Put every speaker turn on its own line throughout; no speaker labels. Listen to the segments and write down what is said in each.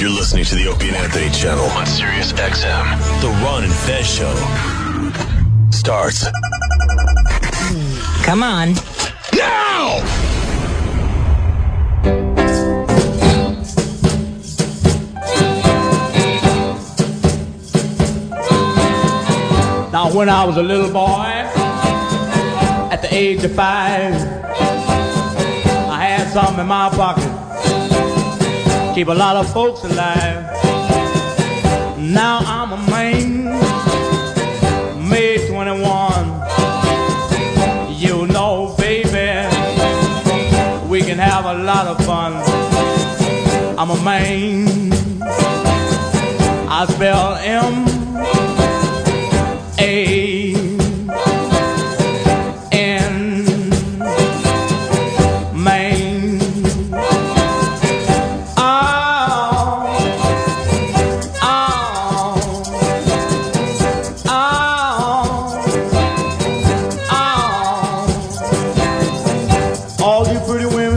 You're listening to the Opie and Anthony channel on Sirius XM. The Ron and Fez show starts
Come on.
now.
Now, when I was a little boy, at the age of five, I had something in my pocket. Keep a lot of folks alive. Now I'm a man, May 21. You know, baby, we can have a lot of fun. I'm a man. I spell M. A N Maine. Oh, oh, oh, oh. All you pretty women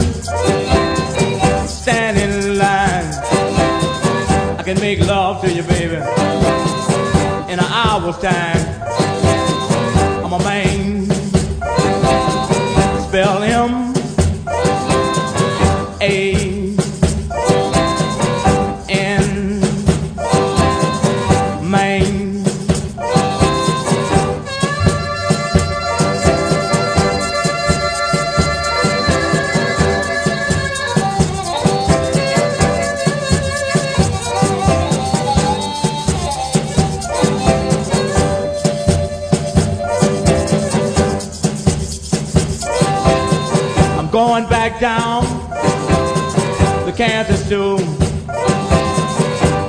stand in line. I can make love to you, baby in an hour's time. I'm a man. Spell him A N Main. I'm going back down the Kansas to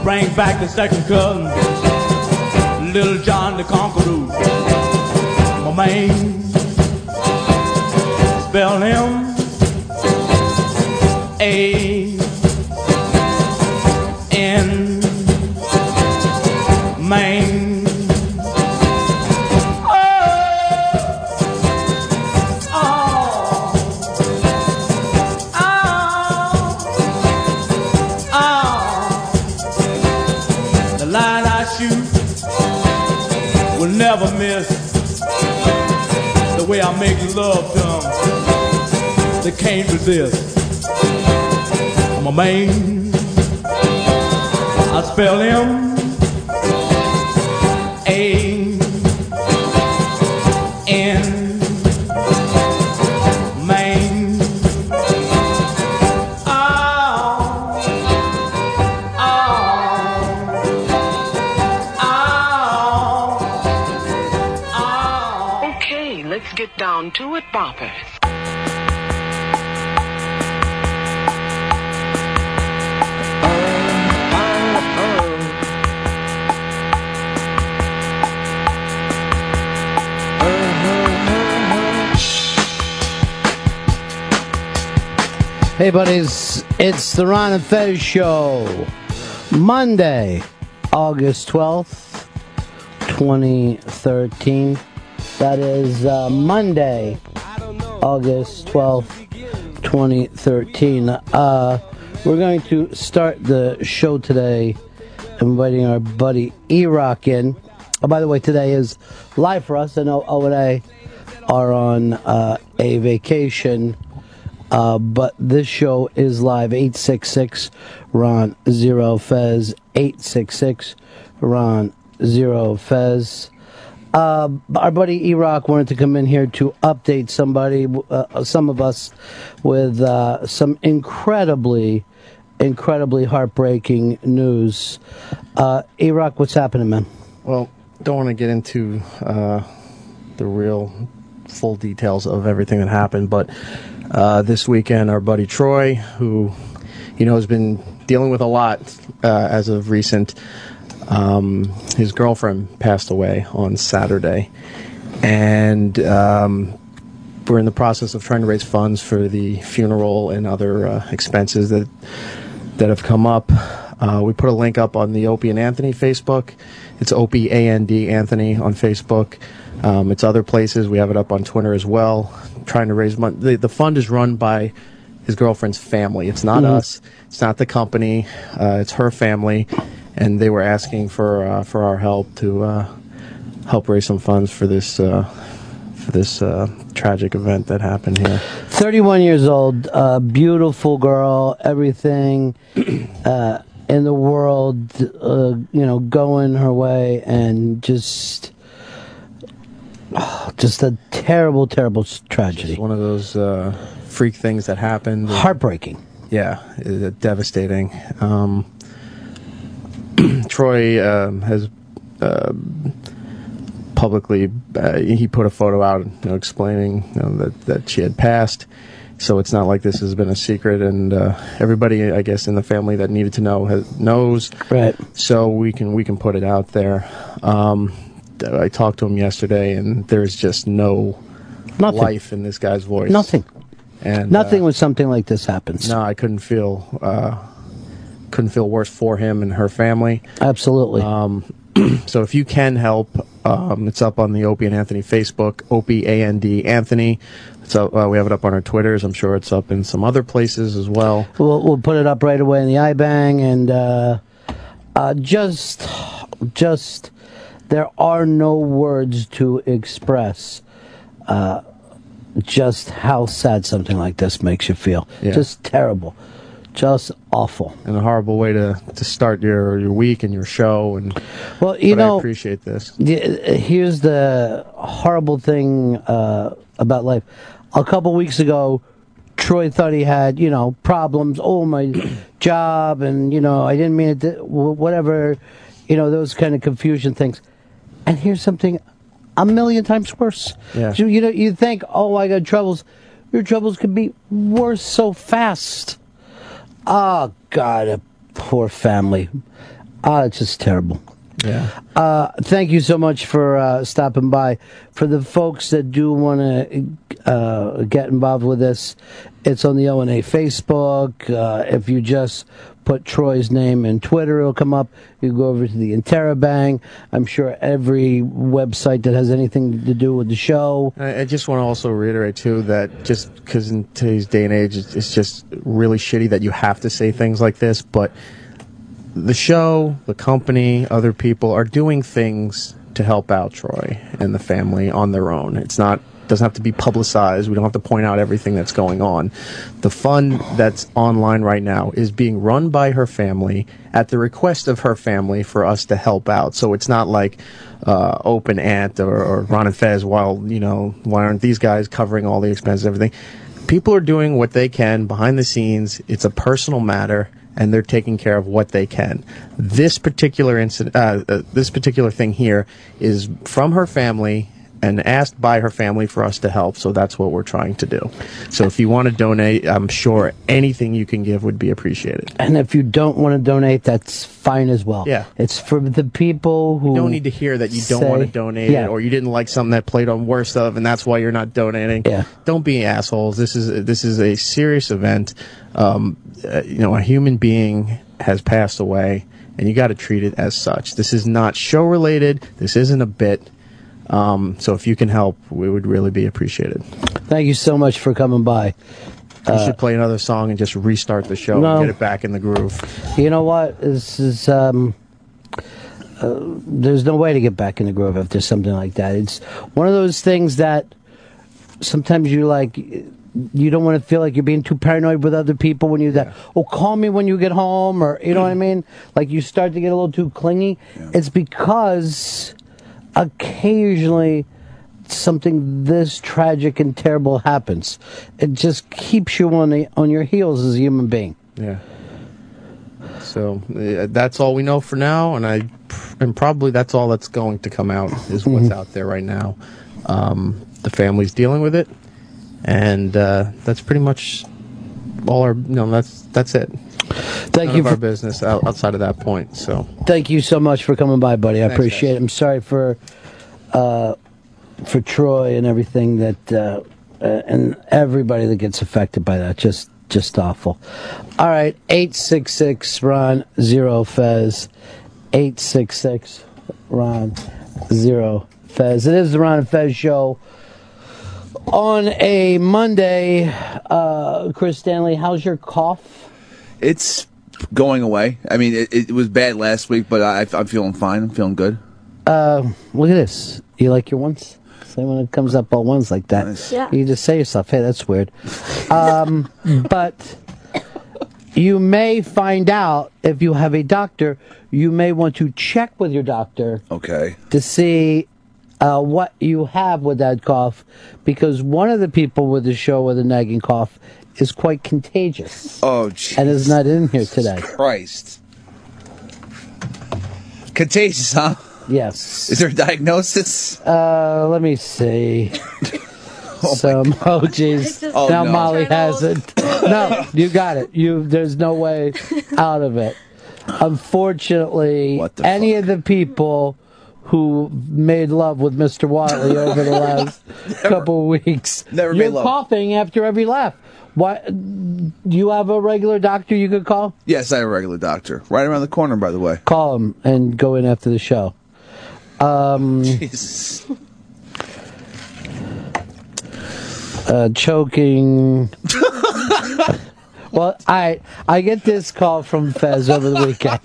bring back the second cousin, Little John the Conqueror. My man, spell him A N Main. Oh, oh. Oh, oh. The line I shoot will never miss the way I make love to 'em. They can't resist. I'm a man. I spell him A N man. Oh, oh, oh, oh.
Okay, let's get down to it, boppers.
Hey, buddies, it's the Ron and Fez Show. Monday, August 12th, 2013. That is uh, Monday, August 12th, 2013. Uh, we're going to start the show today inviting our buddy E Rock in. Oh, by the way, today is live for us. I know O and A are on uh, a vacation. Uh, but this show is live 866 Ron Zero Fez 866 Ron Zero Fez. Uh, our buddy E Rock wanted to come in here to update somebody, uh, some of us, with uh, some incredibly, incredibly heartbreaking news. Uh, E Rock, what's happening, man?
Well, don't want to get into uh, the real full details of everything that happened, but uh, this weekend, our buddy Troy, who you know has been dealing with a lot uh, as of recent, um, his girlfriend passed away on Saturday, and um, we're in the process of trying to raise funds for the funeral and other uh, expenses that that have come up. Uh, we put a link up on the Opie and Anthony Facebook. It's Opie A N D Anthony on Facebook. Um, it's other places. We have it up on Twitter as well. Trying to raise money. The, the fund is run by his girlfriend's family. It's not us. It's not the company. Uh, it's her family, and they were asking for uh, for our help to uh, help raise some funds for this uh, for this uh, tragic event that happened here.
31 years old, uh, beautiful girl, everything uh, in the world, uh, you know, going her way, and just, oh, just a terrible, terrible s- tragedy.
One of those uh, freak things that happened.
Heartbreaking.
yeah, uh, devastating. Um, Troy um, has uh, publicly uh, he put a photo out, you know, explaining you know, that that she had passed. So it's not like this has been a secret, and uh, everybody, I guess, in the family that needed to know has, knows.
Right.
So we can we can put it out there. Um, I talked to him yesterday, and there's just no
Nothing.
life in this guy's voice.
Nothing.
And uh,
Nothing when something like this happens.
no, I couldn't feel uh, couldn't feel worse for him and her family. Um,
Absolutely.
So if you can help, um, it's up on the Opie and Anthony Facebook, Opie A N D Anthony. So uh, we have it up on our Twitters. I'm sure it's up in some other places as well.
We'll, we'll put it up right away in the iBang and uh, uh, just, just, there are no words to express uh, just how sad something like this makes you feel.
Yeah.
Just terrible. Just awful.
And a horrible way to, to start your, your week and your show. And
Well, you
but I
know,
appreciate this.
Yeah, uh, here's the horrible thing uh, about life. A couple weeks ago, Troy thought he had, you know, problems. Oh, my job, and you know, I didn't mean it. To, wh- whatever, you know, those kind of confusion things. And here's something a million times worse.
Yeah.
You, you know, you think, oh, I got troubles. Your troubles could be worse so fast. Oh God, a poor family. Ah, it's just terrible.
Yeah.
Uh, thank you so much for uh, stopping by. For the folks that do want to uh, get involved with this, it's on the O and A Facebook. Uh, if you just put Troy's name in Twitter, it'll come up. You go over to the Interabang. I'm sure every website that has anything to do with the show.
I I just want to also reiterate too that just because in today's day and age, it's, it's just really shitty that you have to say things like this. But the show, the company, other people are doing things to help out Troy and the family on their own. It's not doesn't have to be publicized. We don't have to point out everything that's going on. The fund that's online right now is being run by her family at the request of her family for us to help out. So it's not like uh, Open Ant or, or Ron and Fez. While you know, why aren't these guys covering all the expenses? and Everything. People are doing what they can behind the scenes. It's a personal matter and they're taking care of what they can. This particular incident, uh, uh, this particular thing here, is from her family and asked by her family for us to help. So that's what we're trying to do. So if you want to donate, I'm sure anything you can give would be appreciated.
And if you don't want to donate, that's fine as well.
Yeah.
it's for the people who
You don't need to hear that you don't want to
say-
donate
Yeah.
it or you didn't like something that played on worst of and that's why you're not donating.
Yeah.
Don't be assholes. This is this is a serious event. Um, uh, you know, a human being has passed away and you got to treat it as such. This is not show related. This isn't a bit. Um, so if you can help, we would really be appreciated.
Thank you so much for coming by.
You should play another song and just restart the show
No.
and get it back in the groove.
You know what? This is um, uh, there's no way to get back in the groove after something like that. It's one of those things that sometimes you like. You don't want to feel like you're being too paranoid with other people when you that. Oh, call me when you get home, or you know what I mean. Like you start to get a little too clingy. It's because occasionally something this tragic and terrible happens. It just keeps you on the, on your heels as a human being.
Yeah. So uh, that's all we know for now, and I, and probably that's all that's going to come out is
Mm-hmm.
what's out there right now. Um, the family's dealing with it, and uh, that's pretty much all our. No, that's that's it.
Thank
None
you
of
for
our business out, outside of that point. So
thank you so much for coming by, buddy. I
Thanks,
appreciate
guys.
it. I'm sorry for uh, for Troy and everything that uh, uh, and everybody that gets affected by that. Just just awful. All right, eight six six Ron zero Fez, eight six six Ron zero Fez. It is the Ron and Fez show on a Monday, uh, Chris Stanley, how's your cough?
It's going away. I mean, it, it was bad last week, but I, I'm feeling fine. I'm feeling good.
Uh, look at this. You like your ones? Say when it comes up all ones like that,
Yeah.
you just say to yourself, "Hey, that's weird." Um, but you may find out if you have a doctor. You may want to check with your doctor
Okay.
to see uh, what you have with that cough, because one of the people with the show with a nagging cough is quite contagious
Oh, jeez.
and is not in here today.
Christ. Contagious, huh?
Yes.
Is there a diagnosis?
Uh, let me see. Some oh
It's
jeez.
just Oh,
now
no.
Molly
internal.
has it. No, you got it. You there's no way out of it. Unfortunately,
What the
any of the people who made love with Mr. Wiley over the last couple of weeks,
Never
you're
made love.
coughing after every laugh. Why? Do you have a regular doctor you could call?
Yes, I have a regular doctor. Right around the corner, by the way.
Call him and go in after the show. Um,
Jesus.
uh, choking. well, I I get this call from Fez over the weekend.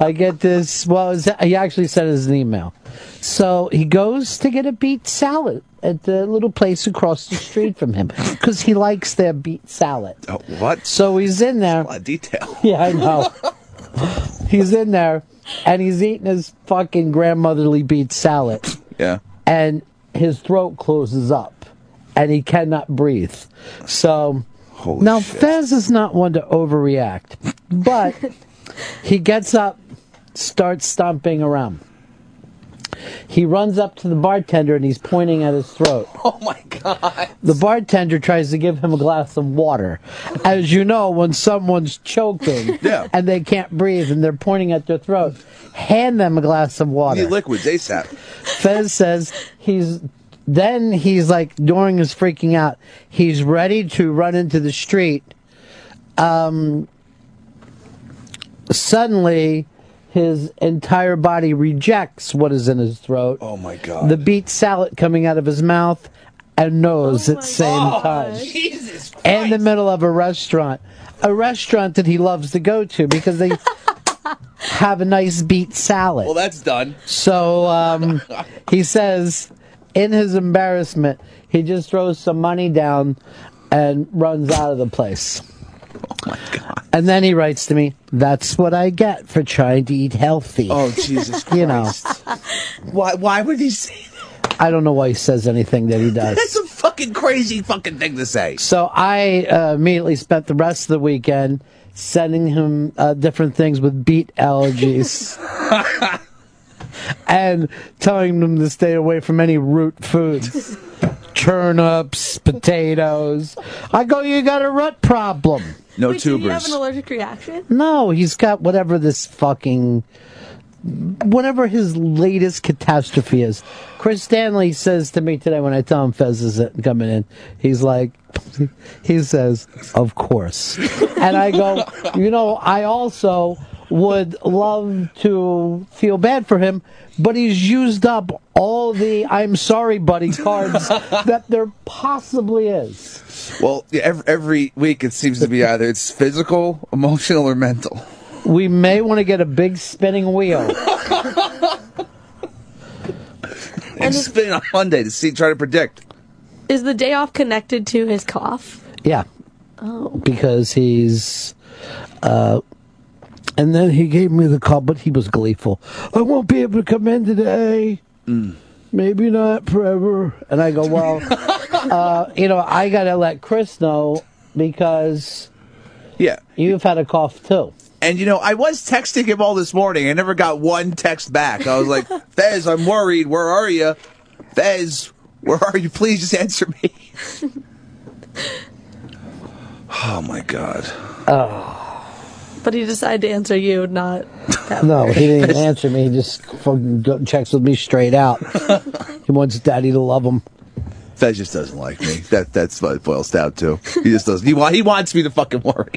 I get this. Well, it's- he actually sent us an email. So he goes to get a beet salad at the little place across the street from him because he likes their beet salad.
Oh, what?
So he's in there.
A lot of detail.
Yeah, I know. he's in there and he's eating his fucking grandmotherly beet salad
Yeah.
and his throat closes up and he cannot breathe. So
Holy
now
shit.
Fez is not one to overreact, but he gets up, starts stomping around. He runs up to the bartender and he's pointing at his throat.
Oh my god.
The bartender tries to give him a glass of water. As you know, when someone's choking
Yeah.
and they can't breathe and they're pointing at their throat, hand them a glass of water.
Need liquids ASAP.
Fez says he's then he's like during his freaking out, he's ready to run into the street. Um suddenly his entire body rejects what is in his throat.
Oh my god.
The beet salad coming out of his mouth and nose
Oh
at
my
the same
gosh.
time
Jesus.
in the middle of a restaurant, a restaurant that he loves to go to because they have a nice beet salad.
Well, that's done.
so um, he says, in his embarrassment, he just throws some money down and runs out of the place.
Oh
And then he writes to me, "That's what I get for trying to eat healthy."
Oh Jesus Christ.
You know,
Why? Why would he say that?
I don't know why he says anything that he does.
That's a fucking crazy fucking thing to say.
So I uh, immediately spent the rest of the weekend sending him uh, different things with beet allergies. and telling him to stay away from any root foods. Turnips, potatoes. I go, you got a rut problem.
No
Wait, did he have
tubers.
an allergic reaction?
No, he's got whatever this fucking. Whatever his latest catastrophe is. Chris Stanley says to me today when I tell him Fez is coming in, he's like, he says, of course. And I go, you know, I also would love to feel bad for him, but he's used up all the I'm sorry, buddy cards that there possibly is.
well, yeah, every, every week it seems to be either it's physical, emotional, or mental.
we may want to get a big spinning wheel.
And just spinning on Monday to see, try to predict.
Is the day off connected to his cough?
Yeah. Because he's. Uh, and then he gave me the call, but he was gleeful. I won't be able to come in today. Maybe not forever. And I go, well, uh, you know, I got to let Chris know because
Yeah.
you've had a cough too.
And you know, I was texting him all this morning. I never got one text back. I was like, Fez, I'm worried. Where are you? Fez, where are you? Please just answer me. oh my God.
But he decided to answer you, not that
No, he didn't answer me. He just fucking go- checks with me straight out. he wants daddy to love him.
Fez just doesn't like me. That that's what it boils down to. He just doesn't. He, wa- he wants me to fucking worry.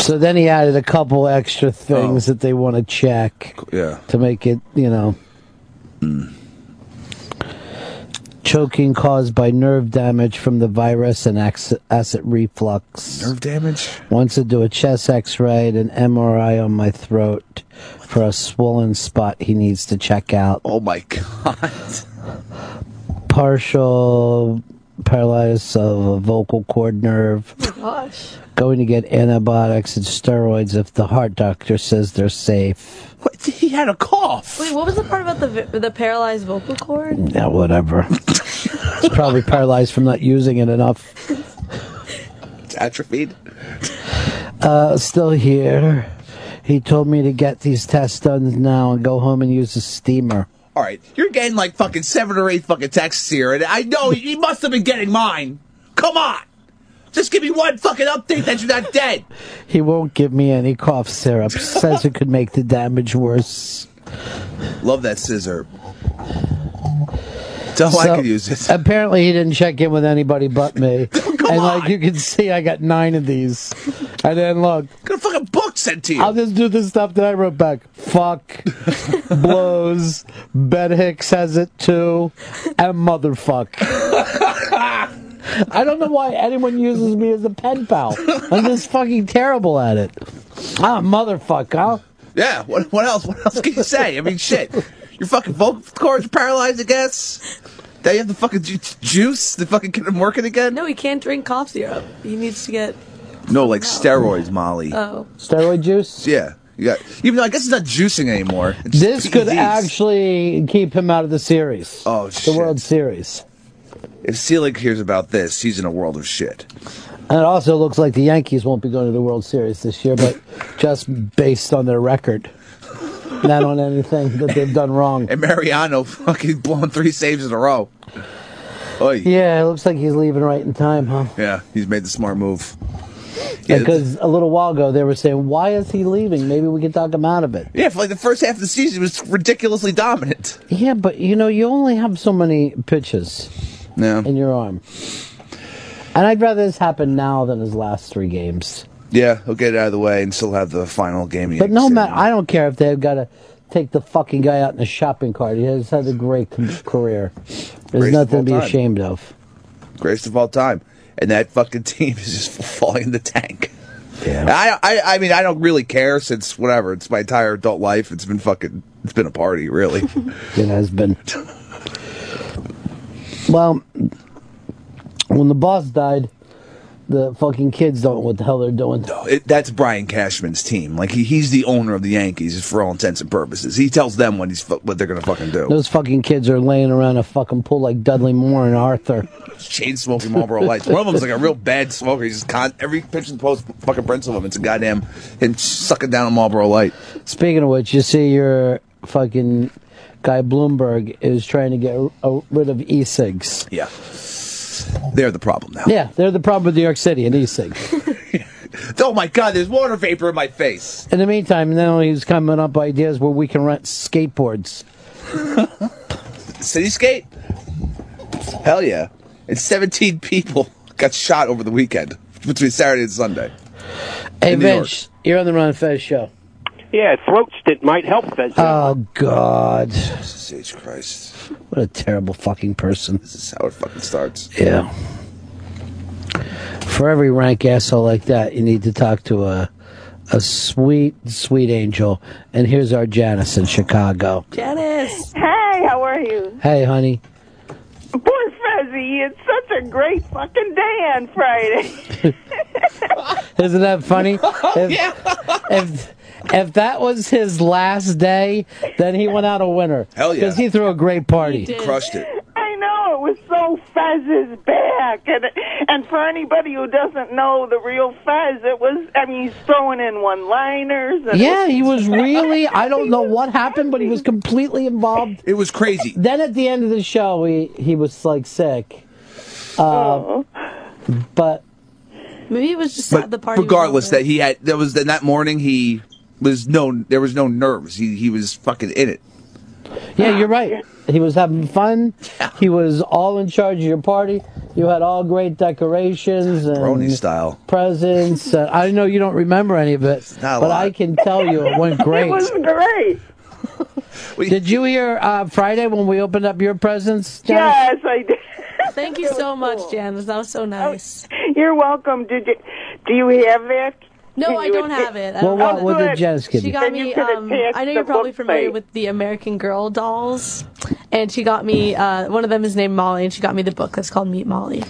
So then he added a couple extra things that they want to check.
Oh. Yeah.
To make it, you know. Choking caused by nerve damage from the virus and ac- acid reflux. Nerve
damage?
Wants to do a chest x ray and an MRI on my throat for a swollen spot he needs to check out.
Oh my God.
Partial paralysis of a vocal cord nerve
Gosh.
going to get antibiotics and steroids if the heart doctor says they're safe.
What? He had a cough.
Wait, what was the part about the vi- the paralyzed vocal cord?
Yeah, whatever. It's probably paralyzed from not using it enough.
It's atrophied.
Uh, still here. He told me to get these tests done now and go home and use the steamer.
All right, you're getting like fucking seven or eight fucking texts here, and I know you must have been getting mine. Come on, just give me one fucking update that you're not dead.
He won't give me any cough syrup. Says it could make the damage worse.
Love that scissor. Tell
So,
I could use it.
Apparently, he didn't check in with anybody but me. and like you can see, I got nine of these. And then look,
Got a fucking book sent to you.
I'll just do the stuff that I wrote back. Fuck, blows. Ben Hicks has it too, and motherfuck. I don't know why anyone uses me as a pen pal. I'm just fucking terrible at it. Ah, motherfuck, huh?
yeah. What, what else? What else can you say? I mean, shit. Your fucking vocal cords are paralyzed, I guess. Now you have the fucking ju- juice to fucking get them working again.
No, he can't drink cough syrup. He needs to get.
No, like steroids, Molly.
Oh,
Steroid juice.
yeah. Yeah. Even though I guess it's not juicing anymore. It's E
This could
PEDs.
actually keep him out of the series.
Oh,
the
shit.
World Series.
If Selig hears about this, he's in a world of shit.
And it also looks like the Yankees won't be going to the World Series this year, but just based on their record, not on anything that they've done wrong.
And Mariano fucking blown three saves in a row. Oy. Yeah.
Yeah, it looks like he's leaving right in time, huh?
he's made the smart move. Yeah,
Because a little while ago they were saying, "Why is he leaving? Maybe we can talk him out of it."
yeah, for like the first half of the season, he was ridiculously dominant.
Yeah, but you know, you only have so many pitches
No.
in your arm, and I'd rather this happen now than his last three games.
Yeah, he'll get it out of the way and still have the final game.
But no
against
matter,
him.
I don't care if they've got to take the fucking guy out in a shopping cart. He has had a great c- career. There's
Greatest of all
nothing to be
time.
ashamed of.
greatest of all time. And that fucking team is just falling in the tank.
Yeah.
I, I I mean I don't really care since whatever it's my entire adult life it's been fucking it's been a party really
It has been. Well, when the boss died, the fucking kids don't know what the hell they're doing.
it, that's Brian Cashman's team. Like he, he's the owner of the Yankees for all intents and purposes. He tells them what he's fu- what they're gonna fucking do.
Those fucking kids are laying around a fucking pool like Dudley Moore and Arthur.
Chain smoking Marlboro Lights. One of them's like a real bad smoker. He's just con- every picture and post fucking prints of him. It's a goddamn him sucking down a Marlboro Light.
Speaking of which, you see your fucking guy Bloomberg is trying to get uh, rid of e-cigs.
Yeah, they're the problem now.
Yeah, they're the problem with New York City and e-cigs.
Oh my god, there's water vapor in my face.
In the meantime, now he's coming up with ideas where we can rent skateboards.
Cityscape. Hell yeah, and 17 people got shot over the weekend between Saturday and Sunday.
Hey,
In New
Vince, you're on the Ron Fez show.
Yeah, throat stint might help. Fez.
Oh, God.
Jesus H. Christ,
What a terrible fucking person.
this is how it fucking starts.
Yeah. For every rank asshole like that, you need to talk to a a sweet, sweet angel. And here's our Janice in Chicago.
Janice.
Hey, how are you?
Hey, honey.
Poor Fuzzy, it's such a great fucking day on Friday. Oh,
Isn't that funny? If, if, if that was his last day, then he went out a winner.
Hell yeah.
Because he threw a great party.
He did.
Crushed it.
I know it was so Fez's back, and and for anybody who doesn't know the real Fez, it was. I mean, he's throwing in one-liners. And
Yeah, he was really. I don't know what happened, but he was completely involved.
It was crazy.
Then at the end of the show, he he was like sick. Uh, but
Maybe it Oh. was just
but
at the party. was
regardless,
over.
that he had that was then that morning he was no there was no nerves. He he was fucking in it. Ah,
yeah, you're right. He was having fun. He was all in charge of your party. You had all great decorations and
Brony style.
presents. Uh, I know you don't remember any of it,
not a
but
lot.
I can tell you it went great.
It was great.
Did you hear uh, Friday when we opened up your presents? Janice?
Yes, I did.
Thank you so much, Janice. That was so nice.
Oh, You're welcome. Did you? Do you have that?
No,
Did
I
you
don't
atta-
have it. I
Well,
don't
what,
have
what
good.
did Janice give
She
you?
got
And you
me.
could
Um,
attach
I know
the
you're probably familiar
website.
with the American Girl dolls, and she got me. Uh, one of them is named Molly, and she got me the book that's called Meet Molly.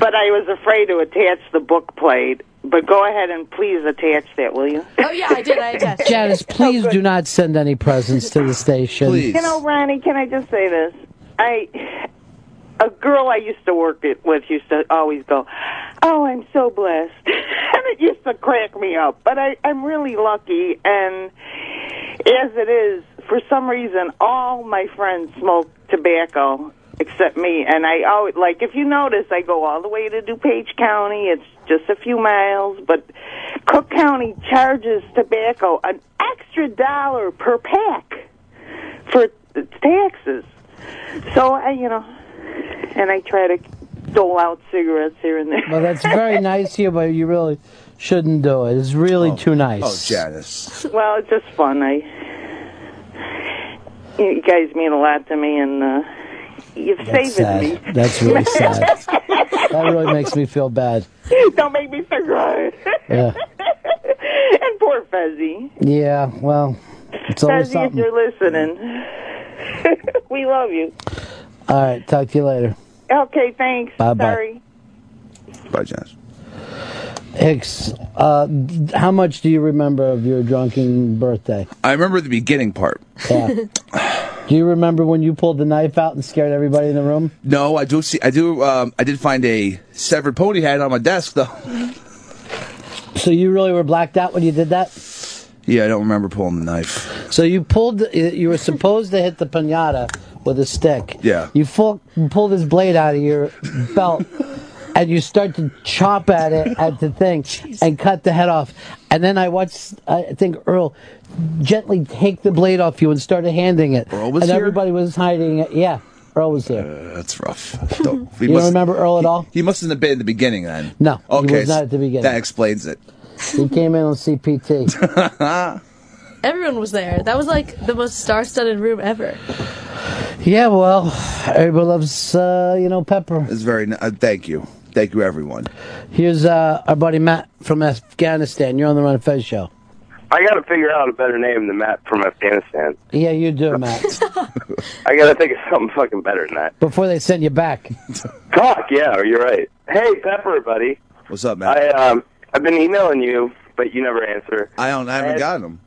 But I was afraid to attach the book plate. But go ahead and please attach that, will you?
Oh yeah, I did. I attached. it.
Janice, please do not send any presents to the station.
Oh, Please.
You know, Ronnie, can I just say this? I a girl I used to work it with used to always go, "Oh, I'm so blessed," and it used to crack me up. But I, I'm really lucky, and as it is, for some reason, all my friends smoke tobacco except me. And I always like if you notice, I go all the way to DuPage County. It's just a few miles, but Cook County charges tobacco an extra dollar per pack for taxes. So I, you know, and I try to dole out cigarettes here and there.
Well, that's very nice of you, but you really shouldn't do it. It's really too nice.
Oh, Janice.
well, it's just fun. I, you guys mean a lot to me, and uh, you've
That's
saved me.
sad. That's really sad. that really makes me feel bad.
Don't make me so good.
Yeah.
and poor Fezzi.
Yeah, well, it's
Fezzi,
always
if
something.
you're listening, we love you.
All right, talk to you later.
Okay, thanks.
Bye-bye.
Sorry.
Bye, Janice.
Hicks, uh, d- how much do you remember of your drunken birthday?
I remember the beginning part.
Yeah. do you remember when you pulled the knife out and scared everybody in the room?
No, I do see. I do. Um, I did find a severed pony head on my desk, though.
So you really were blacked out when you did that?
Yeah, I don't remember pulling the knife.
So you pulled. You were supposed to hit the pinata with a stick.
Yeah.
You full, pull this blade out of your belt, and you start to chop at it at the thing and cut the head off. And then I watched. I think Earl gently take the blade off you and started handing it.
Earl was
and
here?
everybody was hiding it. Yeah, Earl was there.
Uh, that's rough. Don't- we
you don't
must-
remember Earl at all?
He mustn't have been at the beginning then.
No, he
Okay.
was not at the beginning.
That explains it.
He came in on CPT.
Everyone was there. That was like the most star-studded room ever.
yeah, well, everybody loves uh, you know pepper.
It's very. ni- Uh, thank you. Thank you, everyone.
Here's uh, our buddy Matt from Afghanistan. You're on the Run and Fez show.
I got to figure out a better name than Matt from Afghanistan.
Yeah, you do, Matt.
I got to think of something fucking better than that.
Before they send you back.
Fuck yeah, you're right. Hey Pepper, buddy,
What's up, man?
I um I've been emailing you, but you never answer.
I, don't. I haven't gotten him.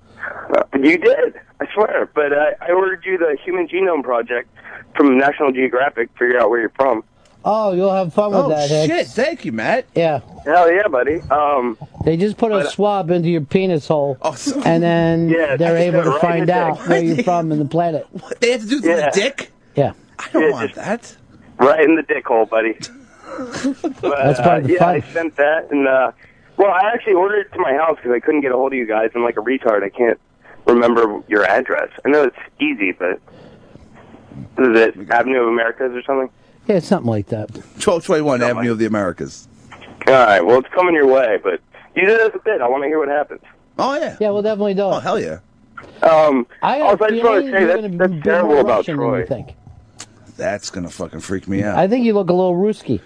Uh, You did, I swear. But uh, I ordered you the Human Genome Project from National Geographic. Figure out where you're from.
Oh, you'll have fun with
Oh
that. Hicks.
shit! Thank you, Matt.
Yeah,
Hell yeah, buddy. Um,
they just put a
But-
swab into your penis hole,
Oh, so-
and then
Yeah,
they're
that's
able to
right,
find
that's
out
right.
where you're from in the planet.
What, they have to do it through
Yeah.
the dick.
Yeah,
I don't
Yeah,
want
just-
that.
right in the dick hole, buddy. But,
That's part of
uh,
the
yeah,
fun.
I sent that, and uh, well, I actually ordered it to my house because I couldn't get a hold of you guys. I'm like a retard. I can't remember your address. I know it's easy, but is it Avenue of Americas or something?
yeah, something like that.
Twelve twenty one Avenue of the Americas.
All right. Well, it's coming your way, but you did it as a bit. I want to hear what happens.
Oh yeah.
Yeah, we'll definitely do it.
Oh hell yeah.
Um,
I got
also,
a
I just want to
feeling
say
you're
that's,
gonna be
that's
more
terrible about
Russian than
Troy.
you think.
That's gonna fucking freak me out.
I think you look a little Ruski.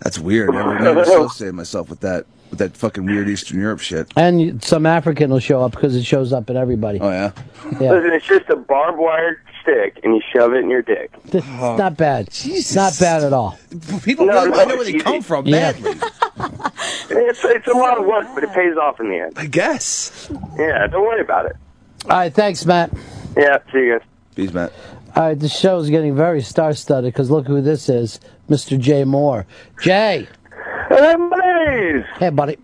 That's weird. I would never associate myself with that with that fucking weird Eastern Europe shit.
And you- some African will show up because it shows up in everybody.
Oh yeah.
Yeah,
Listen, it's just a barbed wire stick, and you shove it in your dick.
it's not bad.
Jesus.
Not bad at all.
People
No,
really
no,
want to know where
it's
they come
easy.
from
Yeah.
badly.
It's, it's a lot of work, but it pays off in the end.
I guess.
Yeah, don't worry about it.
All right, thanks, Matt.
Yeah, see you guys.
Peace, Matt.
All right, the show is getting very star-studded because look who this is, Mr. Jay Moore. Jay,
And Blaze!
hey, buddy.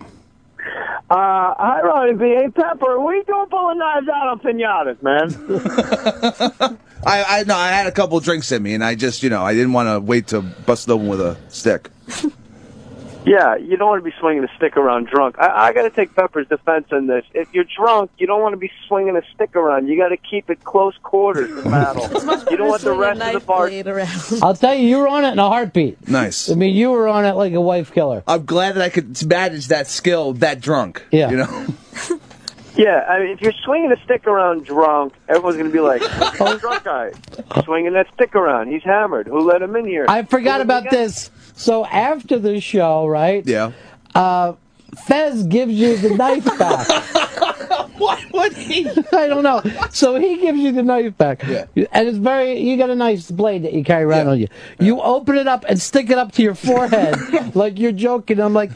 Uh, hi, Ronnie B. Hey, Pepper, we don't pull the knives out on pinatas, man.
I, I no, I had a couple drinks in me, and I just you know I didn't want to wait to bust it open with a stick.
Yeah, you don't want to be swinging a stick around drunk. I, I got to take Pepper's defense in this. If you're drunk, you don't want to be swinging a stick around. You got to keep it close quarters, the battle. you don't want the rest of the bar.
I'll tell you, you were on it in a heartbeat.
Nice.
I mean, you were on it like a wife killer.
I'm glad that I could manage that skill that drunk.
Yeah.
You know?
Yeah, I mean, if you're swinging a stick around drunk, everyone's going to be like, "Oh, drunk guy, swinging that stick around. He's hammered. Who let him in here?"
I forgot about this. So after the show, right?
Yeah.
Uh, Fez gives you the knife back.
What would he?
I don't know. So he gives you the knife back. Yeah. And it's very, you got a nice blade that you carry around on you. You open it up and stick it up to your forehead like you're joking. I'm like,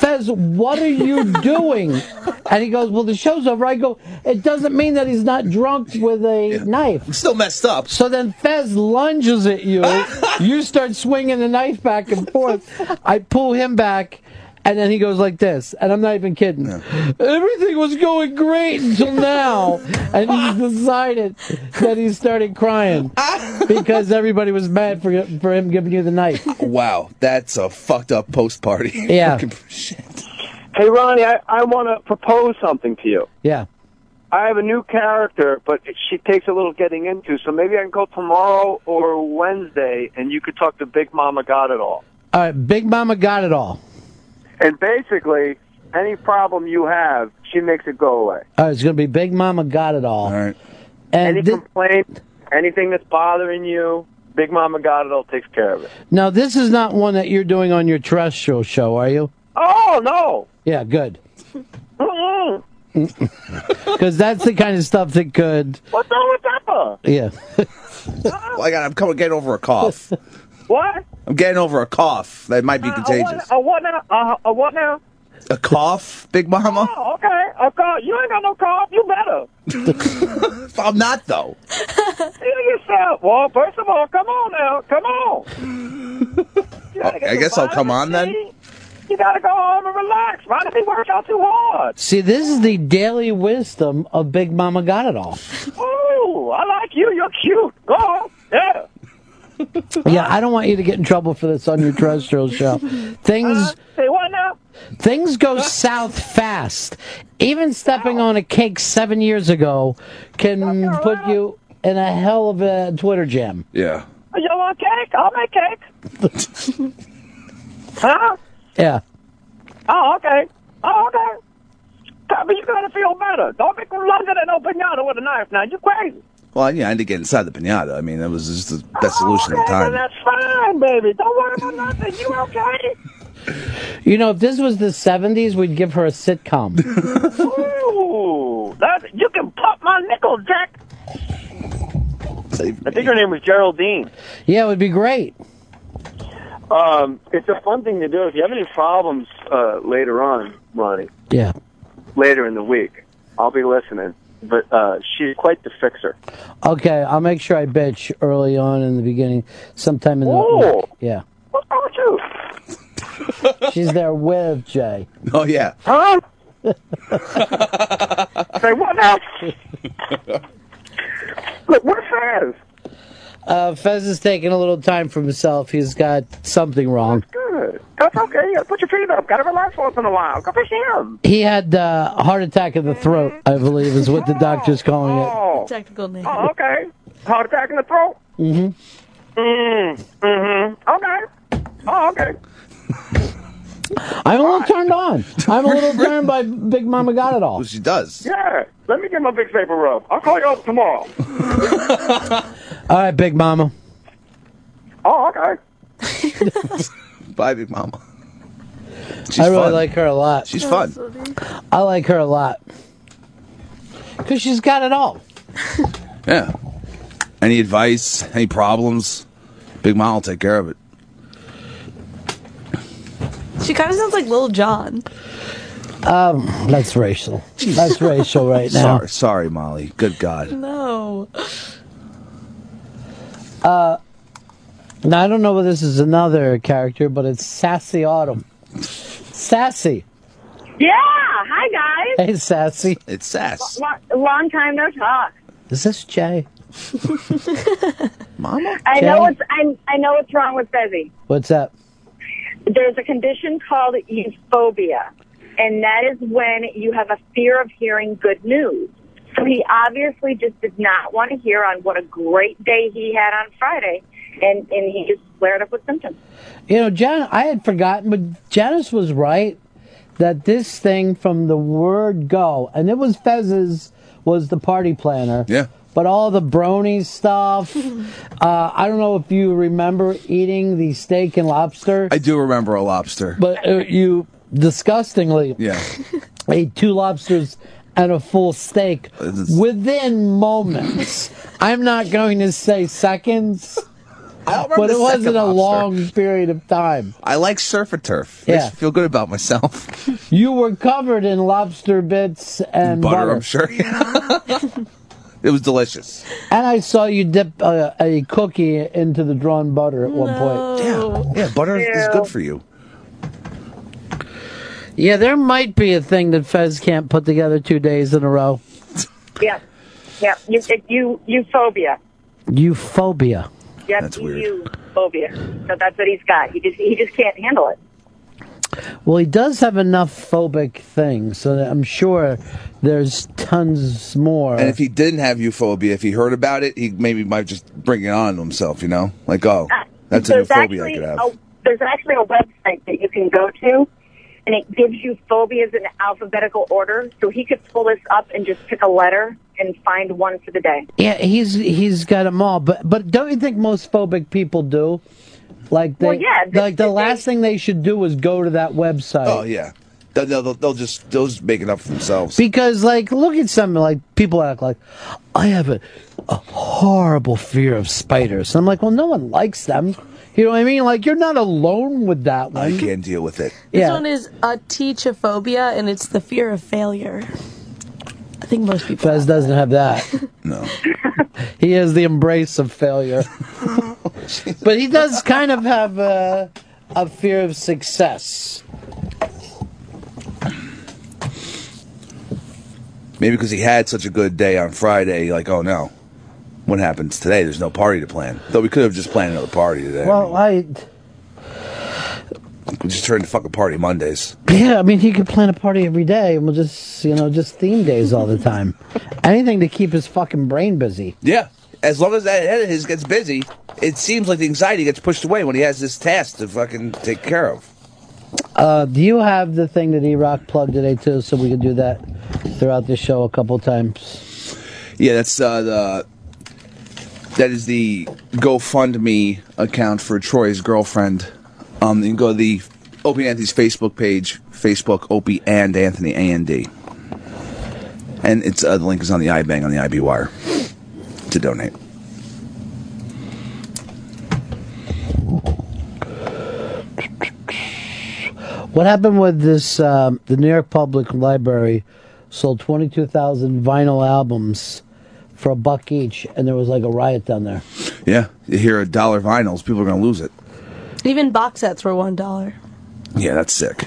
Fez, what are you doing? And he goes, Well, the show's over. I go, It doesn't mean that he's not drunk with a knife.
still messed up.
So then Fez lunges at you. you start swinging the knife back and forth. I pull him back. And then he goes like this, and I'm not even kidding. Everything was going great until now, and he decided that he started crying because everybody was mad for for him giving you the knife.
Wow, that's a fucked up post party.
Yeah.
Hey, Ronnie, I, I want to propose something to you.
Yeah.
I have a new character, but she takes a little getting into, so maybe I can go tomorrow or Wednesday, and you could talk to Big Mama Got It All.
All right, Big Mama got it all.
And basically, any problem you have, she makes it go away.
All right, it's gonna be Big Mama got it all. All
right.
And
Any
thi-
complaint, anything that's bothering you, Big Mama Got It All takes care of it.
now this is not one that you're doing on your terrestrial show, are you?
Oh, no!
Yeah, good.
Mm-mm.
Because that's the kind of stuff that could.
What's wrong with Peppa?
Yeah.
Well, I got, Oh I'm coming, getting over a cough.
What?
I'm getting over a cough that might be
Uh,
contagious.
A what now? A, a what now?
A cough, Big Mama?
Oh, okay. A call. You ain't got no cough. You better.
I'm not, though.
Heal yourself. Well, first of all, come on now. Come on. You gotta get
I
some
guess I'll come
vitamin
on then.
C. You gotta go home and relax. Why did he work out too hard?
See, this is the daily wisdom of Big Mama got it all.
Ooh, I like you. You're cute. Go on. Yeah.
Yeah, I don't want you to get in trouble for this on your terrestrial show. Things
Say what now?
things go south fast. Even stepping on a cake seven years ago can put you in a hell of a Twitter jam.
Yeah.
"Oh, You want cake? I'll make cake. huh?
Yeah.
Oh, okay. Oh, okay. But you gotta feel better. Don't be longer than no pinata with a knife now. You crazy.
Well, yeah, I need to get inside the pinata. I mean, that was just the best solution at the
Well,
time.
that's fine, baby. Don't worry about nothing. You okay?
You know, if this was the 70s, we'd give her a sitcom.
Ooh, that you can pop my nickel, Jack. I think her name was Geraldine.
yeah, it would be great.
Um, it's a fun thing to do. If you have any problems uh, later on, Ronnie,
Yeah.
later in the week, I'll be listening. But uh, she's quite the fixer.
Okay, I'll make sure I bitch early on in the beginning, sometime in the
Oh.
week. Yeah.
What's wrong with you?
She's there with Jay.
Oh, yeah.
Huh? Say what now? Look, what says?
Uh, Fez is taking a little time for himself. He's got something wrong.
Good. That's okay. You gotta put your feet up. Gotta relax once in a while. Go fish him.
He had uh, a heart attack of the throat, I believe, is what the doctor's calling it.
Oh.
Technical name.
Oh, okay. Heart attack in the throat.
Mm-hmm.
Mm. Mm-hmm. Okay. Oh, okay.
I'm a little turned on. I'm a little turned by Big Mama Got It All.
Well, she does.
Yeah. Let me get my big paper rub. I'll call you up tomorrow.
All right, Big Mama.
Oh, okay.
Bye, Big Mama. She's
I really
fun.
like her a lot.
She's fun.
I like her a lot. Because she's got it all.
Yeah. Any advice? Any problems? Big Mama will take care of it.
She kind of sounds like Lil John.
Um, that's racial. That's racial right now.
Sorry, sorry, Molly. Good God.
No.
Uh, Now, I don't know whether this is another character, but it's Sassy Autumn. Sassy.
Yeah. Ah, Hi, guys.
Hey, Sassy.
It's Sass.
Lo- long time no talk.
Is this Jay?
Mama?
I
Jay?
know what's I, I know what's wrong with Fezzi.
What's up?
there's a condition called euphobia, and that is when you have a fear of hearing good news. So he obviously just did not want to hear on what a great day he had on Friday, and, and he just flared up with symptoms.
You know, Jan, I had forgotten, but Janice was right that this thing from the word go, and it was Fez's was the party planner.
Yeah.
But all the brony stuff. uh, I don't know if you remember eating the steak and lobster,
I do remember a lobster.
but uh, you disgustingly
Yeah.
ate two lobsters and a full steak within moments. I'm not going to say seconds,
I don't remember
but
the
it
second
wasn't a
lobster.
long period of time.
I like surf and turf. Makes
Yeah.
me feel good about myself.
You were covered in lobster bits and
butter,
butter.
I'm sure. it was delicious.
And I saw you dip a, a cookie into the drawn butter at one point.
Yeah, butter is good for you.
Yeah, there might be a thing that Fez can't put together two days in a row.
Yeah, yeah, you, it, you euphobia.
Euphobia.
Yep, Euphobia. So that's what he's got. He just he just can't handle it.
Well, he does have enough phobic things, so that I'm sure there's tons more.
And if he didn't have euphobia, if he heard about it, he maybe might just bring it on himself, you know? Like, oh, that's a new
There's
phobia I
Uh, actually
could have.
a- there's actually a website that you can go to, and it gives you phobias in alphabetical order. So he could pull this up and just pick a letter and find one for the day.
yeah, he's he's got them all, but but don't you think most phobic people do? Like they,
Well, yeah,
like the last thing they should do is go to that website.
Oh, yeah. They'll, they'll, they'll just they'll just make it up for themselves.
Because, like, look at something like people act like, I have a, a horrible fear of spiders. And I'm like, well, no one likes them. You know what I mean? Like, you're not alone with that one.
I can't deal with it.
This
Yeah.
one is a teachophobia, and it's the fear of failure.
I think most people. Fez doesn't have that.
no.
he has the embrace of failure. but he does kind of have a, a fear of success.
Maybe because he had such a good day on Friday, like, oh no, what happens today? There's no party to plan. Though we could have just planned another party today.
Well, I.
we just turned to fucking party Mondays.
Yeah, I mean, he could plan a party every day and we'll just, you know, just theme days all the time. Anything to keep his fucking brain busy.
Yeah. As long as that head of his gets busy, it seems like the anxiety gets pushed away when he has this task to fucking take care of.
Uh, do you have the thing that E Rock plugged today too, so we can do that throughout the show a couple times?
Yeah, that's uh, the that is the GoFundMe account for Troy's girlfriend. Um, you can go to the Opie and Anthony's Facebook page, Facebook Opie and Anthony A and D, and it's uh, the link is on the iBang on the IB wire to donate.
What happened with this? Um, the New York Public Library sold twenty-two thousand vinyl albums for a buck each, and there was like a riot down there.
Yeah, you hear a dollar vinyls, people are gonna lose it.
Even box sets were one dollar.
Yeah, that's sick.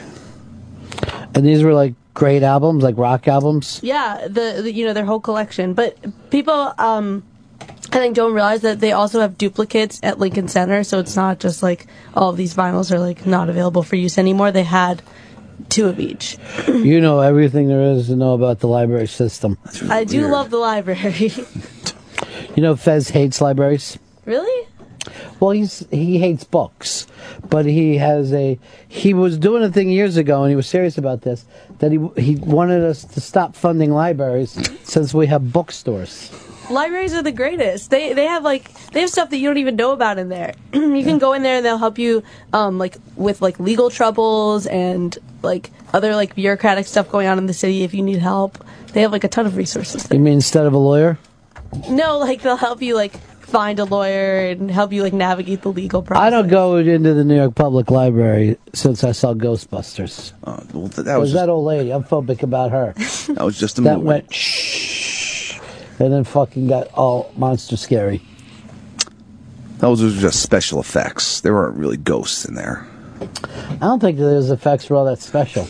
And these were like great albums, like rock albums.
Yeah, the, the you know their whole collection, but people um, I think don't realize that they also have duplicates at Lincoln Center, so it's not just like all of these vinyls are like not available for use anymore. They had two of each.
you know everything there is to know about the library system.
I do love the library.
You know, Fez hates libraries.
really?
Well, he's he hates books, but he has a he was doing a thing years ago, and he was serious about this that he he wanted us to stop funding libraries since we have bookstores.
Libraries are the greatest. They they have like they have stuff that you don't even know about in there. you can go in there and they'll help you um, like with like legal troubles and like other like bureaucratic stuff going on in the city if you need help. They have like a ton of resources.
You mean instead of a lawyer?
No, like they'll help you like find a lawyer and help you like navigate the legal process.
I don't go into the New York Public Library since I saw Ghostbusters.
Uh, well, th-
It
that was
that old lady? I'm phobic about her.
that was just a
that
movie.
went shh, and then fucking got all monster scary.
Those were just special effects. There weren't really ghosts in there.
I don't think that those effects were all that special.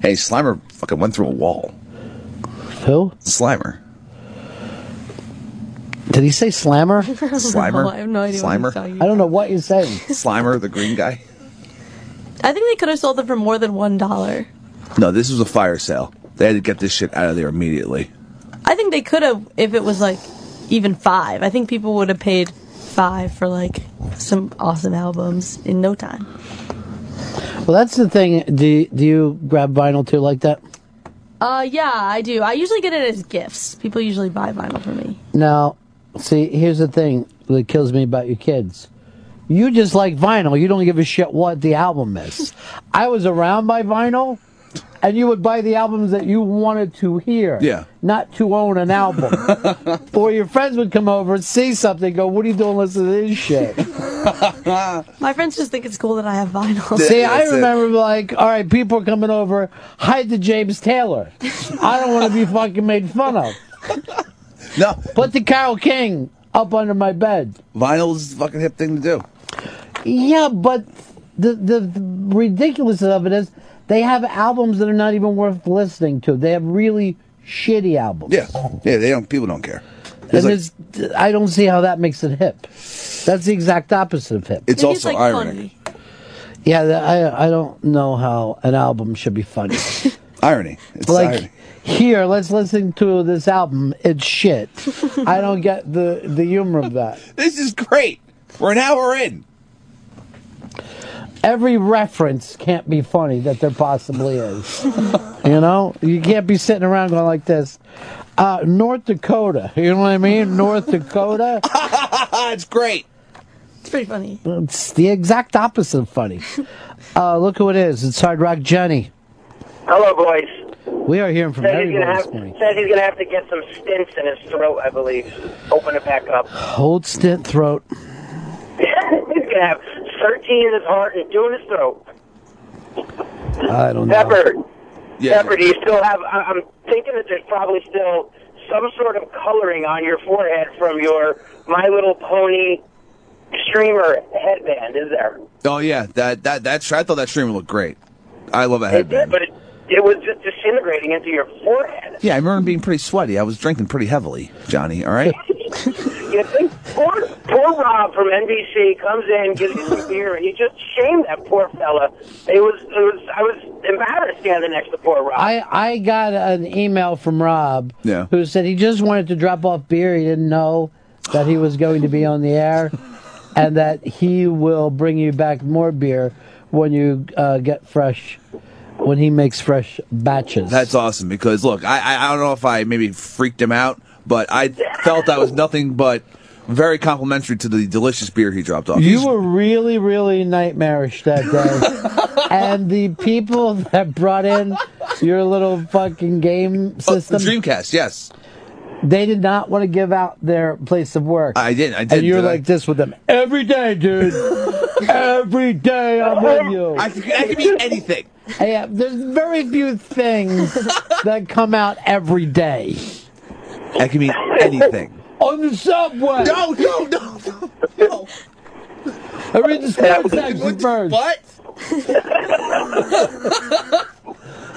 Hey, Slimer fucking went through a wall.
Who?
Slimer.
Did he say Slammer?
Slimer? I have no idea what he's Slimer? talking
I don't know what you're saying.
Slimer, the green guy.
I think they could have sold them for more than one dollar.
No, this was a fire sale. They had to get this shit out of there immediately.
I think they could have if it was like even five. I think people would have paid five for like some awesome albums in no time.
Well, that's the thing. Do do you grab vinyl too like that?
Uh, yeah, I do. I usually get it as gifts. People usually buy vinyl for me.
Now, see, here's the thing that kills me about your kids. You just like vinyl. You don't give a shit what the album is. I was around by vinyl, and you would buy the albums that you wanted to hear.
Yeah.
Not to own an album. or your friends would come over and see something, go, What are you doing listening to this shit?
My friends just think it's cool that I have vinyl.
See, I remember like, all right, people are coming over. Hide the James Taylor. I don't want to be fucking made fun of.
No.
Put the Carol King up under my bed.
Vinyl's the fucking hip thing to do.
Yeah, but the the, the ridiculousness of it is they have albums that are not even worth listening to. They have really shitty albums.
Yeah, yeah. They don't. People don't care.
And
It's like-
there's, I don't see how that makes it hip. That's the exact opposite of hip.
It's Maybe it's, also like, ironic. funny.
Yeah, the- I I don't know how an album should be funny.
irony. It's
like
irony.
here, let's listen to this album. It's shit. I don't get the the humor of that.
This is great. We're an hour in.
Every reference can't be funny that there possibly is. you know, you can't be sitting around going like this. Uh, North Dakota. You know what I mean? North Dakota.
it's great.
It's pretty funny.
It's the exact opposite of funny. Uh, look who it is. It's Hard Rock Jenny.
Hello, boys.
We are hearing from
Says he's, gonna
everyone
have,
this morning.
says he's gonna have to get some stints in his throat, I believe. Open it back up.
Hold stint throat.
he's gonna have 13 in his heart and two in his throat.
I don't know.
Pepper,
Yeah.
Pepper, do you still have? I, I'm thinking that there's probably still some sort of coloring on your forehead from your My Little Pony streamer headband. Is there?
Oh yeah, that that that. I thought that stream looked great. I love that
It did,
headband.
but it, it was just disintegrating into your forehead.
Yeah, I remember being pretty sweaty. I was drinking pretty heavily, Johnny. All right.
You think poor, poor Rob from NBC comes in, gives you some beer, and you just shame that poor fella. It was, it was, I was embarrassed standing next to poor Rob.
I, I got an email from Rob
Yeah.
who said he just wanted to drop off beer. He didn't know that he was going to be on the air and that he will bring you back more beer when you uh, get fresh, when he makes fresh batches.
That's awesome because look, I, I I don't know if I maybe freaked him out, but I felt I was nothing but very complimentary to the delicious beer he dropped off.
You were really, really nightmarish that day. and the people that brought in your little fucking game
Oh,
system,
Dreamcast, yes.
they did not want to give out their place of work.
I didn't. I did.
and you're
did I?
like this with them every day, dude. every day I'm with you.
I, could- I could be anything.
Yeah, uh, there's very few things that come out every day.
I could mean anything.
On the subway.
No, no, no,
I read the sports section first.
What?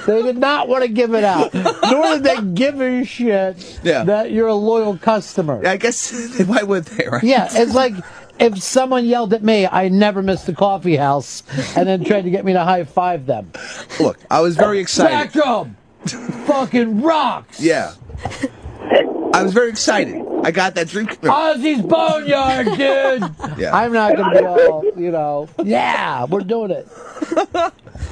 They did not want to give it out, nor did they give a shit
Yeah.
that you're a loyal customer.
I guess why would they, right?
Yeah, it's like if someone yelled at me, I never missed the coffee house, and then tried to get me to high five them.
Look, I was very excited.
Spectrum, fucking rocks.
Yeah. I was very excited. I got that drink.
Ozzy's Boneyard, dude.
Yeah.
I'm not gonna be all, you know. Yeah, we're doing it.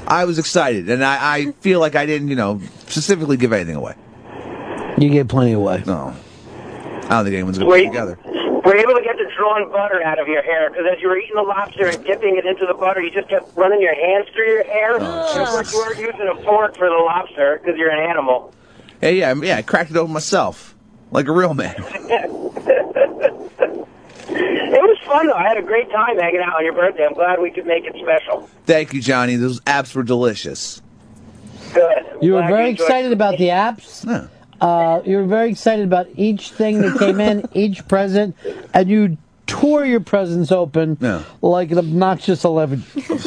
I was excited, and I, I feel like I didn't, you know, specifically give anything away.
You gave plenty away.
No. I don't think anyone's going to
Wait.
put it together.
We're able to get the drawn butter out of your hair because as you were eating the lobster and dipping it into the butter, you just kept running your hands through your
Oh,
hair. and of course, you weren't using a fork for the lobster because you're an animal.
Yeah, yeah, I'm- yeah. I cracked it open myself, like a real man.
It was fun though. I had a great time hanging out on your birthday. I'm glad we could make it special.
Thank you, Johnny. Those apps were delicious.
Good.
You were
Glad
very
enjoyed-
excited about the apps. Uh, you were very excited about each thing that came in, each present, and you tore your presents open like an obnoxious 11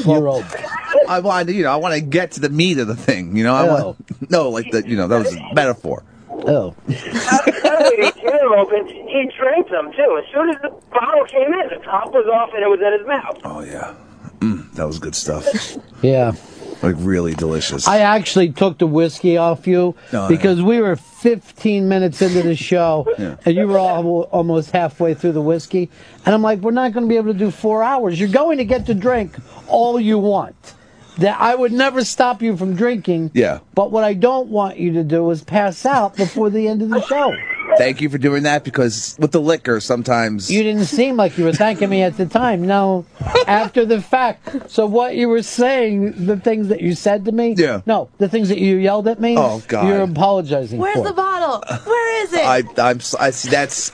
year old.
I want, you know, I want to get to the meat of the thing. You know, I want no, like the, you know, that was a metaphor.
Oh,
Suddenly, he tear them open. He drank them too. As soon as the bottle came in, the top was off and it was in his mouth.
Oh yeah. That was good stuff.
Yeah.
Like really delicious. Oh,
I actually took the whiskey off you
No, no.
because we were 15 minutes into the show
Yeah.
and you were all, almost halfway through the whiskey. And I'm like, we're not going to be able to do four hours. You're going to get to drink all you want. That I would never stop you from drinking.
Yeah.
But what I don't want you to do is pass out before the end of the show.
Thank you for doing that because with the liquor, sometimes
You didn't seem like you were thanking me at the time. No, after the fact. So what you were saying, the things that you said to me. Yeah. No, the things that you yelled at me.
Oh, God.
You're apologizing
Where's
for.
the bottle? Where is it?
I, I'm s- I see that's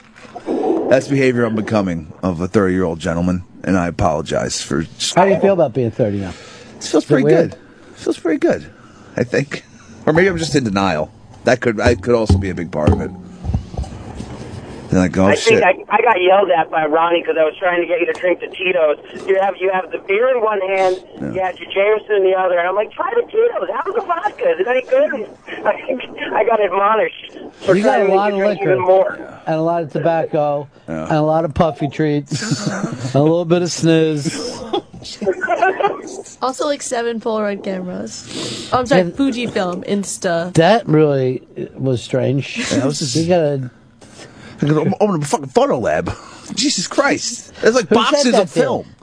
that's behavior unbecoming of a 30 year old gentleman, and I apologize for.
How do you feel about being 30 now?
It feels pretty good. feels pretty good. I think, or maybe I'm just in denial. That could I could also be a big part of it. Then I go, oh,
I
shit.
think I, I got yelled at by Ronnie because I was trying to get you to drink the Tito's. You have you have the beer in one hand, you had your Jameson in the other, and I'm like, try the Tito's. How's the vodka? Is it any good? I got admonished for
you got
trying
a
to make
lot of
you drink
liquor
even more.
and a lot of tobacco and a lot of puffy treats, and a little bit of snooze.
also, like seven Polaroid cameras. Oh, I'm sorry,
Yeah.
Fujifilm Insta.
That really was strange.
That was just-
you got a
I'm gonna open a fucking photo lab. Jesus Christ! There's like
Who said
boxes
that
of
to you?
film.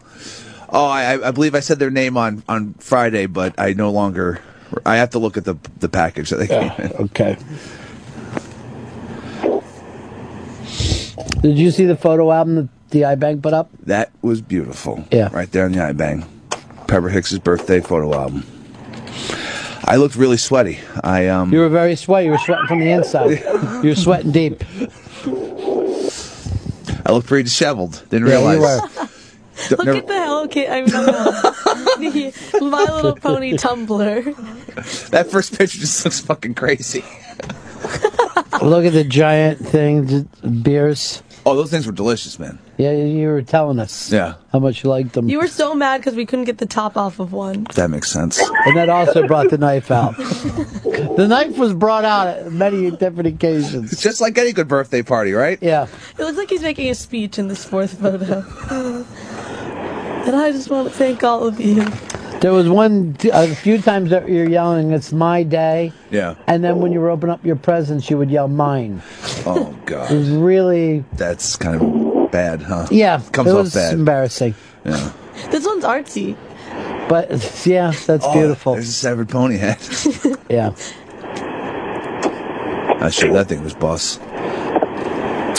Oh, I, I- I believe I said their name on on Friday, but I no longer. I have to look at the the package that they came in.
Okay. Did you see the photo album that the iBank put up?
That was beautiful.
Yeah.
Right there on the eye bang. Pepper Hicks's birthday photo album. I looked really sweaty. I um
You were very sweaty. You were sweating from the inside. You were sweating deep.
I looked pretty disheveled. Didn't
Yeah,
realize.
you
D-
Look
never-
at the Hello Kitty. I mean, the My Little Pony tumbler.
that first picture just looks fucking crazy.
Look at the giant thing, just beers.
Oh, those things were delicious, man.
Yeah, you you were telling us
Yeah.
how much you liked them.
You were so mad because we couldn't get the top off of one.
That makes sense.
and that also brought the knife out. the knife was brought out at many different occasions.
It's just like any good birthday party, right?
Yeah.
It looks like he's making a speech in this fourth photo. and I just want to thank all of you.
There was one, a few times that you're yelling, it's my day.
Yeah.
And then when you were opening up your presents, you would yell mine.
Oh
It was
god.
really,
That's kind of bad, huh?
yeah.
Comes
it
off
was
bad.
embarrassing.
Yeah.
This one's artsy.
But yeah, that's
Oh,
beautiful.
There's a severed pony head.
Yeah.
I sure that thing was boss.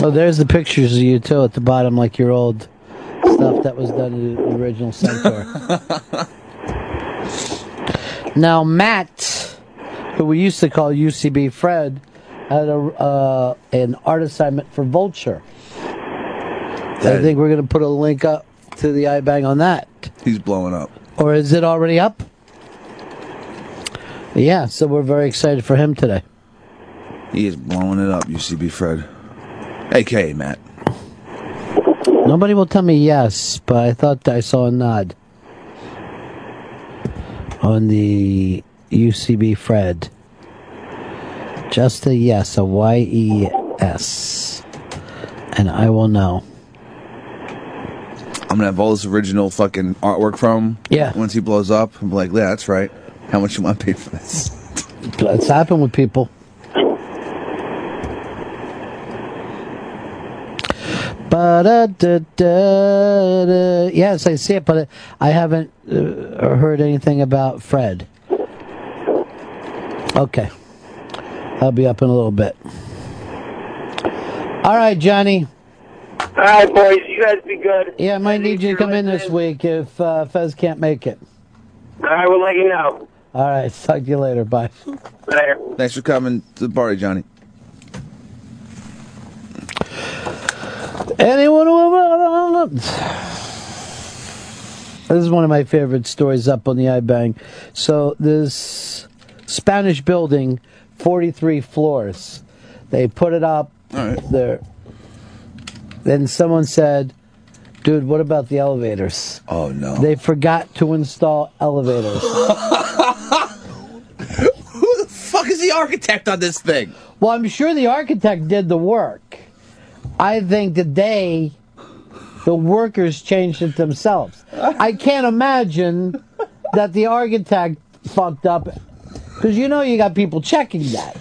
Oh, there's the pictures of you too at the bottom, like your old stuff that was done in the original Centaur. now Matt, who we used to call UCB Fred, had a, uh, an art assignment for Vulture. I
That-
think we're going to put a link up to the iBang on that,
He's blowing up.
or is it already up? Yeah, so we're very excited for him today.
He is blowing it up, UCB Fred. AKA Matt.
Nobody will tell me yes, but I thought I saw a nod on the UCB Fred. Just a yes, a Y E S. And I will know.
I'm gonna have all this original fucking artwork from him.
Yeah.
Once he blows up, I'm like, yeah, that's right. How much you want paid for this?
It's happened with people. Ba-da-da-da-da. Yes, I see it, but I haven't uh, heard anything about Fred. Okay. I'll be up in a little bit. All right, Johnny.
All right, boys, you guys be good.
Yeah, I might need you to come in this week if uh, Fez can't make it.
I will let you know
All right, talk to you later. Bye.
later.
Thanks for coming to the party, Johnny.
Anyone who This is one of my favorite stories up on the iBang. So this Spanish building, forty-three floors. They put it up there. Then someone said, "Dude, what about the elevators?"
Oh no!
They forgot to install elevators.
Who the fuck is the architect on this thing?
Well, I'm sure the architect did the work. I think today the workers changed it themselves. I can't imagine that the architect fucked up because you know you got people checking that.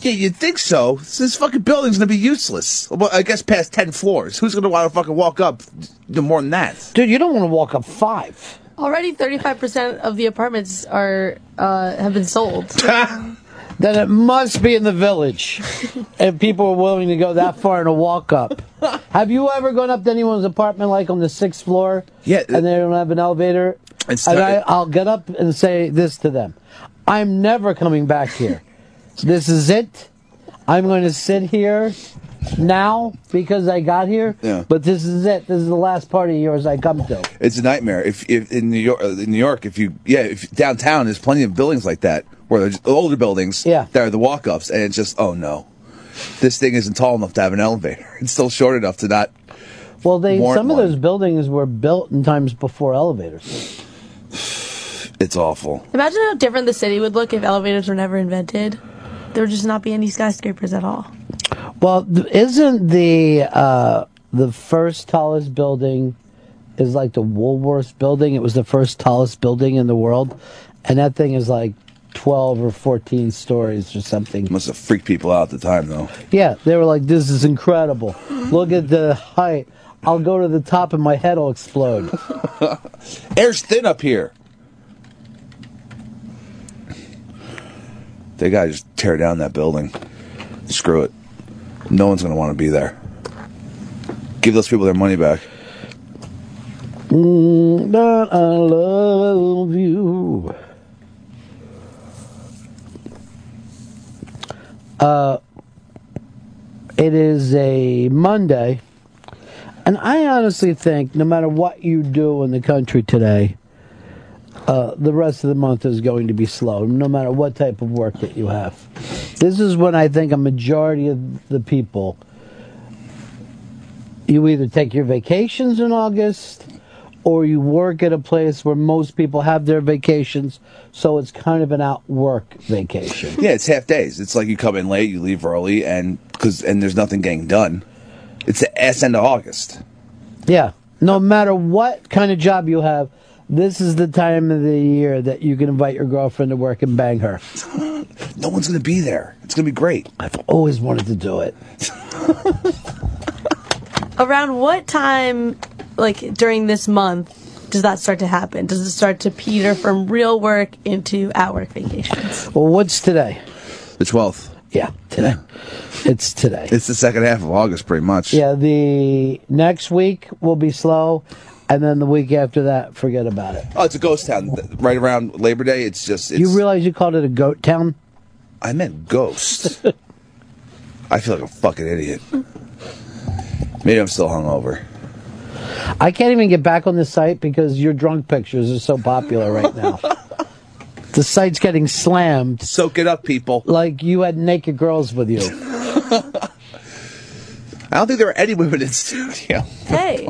Yeah, you'd think so. This fucking building's gonna be useless. Well, I guess past ten floors. Who's gonna want to fucking walk up no more than that?
Dude, you don't want to walk up five.
Already, thirty-five percent of the apartments are uh, have been sold.
Then it must be in the village if people are willing to go that far in a walk up. Have you ever gone up to anyone's apartment like on the sixth floor?
Yeah. uh,
And they don't have an elevator?
It's
and
ter-
I, I'll get up and say this to them I'm never coming back here. this is it. I'm going to sit here now because I got here.
Yeah.
But this is it. This is the last party of yours I come to.
It's a nightmare. If, if in New York, uh, in New York, if you yeah, if downtown, there's plenty of buildings like that where there's older buildings. Yeah. that are the walk ups, and it's just oh no, this thing isn't tall enough to have an elevator. It's still short enough to not.
Well, they
warrant
some of those buildings were built in times before elevators.
It's awful.
Imagine how different the city would look if elevators were never invented. There would just not be any skyscrapers at all.
Well, th- isn't the uh, the first tallest building is like the Woolworth building? It was the first tallest building in the world, and that thing is like twelve or fourteen stories or something.
Must have freaked people out at the time though.
Yeah, they were like, "This is incredible! Look at the height! I'll go to the top and my head will explode."
Air's thin up here. They gotta just tear down that building. Screw it. No one's gonna want to be there. Give those people their money back.
Mm, but I love you. Uh, it is a Monday, and I honestly think no matter what you do in the country today, uh, the rest of the month is going to be slow, no matter what type of work that you have. This is when I think a majority of the people you either take your vacations in August or you work at a place where most people have their vacations, so it's kind of an out work vacation.
Yeah, it's half days. It's like you come in late, you leave early, and cause and there's nothing getting done. It's the ass end of August.
Yeah. No matter what kind of job you have, this is the time of the year that you can invite your girlfriend to work and bang her.
No one's gonna be there. It's gonna be great.
I've always wanted to do it.
Around what time, like during this month, does that start to happen? Does it start to peter from real work into out work vacations?
Well, what's today?
The twelfth.
Yeah, today. It's today.
It's the second half of August, pretty much.
Yeah, the next week will be slow, and then the week after that, forget about it.
Oh, it's a ghost town. Th- Right around Labor Day, it's just it's,
you realize you called it a goat town?
I meant ghost. I feel like a fucking idiot. Maybe I'm still hungover.
I can't even get back on the site because your drunk pictures are so popular right now. the site's getting slammed.
Soak it up, people.
Like you had naked girls with you.
I don't think there were any women in studio.
Hey.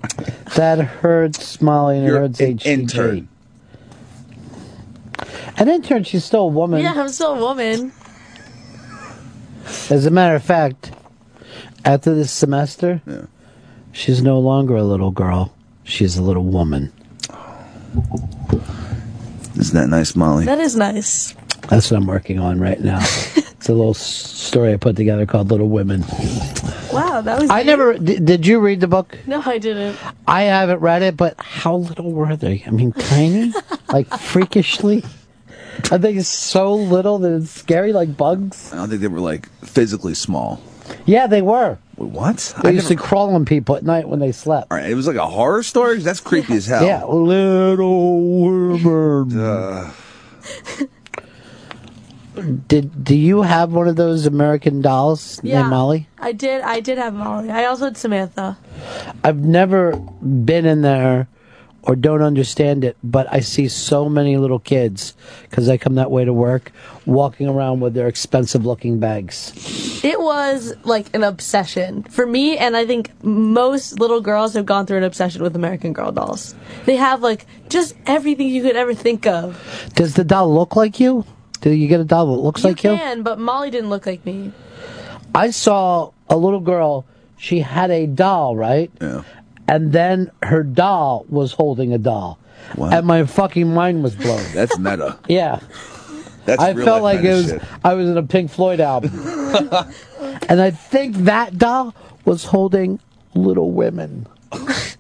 That hurts Molly and it
You're
hurts
an
HGG.
intern.
An intern, she's still a woman.
Yeah, I'm still a woman.
As a matter of fact, after this semester, she's no longer a little girl. She's a little woman.
Isn't that nice, Molly?
That is nice.
That's what I'm working on right now. it's a little s- story I put together called Little Women.
Wow, that was.
I never. Did, did you read the book?
No, I didn't.
I haven't read it, but how little were they? I mean, tiny, like freakishly. Are they so little that it's scary, like bugs?
I don't think they were like physically small.
Yeah, they were.
Wait, what?
They
I
used to crawl on people at night when they slept.
All right, it was like a horror story. That's creepy as hell.
Yeah, little women.
Uh,
Did do you have one of those American dolls
Yeah.
named Molly?
I did. I did have Molly. I also had Samantha.
I've never been in there or don't understand it, but I see so many little kids because I come that way to work, walking around with their expensive-looking bags.
It was like an obsession for me, and I think most little girls have gone through an obsession with American Girl dolls. They have like just everything you could ever think of.
Does the doll look like you? Do you get a doll that looks like you?
Can, but Molly didn't look like me.
I saw a little girl. She had a doll, right?
Yeah.
and then her doll was holding a doll. And my fucking mind was blown.
That's meta.
Yeah.
That's
I
real
felt
life
like it
meta
was
shit.
I was in a Pink Floyd album. and I think that doll was holding Little Women.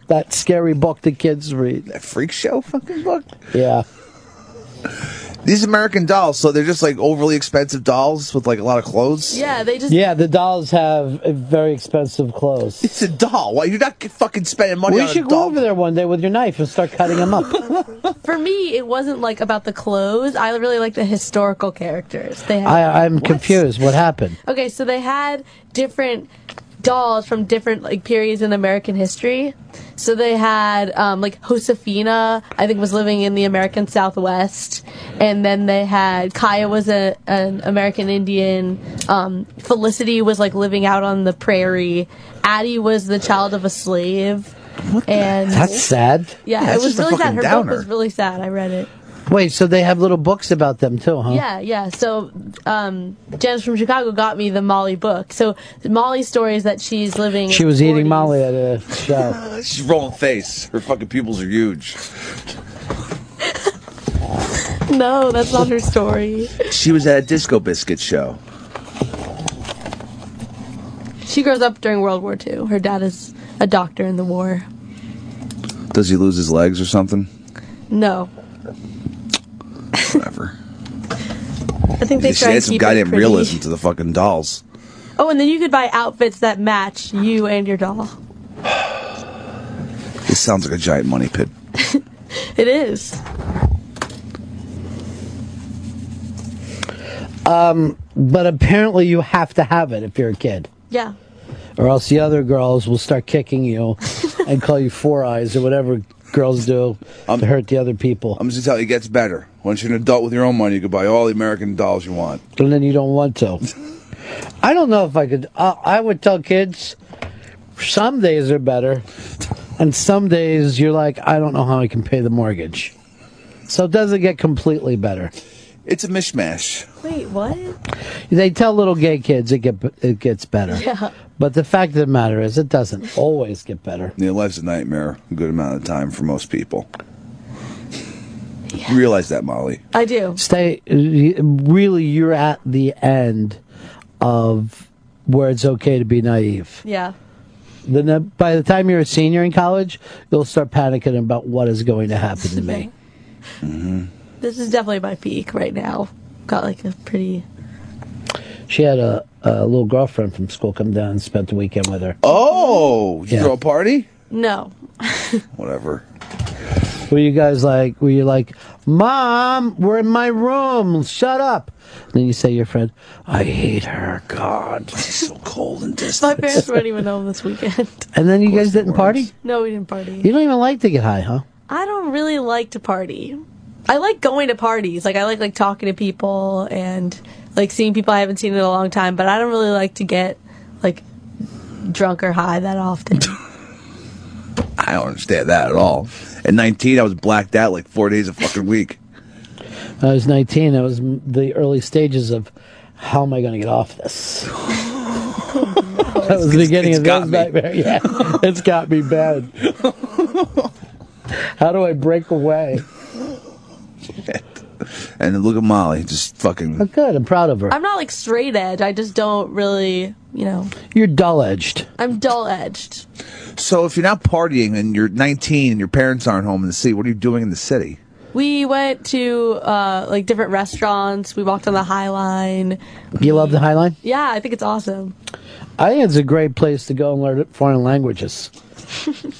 that scary book the kids read.
That freak show fucking book?
Yeah.
These American dolls, so they're just like overly expensive dolls with like a lot of clothes.
Yeah, they just.
Yeah, the dolls have uh, very expensive clothes.
It's a doll. Why you're not fucking spending money
We
on a
should go over there one day with your knife and start cutting them up.
For me, it wasn't like about the clothes. I really like the historical characters. They had.
I, I'm confused. What happened?
Okay, so they had different dolls from different like periods in American history. So they had um, like Josefina, I think was living in the American Southwest, and then they had Kaya was a, an American Indian. Um, Felicity was like living out on the prairie. Addie was the child of a slave. and
That's sad.
Yeah, it was really sad. Her book was really sad. I read it.
Wait, so they have little books about them too,
Uh-huh.
huh?
Yeah, yeah. So, um, Janice from Chicago got me the Molly book. So, Molly's story is that she's living.
She was eating Molly at a show.
She's rolling face. Her fucking pupils are huge.
No, that's not her story.
She was at a disco biscuit show.
She grows up during World War II. Her dad is a doctor in the war.
Does he lose his legs or something?
No,
Whatever.
I think they
she
try
had
and
some
keep it
goddamn
pretty.
realism to the fucking dolls.
Oh, and then you could buy outfits that match you and your doll.
This sounds like a giant money pit.
It is.
Um, but apparently you have to have it if you're a kid,
Yeah.
or else the other girls will start kicking you and call you four eyes or whatever girls do to hurt the other people.
I'm just gonna tell you, it gets better. Once you're an adult with your own money, you can buy all the American dolls you want.
and then you don't want to. I don't know if I could. I I would tell kids some days are better, and some days you're like, I don't know how I can pay the mortgage. So it doesn't get completely better.
It's a mishmash.
Wait, what?
They tell little gay kids it get it gets better.
Yeah.
But the fact of the matter is, it doesn't always get better.
Yeah, life's a nightmare a good amount of time for most people. You realize that, Molly.
I do.
Stay. Really, you're at the end of where it's okay to be naive.
Yeah.
Then uh, by the time you're a senior in college, you'll start panicking about what is going to happen to me.
Mm-hmm.
This is definitely my peak right now. Got like a pretty.
She had a, a little girlfriend from school come down and spent the weekend with her.
Oh, did you
Yeah.
throw a party?
No.
Whatever.
Were you guys like, were you like, Mom, we're in my room, shut up? then you say to your friend, I hate her, God. She's
so cold and
My parents weren't even home this weekend.
And then you guys didn't party?
No, we didn't party.
You don't even like to get high, huh?
I don't really like to party. I like going to parties. Like I like like talking to people and like seeing people I haven't seen in a long time, but I don't really like to get like drunk or high that often.
I don't understand that at all. At 19, I was blacked out like four days a fucking week.
When I was 19, I was m- the early stages of how am I going to get off this? that was the beginning
it's
of
got
those
me.
nightmare. Yeah, it's got me bad. how do I break away?
And look at Molly, just fucking.
good. I'm proud of her.
I'm not like straight edge. I just don't really, you know,
You're dull edged.
I'm dull edged.
So if you're not partying and you're 19 and your parents aren't home in the city, what are you doing in the city?
We went to uh like different restaurants. We walked on the High Line.
You love the High Line?
Yeah, I think it's awesome.
I think it's a great place to go and learn foreign languages.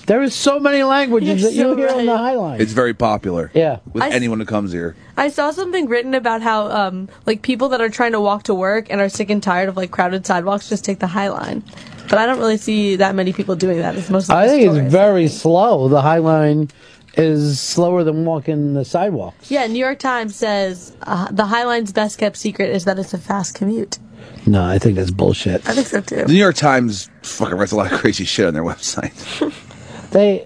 there is so many languages
You're
that you
so
hear on the
right.
High Line.
It's very popular.
Yeah.
With
I s-
anyone who comes here.
I saw something written about how um, like people that are trying to walk to work and are sick and tired of like crowded sidewalks just take the High Line, but I don't really see that many people doing that. It's mostly
I think it's very slow. The High Line is slower than walking the sidewalk.
yeah. New York Times says uh, the High Line's best kept secret is that it's a fast commute.
No, I think that's bullshit.
I think so too.
The New York Times fucking writes a lot of crazy shit on their website.
They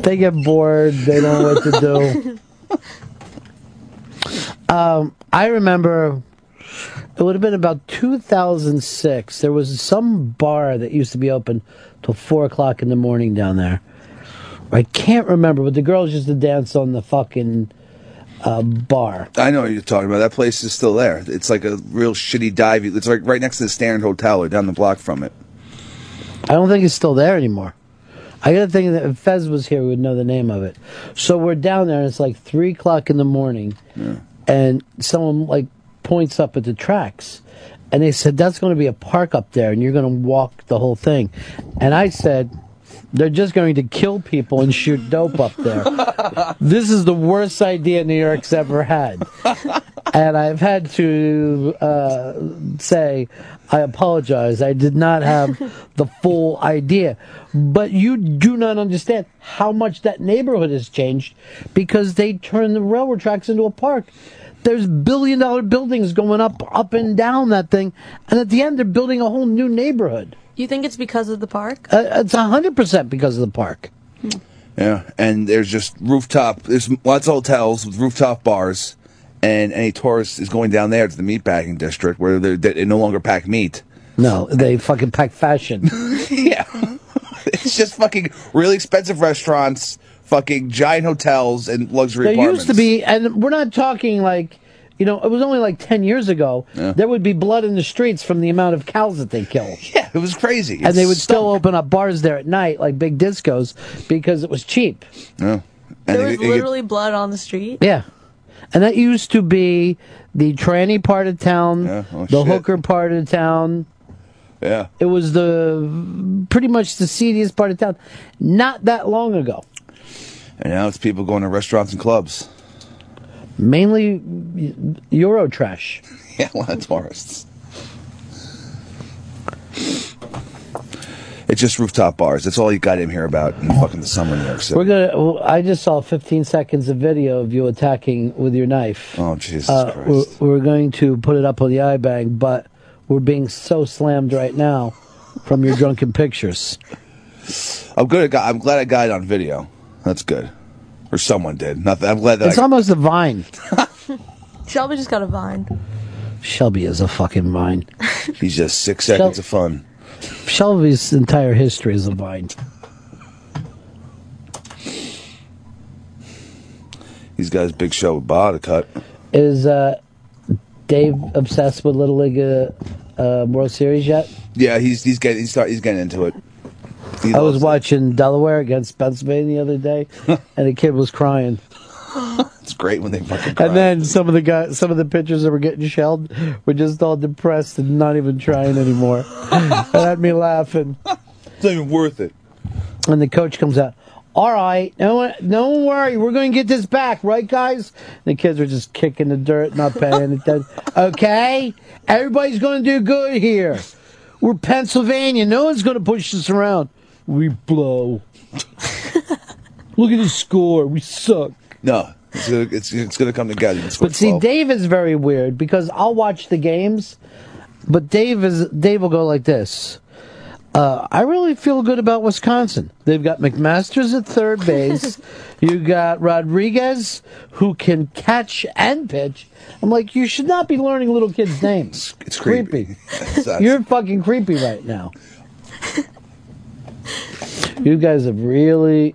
they get bored. They don't know what to do. Um, I remember It would have been about 2006. There was some bar that used to be open till four o'clock in the morning down there. I can't remember, but the girls used to dance on the fucking uh, bar.
I know what you're talking about. That place is still there. It's like a real shitty dive. It's like right next to the Standard Hotel or down the block from it.
I don't think it's still there anymore. I gotta think that if Fez was here, we would know the name of it. So we're down there, and it's like three o'clock in the morning, and someone like points up at the tracks, and they said that's going to be a park up there, and you're going to walk the whole thing. And I said, they're just going to kill people and shoot dope up there. this is the worst idea New York's ever had. and I've had to uh, say, I apologize. I did not have the full idea. But you do not understand how much that neighborhood has changed because they turned the railroad tracks into a park. There's billion dollar buildings going up, up and down that thing. And at the end, they're building a whole new neighborhood.
You think it's because of the park?
Uh, it's 100% because of the park.
Yeah, and there's just rooftop. There's lots of hotels with rooftop bars, and any tourist is going down there to the meat packing district where they're, they no longer pack meat.
No, they fucking pack fashion.
It's just fucking really expensive restaurants, fucking giant hotels, and luxury
there
apartments.
used to be, and we're not talking like, you know, it was only like 10 years ago,
Yeah.
there would be blood in the streets from the amount of cows that they kill.
Yeah, it was crazy.
And they would still open up bars there at night, like big discos, because it was cheap.
Yeah.
There was literally blood on the street.
Yeah. And that used to be the tranny part of town, the
shit.
hooker part of town.
Oh, Yeah.
It was the pretty much the seediest part of town not that long ago.
And now it's people going to restaurants and clubs.
Mainly Euro trash.
Yeah, a lot of tourists. It's just rooftop bars. That's all you got him here about in fucking the summer in New York City.
We're gonna. well, I just saw 15 seconds of video of you attacking with your knife.
Oh Jesus
Uh,
Christ!
we're, we're going to put it up on the iBang, but we're being so slammed right now from your drunken pictures.
I'm good. At, gu- I'm glad I got it on video. That's good. Or someone did. Not that- I'm glad that.
It's
I,
almost a vine.
Shelby just got a vine.
Shelby is a fucking vine.
He's just six seconds of fun.
Shelby's entire history is a vine.
He's got his big show with Ba to cut.
Is uh, Dave obsessed with Little League uh, uh, World Series yet?
Yeah, he's he's getting he's, start, he's getting into it. He
I was watching Delaware against Pennsylvania the other day, and a kid was crying.
It's great when they fucking.
And then some of the guys, some of the pitchers that were getting shelled were just all depressed and not even trying anymore. and had me laughing.
It's not even worth it.
And the coach comes out. All right, no, no worry. We're going to get this back, right, guys? And the kids were just kicking the dirt, not paying attention. Okay, everybody's going to do good here. We're Pennsylvania. No one's going to push us around. We blow. Look at the score. We suck.
No, it's gonna, it's, it's gonna come together. It's
But see, Dave is very weird because I'll watch the games, but Dave is Dave will go like this. Uh, I really feel good about Wisconsin. They've got McMaster's at third base. you got Rodriguez, who can catch and pitch. I'm like, you should not be learning little kids' names.
it's creepy. That's-
You're fucking creepy right now. you guys have really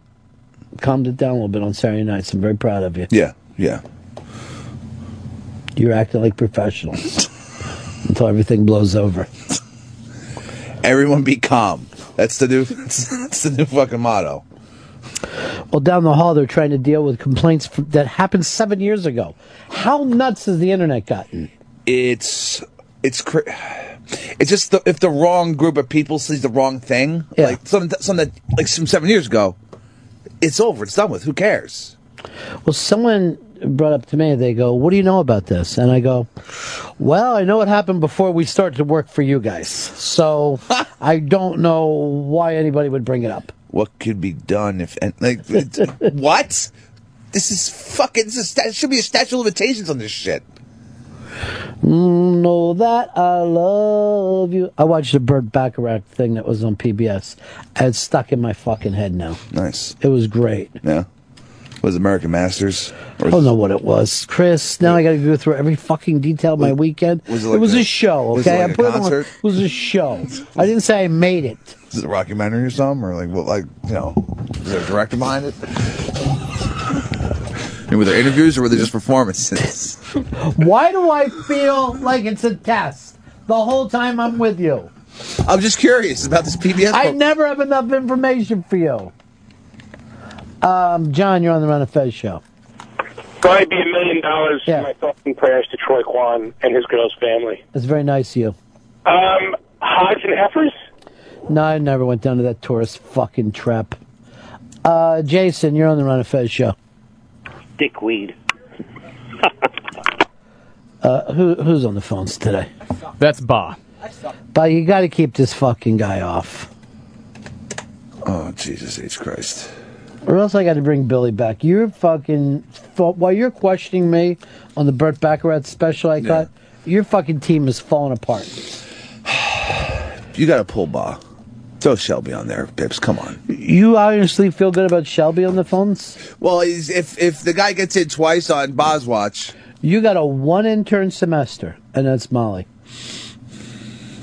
calmed it down a little bit on Saturday nights. I'm very proud of you.
Yeah, yeah.
You're acting like professionals until everything blows over.
Everyone be calm. That's the new. That's, that's the new fucking motto.
Well, down the hall, they're trying to deal with complaints f that happened seven years ago. How nuts has the internet gotten?
It's it's cr- it's just the, if the wrong group of people sees the wrong thing, like something something that like from seven years ago, it's over. It's done with. Who cares?
Well, someone brought up to me, they go, What do you know about this? And I go, Well, I know what happened before we started to work for you guys. So I don't know why anybody would bring it up.
What could be done if and like it's, what? This is fucking. This is, sta- should be a statute of limitations on this shit.
Mm, Know that I love you. I watched the Burt Bacharach thing that was on PBS. It's stuck in my fucking head now.
Nice.
It was great.
Yeah. was it American Masters?
I don't know what it was, Chris. Now I got to go through every fucking detail of my weekend.
was it like
was
a-
a show. Okay,
was it like
I
a
put it on-
concert?
It was a show. I didn't say I made it.
Is it a documentary or something, or like what, like you know, is there a director behind it? And were there interviews or were they just performances?
Why do I feel like it's a test the whole time I'm with you?
I'm just curious about this PBS.
I never have enough information for you. Um, John, you're on the Run of Fez show.
Probably be a million dollars in my thoughts and prayers to Troy Kwan and his girl's family.
That's very nice of you.
Um, Hodge and Heifers?
No, I never went down to that tourist fucking trap. Uh, Jason, you're on the Run of Fez show.
Dickweed.
Uh, who, who's on the phones today?
That's Ba.
But you got to keep this fucking guy off,
Oh Jesus H Christ!
or else I got to bring Billy back. You're fucking. fa- While you're questioning me on the Burt Baccarat special I got, your fucking team is falling apart.
You got to pull Ba. Throw Shelby on there, Pips. Come on.
You honestly feel good about Shelby on the phones?
Well, he's, if if the guy gets hit twice on Ba's watch,
You got a one intern semester, and that's Molly.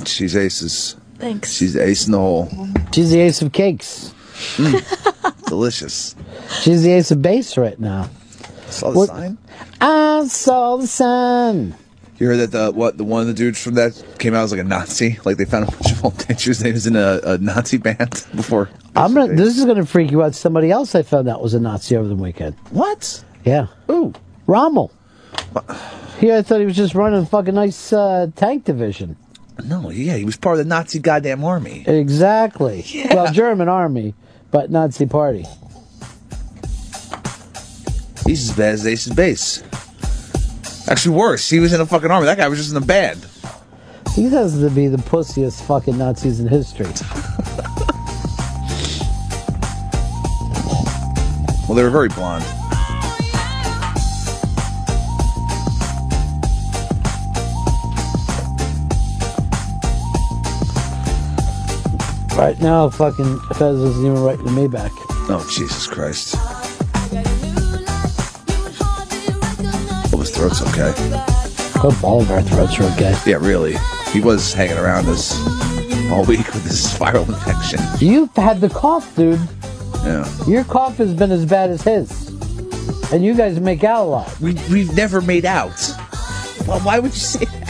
she's aces.
Thanks.
She's ace in the hole.
She's the ace of cakes.
Mm. Delicious.
She's the ace of base right now.
Saw the
What-
sign.
I saw the sun.
You heard that the what the one of the dudes from that came out as like a Nazi. Like they found a bunch of old pictures. and He was in a, a Nazi band before.
I'm gonna. This is gonna freak you out. Somebody else I found out was a Nazi over the weekend.
What?
Yeah. Ooh, Rommel. Here I thought he was just running a fucking nice uh, tank division.
No, yeah, he was part of the Nazi goddamn army.
Exactly. Well, German army, but Nazi party.
He's as bad as Ace's base. Actually, worse. He was in the fucking army. That guy was just in a band.
He has to be the pussiest fucking Nazis in history.
Well, they were very blonde.
Right now, fucking Fez isn't even writing to me back.
Oh, Jesus Christ. Well, his throat's okay.
Hope all of our throats are okay.
Yeah, really. He was hanging around us all week with this viral infection.
You've had the cough, dude.
Yeah.
Your cough has been as bad as his. And you guys make out a lot.
We, we've never made out. Well, why would you say that?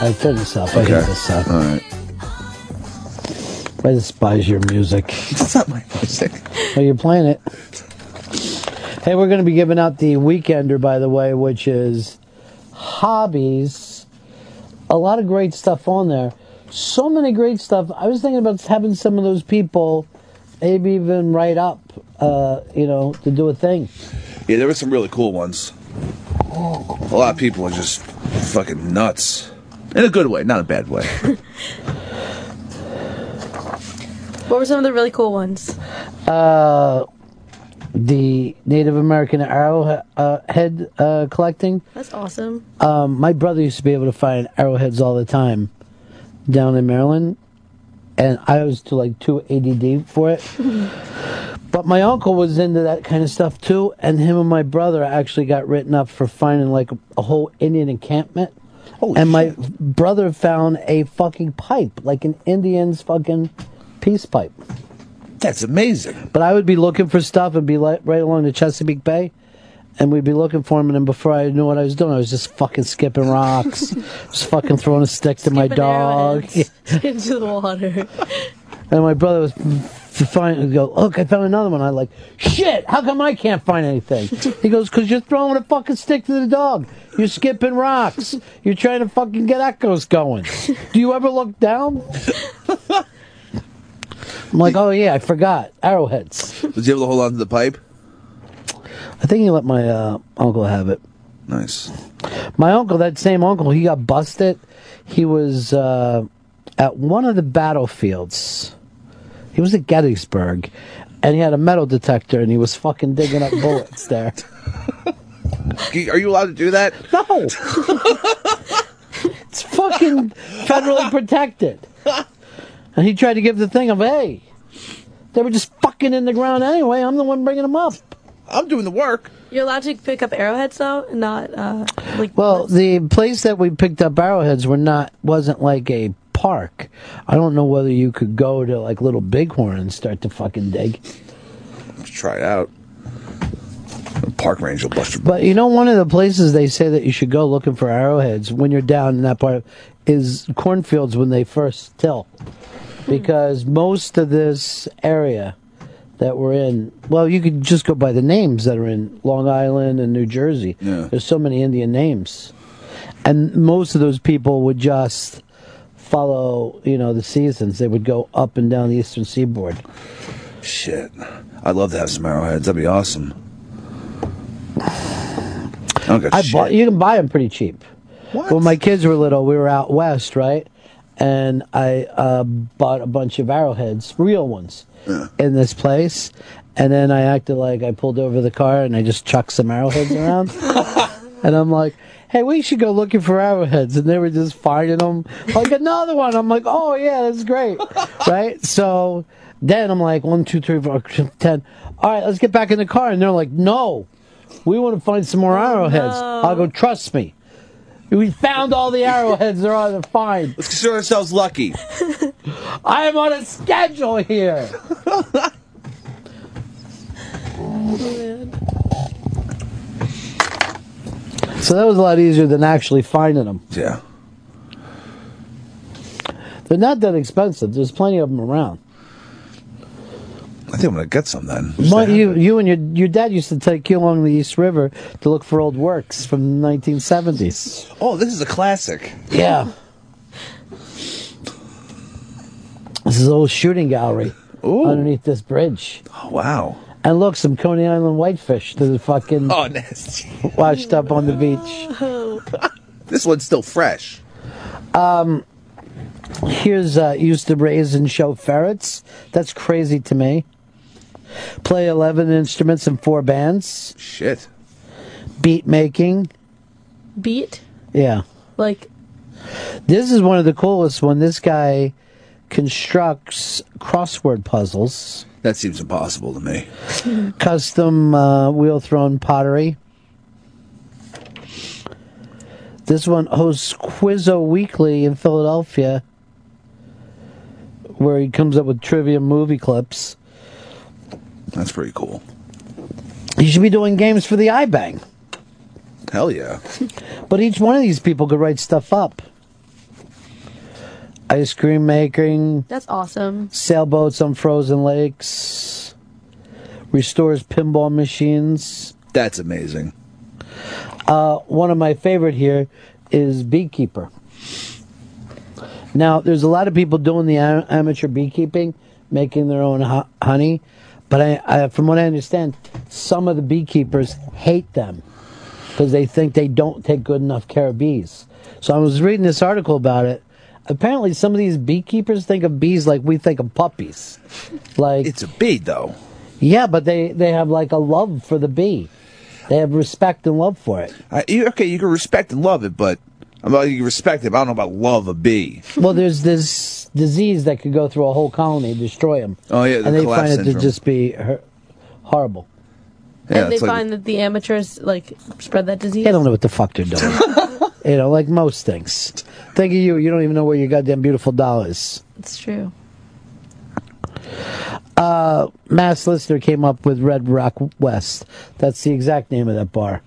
I turn this up. I hate this up. All
right.
I despise your music.
It's not my music.
Well, you're playing it. Hey, we're going to be giving out the Weekender, by the way, which is hobbies. A lot of great stuff on there. So many great stuff. I was thinking about having some of those people maybe even write up, uh, you know, to do a thing.
Yeah, there were some really cool ones. A lot of people are just fucking nuts. In a good way, not a bad way.
What were some of the really cool ones?
Uh, the Native American arrowhead uh, head, uh, collecting.
That's awesome.
Um, my brother used to be able to find arrowheads all the time down in Maryland, and I was to like too ADD for it. but my uncle was into that kind of stuff too, and him and my brother actually got written up for finding like a, a whole Indian encampment. and my brother found a fucking pipe, like an Indian's fucking peace pipe.
That's amazing.
But I would be looking for stuff and be like right along the Chesapeake Bay, and we'd be looking for them. And then before I knew what I was doing, I was just fucking skipping rocks, just fucking throwing a stick to my
Skipping
dog.
arrowheads into the water.
And my brother was f- find and go, look, I found another one. I like, shit, how come I can't find anything? He goes, because you're throwing a fucking stick to the dog. You're skipping rocks. You're trying to fucking get echoes going. Do you ever look down? I'm like, oh yeah, I forgot. Arrowheads.
Was he able to hold on to the pipe?
I think he let my uh, uncle have it.
Nice.
My uncle, that same uncle, he got busted. He was uh, at one of the battlefields. He was at Gettysburg, and he had a metal detector, and he was fucking digging up bullets there.
Are you allowed to do that?
No. it's fucking federally protected. And he tried to give the thing of A. They were just fucking in the ground anyway. I'm the one bringing them up.
I'm doing the work.
You're allowed to pick up arrowheads though, and not uh, like.
Well, the place that we picked up arrowheads were not wasn't like a park. I don't know whether you could go to like Little Bighorn and start to fucking dig.
Let's try it out. Park ranger will bust your
But you know, one of the places they say that you should go looking for arrowheads when you're down in that part is cornfields when they first till, because most of this area that we're in, well, you could just go by the names that are in Long Island and New Jersey.
Yeah.
There's so many Indian names, and most of those people would just follow, you know, the seasons. They would go up and down the eastern seaboard.
Shit. I'd love to have some arrowheads. That'd be awesome. I don't got
I
shit.
bought. You can buy them pretty cheap. When my kids were little, we were out west, right? And I uh, bought a bunch of arrowheads, real ones, in this place. And then I acted like I pulled over the car and I just chucked some arrowheads around. and I'm like, "Hey, we should go looking for arrowheads." And they were just finding them, like another one. I'm like, "Oh yeah, that's great, right?" So then I'm like, one, two, three, four, ten. All right, let's get back in the car. And they're like, "No, we want to find some more arrowheads." I'll go. Trust me. We found all the arrowheads there are to find.
Let's consider ourselves lucky.
I am on a schedule here. So that was a lot easier than actually finding them.
Yeah.
They're not that expensive. There's plenty of them around.
I think I'm gonna get some then.
My, you, you and your your dad used to take you along the East River to look for old works from the 1970s.
Oh, this is a classic.
Yeah. This is an old shooting gallery underneath this bridge.
Oh, wow.
And look, some Coney Island whitefish that are fucking
Oh, nasty.
washed up on the beach.
This one's still fresh.
Um, here's uh, used to raise and show ferrets. That's crazy to me. Play eleven instruments in four bands.
Shit.
Beat making.
beat
Yeah.
like
This is one of the coolest when this guy constructs crossword puzzles,
That seems impossible to me.
custom uh, wheel thrown pottery. This one hosts Quizzo Weekly in Philadelphia, where he comes up with trivia movie clips.
That's pretty cool.
You should be doing games for the iBang.
Hell yeah.
But each one of these people could write stuff up. Ice cream making,
that's awesome.
sailboats on frozen lakes, restores pinball machines.
That's amazing.
Uh, one of my favorite here is beekeeper. Now, there's a lot of people doing the am- amateur beekeeping, making their own ho- honey, but I, I, from what I understand, some of the beekeepers hate them because they think they don't take good enough care of bees. So I was reading this article about it. Apparently, some of these beekeepers think of bees like we think of puppies. Like it's
a bee, though.
Yeah, but they they have like a love for the bee. They have respect and love for it.
I, you, okay, you can respect and love it, but I'm about you can respect it. But I don't know about love a bee.
well, there's this disease that could go through a whole colony, destroy them.
Oh, yeah, the
and they
collapse
find it
syndrome.
to just be hor- horrible.
and they find that the amateurs like spread that disease.
they don't know what the fuck they're doing. you know, like most things. Think of you, you don't even know where your goddamn beautiful doll is.
It's true.
Uh, Mass listener came up with Red Rock West. That's the exact name of that bar.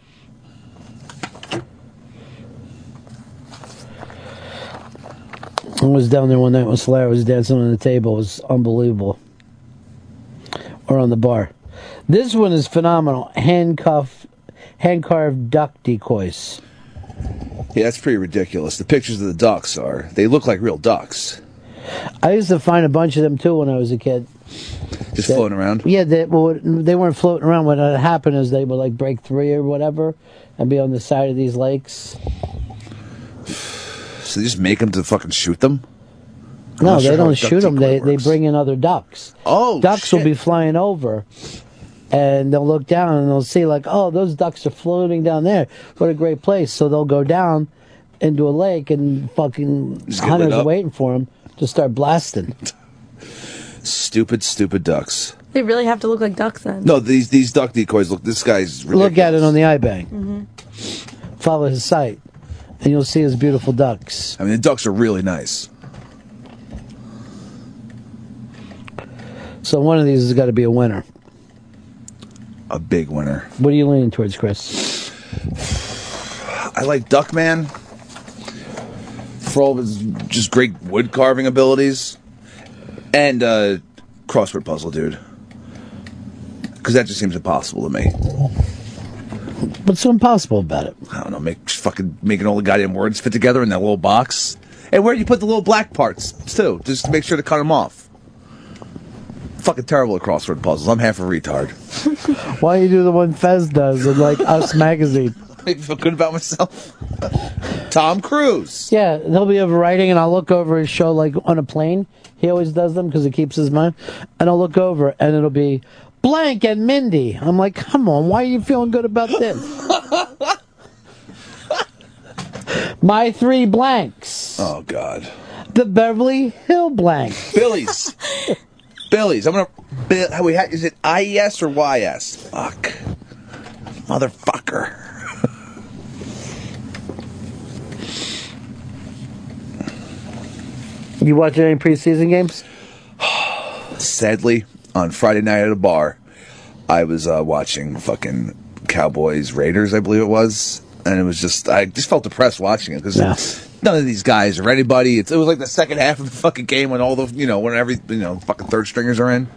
I was down there one night when Slayer was dancing on the table. It was unbelievable. Or on the bar. This one is phenomenal. Handcuff, hand carved duck decoys.
Yeah, that's pretty ridiculous. The pictures of the ducks are they look like real ducks,
I used to find a bunch of them too when I was a kid.
just floating around.
Yeah, they, well, they weren't floating around. What had happened is they would like break three or whatever and be on the side of these lakes.
So they just make them to fucking shoot them. I'm
No,
not sure
they
how a
don't
duck
shoot them. They,
decoy
they
works.
bring in other ducks.
Oh,
ducks will
shit.
be flying over, and they'll look down and they'll see like, oh, those ducks are floating down there. What a great place! So they'll go down into a lake and fucking
Just get lit
hunters
up.
are waiting for them to start blasting.
Stupid, stupid ducks.
They really have to look like ducks then.
No, these these duck decoys. Look, this guy's ridiculous.
Look at it on the iBank.
Mhm.
Follow his site, and you'll see his beautiful ducks.
I mean, the ducks are really nice.
So one of these has got to be a winner.
A big winner.
What are you leaning towards, Chris?
I like Duckman for all of his just great wood carving abilities, and uh, crossword puzzle, dude. Because that just seems impossible to me.
What's so impossible about it?
I don't know, make fucking making all the goddamn words fit together in that little box. And where do you put the little black parts too, just to make sure to cut them off? Fucking terrible at crossword puzzles. I'm half a retard.
Why you do the one Fez does in like Us magazine?
I feel good about myself. Tom Cruise.
Yeah, he'll be overwriting, and I'll look over his show like on a plane. He always does them because it keeps his mind. And I'll look over, and it'll be blank and Mindy. I'm like, come on, why are you feeling good about this?
Oh,
My three blanks.
Oh God.
The Beverly Hill blank.
Billy's. Billy's. I'm gonna. Bill, how we ha- is it IES or YS? Fuck. Motherfucker.
You watching any preseason games?
Sadly, on Friday night at a bar, I was uh, watching fucking Cowboys Raiders, I believe it was, and it was just I just felt depressed watching it because none of these guys or anybody. It's, it was like the second half of the fucking game when all the you know when every you know fucking third stringers are in.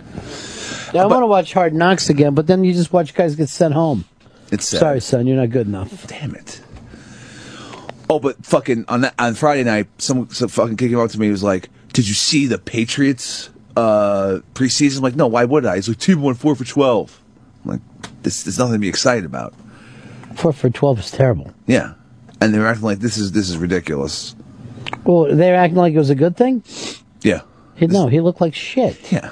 Yeah, I want to watch Hard Knocks again, but then you just watch guys get sent home.
It's sad.
sorry, son, you're not good enough.
Damn it. Oh, but fucking on that, on Friday night, some, some fucking kid came up to me. He was like, "Did you see the Patriots uh, preseason?" I'm like, "No, why would I?" He's like, "Team won four for 12. I'm like, "This there's nothing to be excited about."
Four for twelve is terrible.
Yeah, and they were acting like this is this is ridiculous.
Well, they're acting like it was a good thing.
Yeah,
He, no, he looked like shit.
Yeah.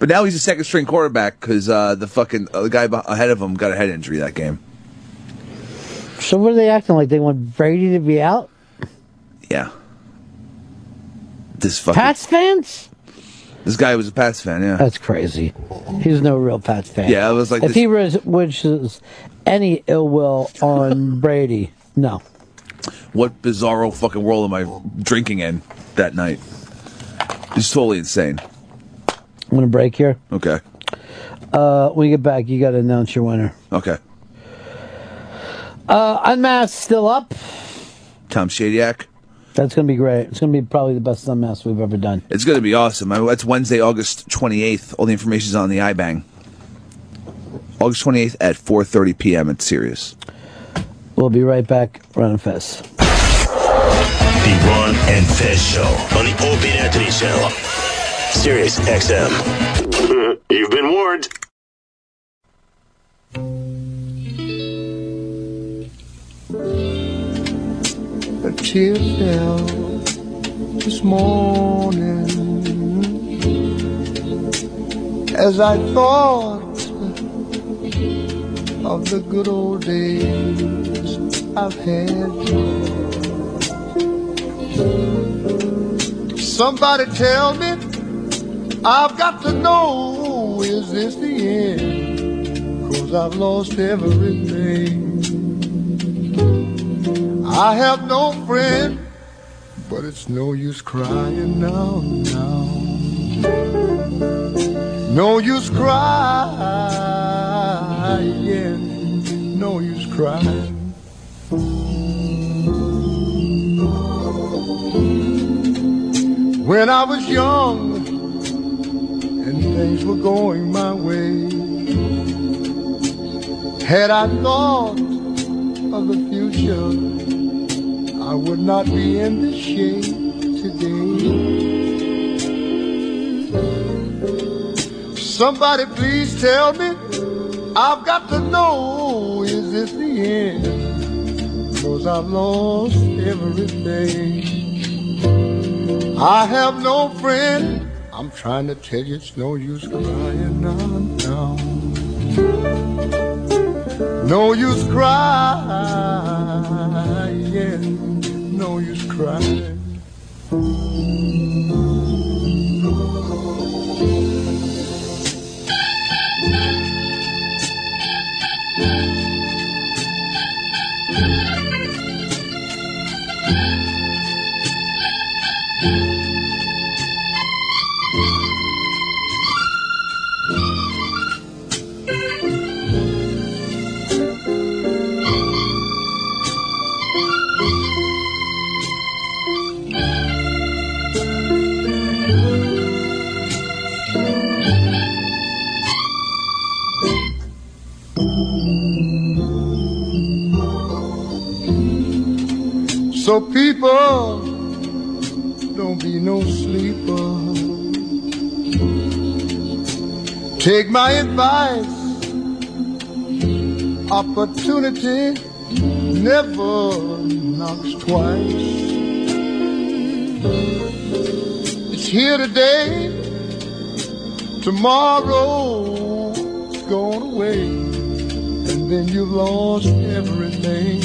but now he's a second string quarterback because uh, the fucking uh, the guy beh- ahead of him got a head injury that game.
So what are they acting like? They want Brady to be out?
Yeah, this fucking
Pats fans?
this guy was a Pats fan. Yeah,
that's crazy. He's no real Pats fan.
Yeah, it was like
if
this-
he res- wishes any ill will on Brady, no.
what bizarro fucking world am I drinking in that night? It's totally insane.
I'm gonna break here.
Okay.
Uh, when you get back, you got to announce your winner.
Okay.
Uh, Unmasked still up.
Tom Shadiak.
That's gonna be great. It's gonna be probably the best Unmasked we've ever done.
It's going to be awesome. I, that's Wednesday, August 28th. All the information's on the iBang. August 28th at 4.30 p.m. at Sirius.
We'll be right back. Run and Fest.
The Ron and Fez Show on the Opie and Anthony Channel. Sirius XM. You've been warned.
a tear fell this morning as I thought of the good old days I've had. Somebody tell me I've got to know is this the end? Cause I've lost everything. I have no friend, but it's no use crying now, now. No use crying, no use crying. When I was young and things were going my way, had I thought of the future. I would not be in this shape today. Somebody please tell me I've got to know is this the end? Cause I've lost everything. I have no friend. I'm trying to tell you it's no use crying now. now. No use crying. No use crying. So people, don't be no sleeper. Take my advice. Opportunity never knocks twice. It's here today, tomorrow it's gone away, and then you've lost everything.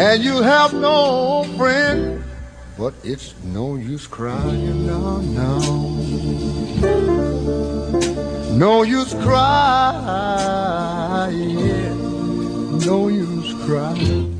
And you have no friend, but it's no use crying now, now. No use crying, no use crying.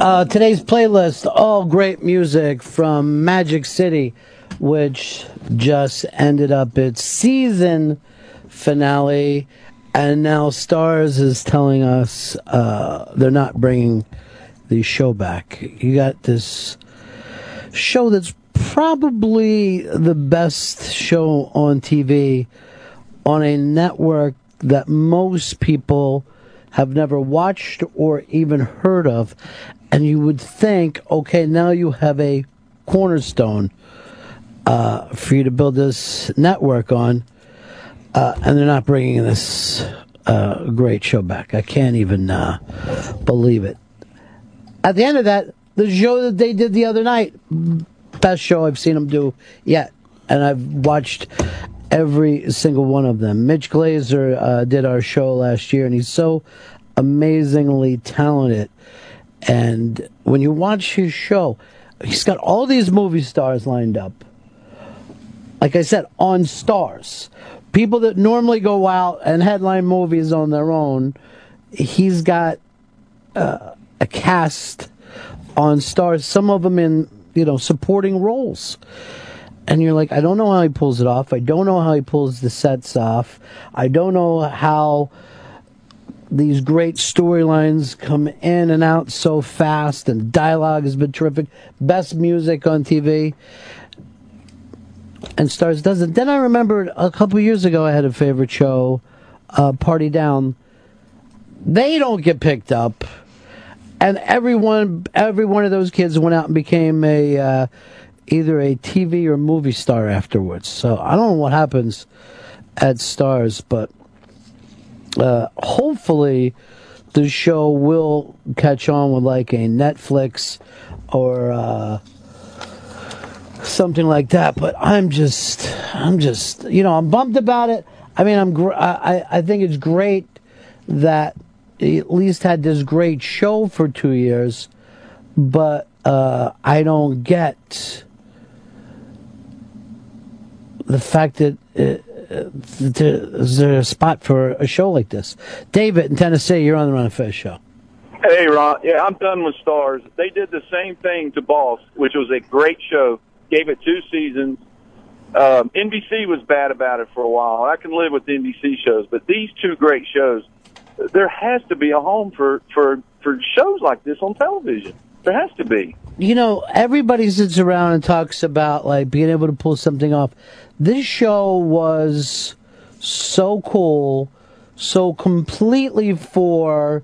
Uh, today's playlist, all great music from Magic City, which just ended up its season finale. And now Stars is telling us uh, they're not bringing the show back. You got this show that's probably the best show on TV on a network that most people have never watched or even heard of. And you would think, okay, now you have a cornerstone uh, for you to build this network on. Uh, and they're not bringing this uh, great show back. I can't even uh, believe it. At the end of that, the show that they did the other night, best show I've seen them do yet. And I've watched every single one of them. Mitch Glazer uh, did our show last year, and he's so amazingly talented. And when you watch his show, he's got all these movie stars lined up. Like I said, on stars. People that normally go out and headline movies on their own, he's got uh, a cast on stars, some of them in, you know, supporting roles. And you're like, I don't know how he pulls it off. I don't know how he pulls the sets off. I don't know how these great storylines come in and out so fast, and dialogue has been terrific. Best music on TV. And Stars does it. Then I remembered a couple years ago, I had a favorite show, uh, Party Down. They don't get picked up and everyone every one of those kids went out and became a uh, either a TV or movie star afterwards. So I don't know what happens at Stars, but uh, hopefully the show will catch on with like a Netflix or uh, something like that. But I'm just I'm just you know I'm bummed about it. I mean I'm gr- I I I think it's great that he at least had this great show for two years, but uh, I don't get the fact that uh, uh, there- is there a spot for a show like this. David in Tennessee, you're on the Run and Fez show.
Hey, Ron. Yeah, I'm done with Stars. They did the same thing to Boss, which was a great show. Gave it two seasons. Um, NBC was bad about it for a while. I can live with NBC shows, but these two great shows, there has to be a home for for for shows like this on television. There has to be.
you know, everybody sits around and talks about like being able to pull something off. This show was so cool, so completely for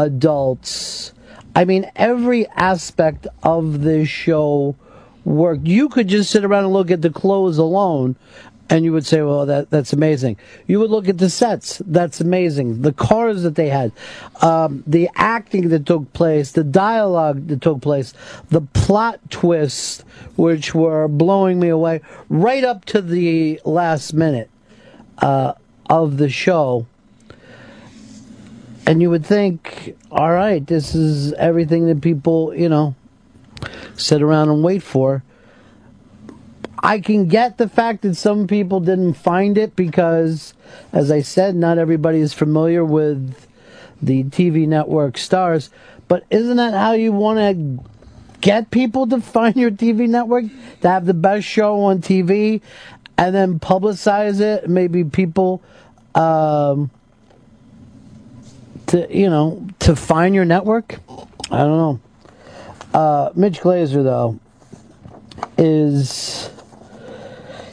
adults. I mean, every aspect of this show worked. You could just sit around and look at the clothes alone and you would say, "Well, that that's amazing." You would look at the sets. That's amazing. The cars that they had, um, the acting that took place, the dialogue that took place, the plot twists, which were blowing me away, right up to the last minute uh, of the show. And you would think, all right, this is everything that people, you know, sit around and wait for. I can get the fact that some people didn't find it because, as I said, not everybody is familiar with the TV network stars. But isn't that how you want to get people to find your TV network? To have the best show on TV and then publicize it? Maybe people. Um, to you know to find your network i don't know Uh, Mitch Glazer, though, is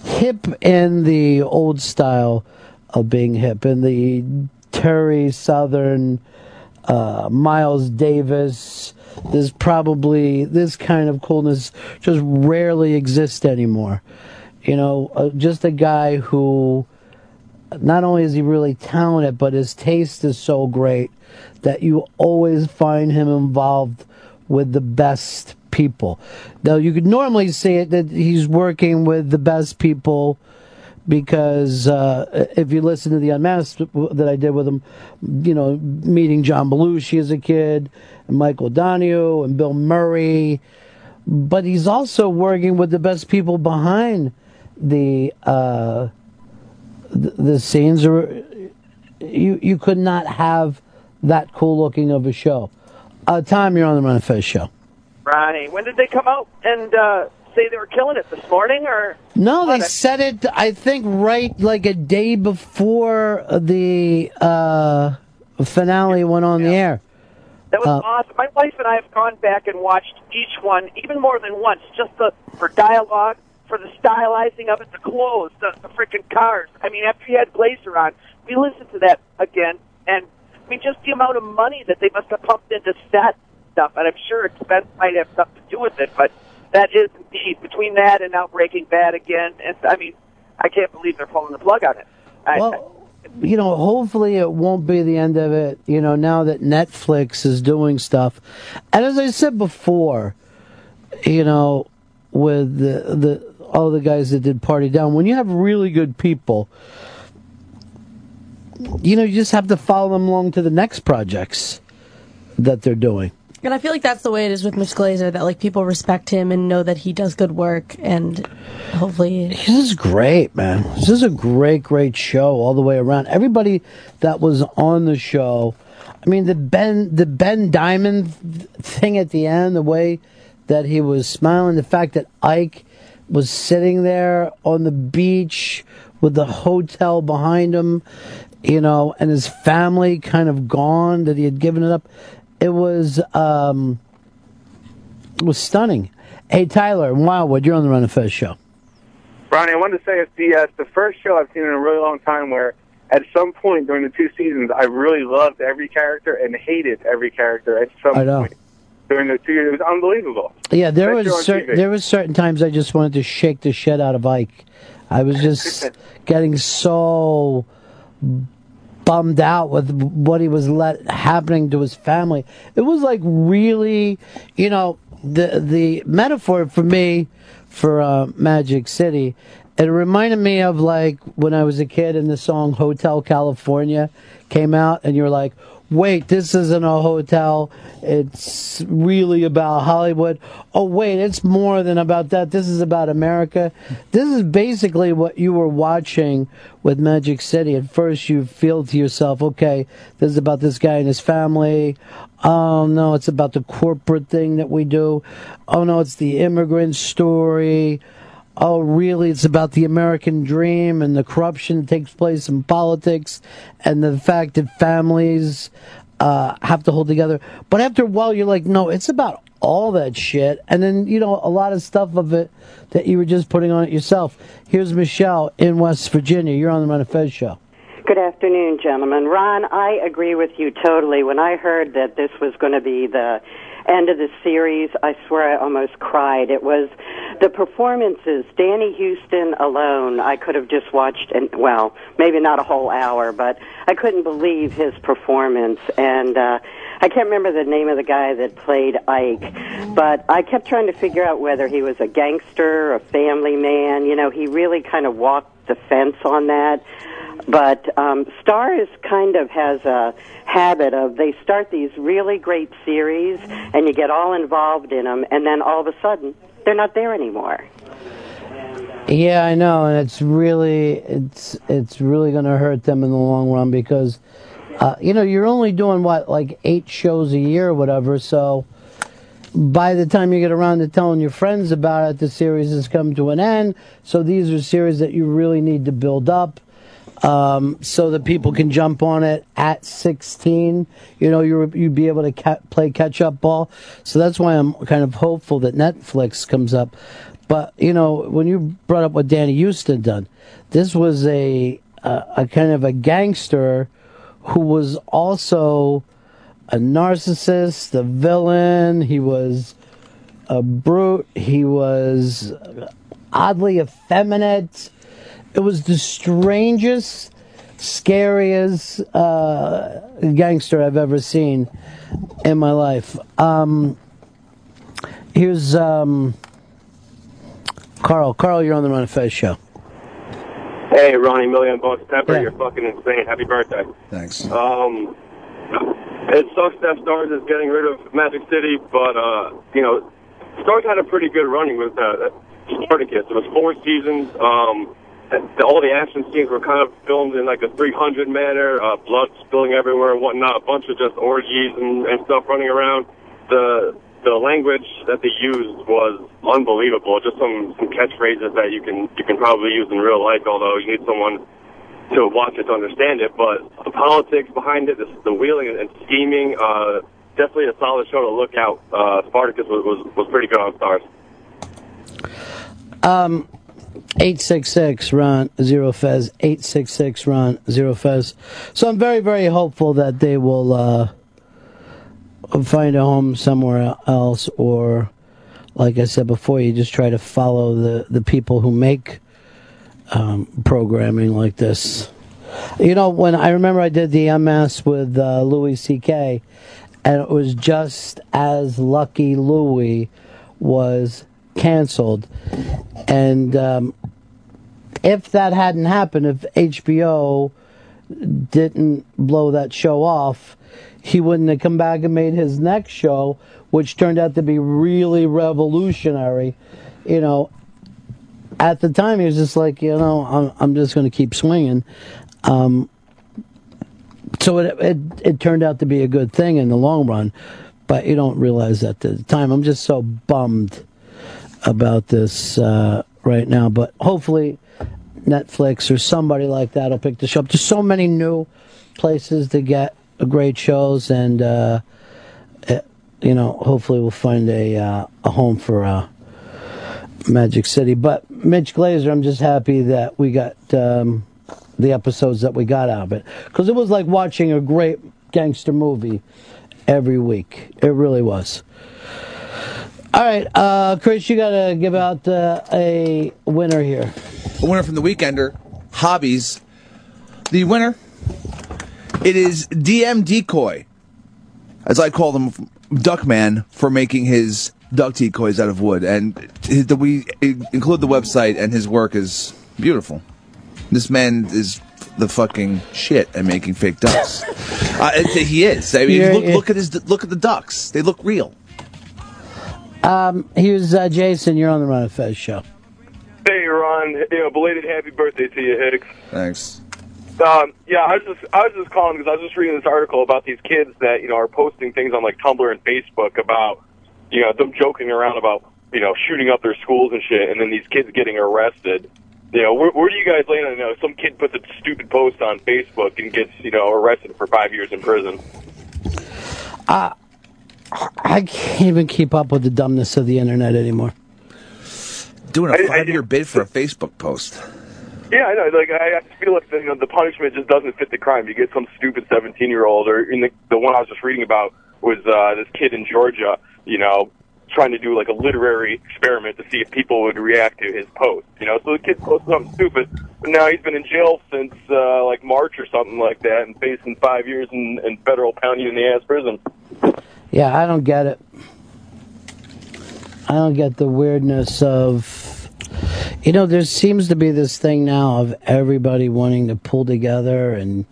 hip in the old style of being hip, in the Terry Southern, uh, Miles Davis. There's probably this kind of coolness just rarely exists anymore. You know, uh, just a guy who not only is he really talented, but his taste is so great that you always find him involved with the best people. Now, you could normally say it that he's working with the best people because uh, if you listen to the Unmasked that I did with him, you know, meeting John Belushi as a kid, and Michael Donahue, and Bill Murray, but he's also working with the best people behind the. Uh, the, the scenes are you you could not have that cool looking of a show. Uh, Tom, you're on the Run and Fez show.
Ronnie, when did they come out and uh, say they were killing it this morning? Or
No, they said it. I think right like a day before the uh, finale went on the air.
that was
Uh,
awesome. My wife and I have gone back and watched each one, even more than once, just the, for dialogue, for the stylizing of it, the clothes, the, the freaking cars. I mean, after you had Glazer on, we listened to that again, and I mean, just the amount of money that they must have pumped into set stuff, and I'm sure expense might have something to do with it, but that is indeed between that and now Breaking Bad again. And I mean, I can't believe they're pulling the plug on it. I,
Well, you know, hopefully it won't be the end of it, you know, now that Netflix is doing stuff. And as I said before, you know, with the, the all the guys that did Party Down, when you have really good people, you know, you just have to follow them along to the next projects that they're doing.
And I feel like that's the way it is with Mitch Glazer that like people respect him and know that he does good work and hopefully
This is great, man. This is a great, great show all the way around. Everybody that was on the show, I mean, the Ben, the Ben Diamond th- thing at the end, the way that he was smiling, the fact that Ike was sitting there on the beach with the hotel behind him, you know, and his family kind of gone that he had given it up. It was, um, it was stunning. Hey, Tyler, in Wildwood, you're on the Run and Fez show.
Ronnie, I wanted to say it's the uh, it's the first show I've seen in a really long time where at some point during the two seasons I really loved every character and hated every character at some
I know.
during the two years. It was unbelievable.
Yeah, there
Especially
was
on
cer-
TV.
there was certain times I just wanted to shake the shit out of Ike. I was just getting so bummed out with what he was let happening to his family. It was like really, you know, the the metaphor for me for uh, Magic City. It reminded me of like when I was a kid and the song Hotel California came out, and you're like, wait, this isn't a hotel. It's really about Hollywood. Oh, wait, it's more than about that. This is about America. This is basically what you were watching with Magic City. At first, you feel to yourself, okay, this is about this guy and his family. Oh, no, it's about the corporate thing that we do. Oh, no, it's the immigrant story. Oh, really? It's about the American dream and the corruption that takes place in politics and the fact that families uh, have to hold together. But after a while, you're like, no, it's about all that shit. And then, you know, a lot of stuff of it that you were just putting on it yourself. Here's Michelle in West Virginia. You're on the Run of Fez show.
Good afternoon, gentlemen. Ron, I agree with you totally. When I heard that this was going to be the end of the series, I swear I almost cried. It was the performances, Danny Houston alone, I could have just watched, and well, maybe not a whole hour, but I couldn't believe his performance. And, uh, I can't remember the name of the guy that played Ike, but I kept trying to figure out whether he was a gangster, a family man. You know, he really kind of walked the fence on that. But um, Stars kind of has a habit of they start these really great series and you get all involved in them, and then all of a sudden they're not there anymore.
Yeah, I know, and it's really it's it's really going to hurt them in the long run because uh, you know you're only doing what like eight shows a year or whatever. So by the time you get around to telling your friends about it, the series has come to an end. So these are series that you really need to build up. um, so that people can jump on it at 16. You know, you you'd be able to ca- play catch up ball. So that's why I'm kind of hopeful that Netflix comes up. But you know, when you brought up what Danny Houston done, this was a a, a kind of a gangster who was also a narcissist, a villain. He was a brute. He was oddly effeminate. It was the strangest, scariest uh, gangster I've ever seen in my life. Um, here's um, Carl. Carl, you're on the Run of Fez show.
Hey, Ronnie Million Boss Pepper, you're fucking insane. Happy birthday.
Thanks.
Um, it sucks that Stars is getting rid of Magic City, but uh, you know, Stars had a pretty good running with uh, Spartacus. It was four seasons. Um, the, all the action scenes were kind of filmed in like a 300 manner, uh, blood spilling everywhere and whatnot, a bunch of just orgies and, and stuff running around. The the language that they used was unbelievable. Just some, some catchphrases that you can you can probably use in real life, although you need someone to watch it to understand it. But the politics behind it, the, the wheeling and scheming, uh, definitely a solid show to look out. Uh, Spartacus was, was was pretty good on Stars.
Um, 866 Ron Zero Fez. 866 Ron Zero Fez. So I'm very, very hopeful that they will uh, find a home somewhere else, or, like I said before, you just try to follow the, the people who make um, programming like this. You know, when I remember I did the MS with uh, Louis C.K., and it was just as Lucky Louie was canceled. And um, if that hadn't happened, if HBO didn't blow that show off, he wouldn't have come back and made his next show, which turned out to be really revolutionary. You know, at the time he was just like, you know, I'm, I'm just going to keep swinging. Um, so it, it it turned out to be a good thing in the long run, but you don't realize that at the time. I'm just so bummed about this uh, right now, but hopefully Netflix or somebody like that will pick this up. There's so many new places to get great shows, and uh, it, you know, hopefully we'll find a uh, a home for uh, Magic City. But Mitch Glazer, I'm just happy that we got um, the episodes that we got out of it because it was like watching a great gangster movie every week. It really was. All right, uh, Chris, you got to give out uh, a winner here.
A winner from the Weekender, Hobbies. The winner, it is DM Decoy, as I call them, Duckman, for making his duck decoys out of wood. And his- the- we include the website, and his work is beautiful. This man is the fucking shit at making fake ducks. uh, it- he is. I mean,
You're-
look, look at his look at the ducks. They look real.
Um, here's uh, Jason. You're on the Run of Fez show.
Hey, Ron. You know, belated happy birthday to you, Hicks.
Thanks.
Um, yeah, I was just I was just calling because I was just reading this article about these kids that you know are posting things on like Tumblr and Facebook about you know them joking around about you know shooting up their schools and shit, and then these kids getting arrested. You know, where, where do you guys land on? You know, some kid puts a stupid post on Facebook and gets you know arrested for five years in prison.
Uh, I can't even keep up with the dumbness of the internet anymore.
Doing a five year bid for a Facebook post.
Yeah, I know. Like, I I feel like the, you know, the punishment just doesn't fit the crime. You get some stupid seventeen-year-old, or in the the one I was just reading about was uh, this kid in Georgia. You know, trying to do like a literary experiment to see if people would react to his post. You know, so the kid posted something stupid, but now he's been in jail since uh, like March or something like that, and facing five years in, in federal pound you in the ass prison.
Yeah, I don't get it. I don't get the weirdness of. You know, there seems to be this thing now of everybody wanting to pull together and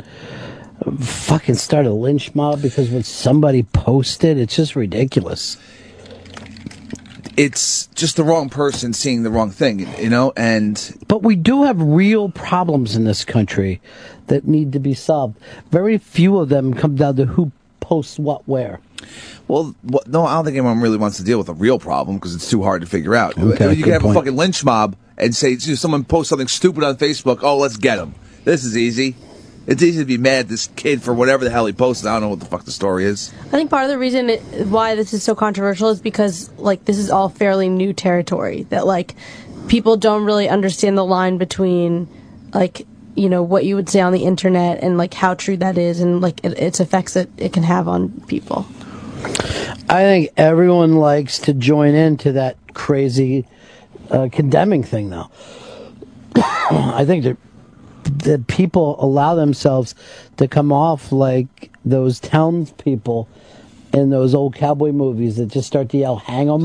fucking start a lynch mob because what somebody posted, it's just ridiculous.
It's just the wrong person seeing the wrong thing, you know. And
But we do have real problems in this country that need to be solved. Very few of them come down to who posts what where.
Well, what, no, I don't think anyone really wants to deal with a real problem because it's too hard to figure out.
Okay,
you
good
can have
point.
a fucking lynch mob and say, "Dude, someone posts something stupid on Facebook. Oh, let's get them. This is easy. It's easy to be mad at this kid for whatever the hell he posted. I don't know what the fuck the story is.
I think part of the reason it, why this is so controversial is because like this is all fairly new territory that like people don't really understand the line between like you know what you would say on the internet and like how true that is and like it, its effects that it can have on people.
I think everyone likes to join into that crazy uh, condemning thing, though. I think that that people allow themselves to come off like those townspeople in those old cowboy movies that just start to yell "hang 'em,"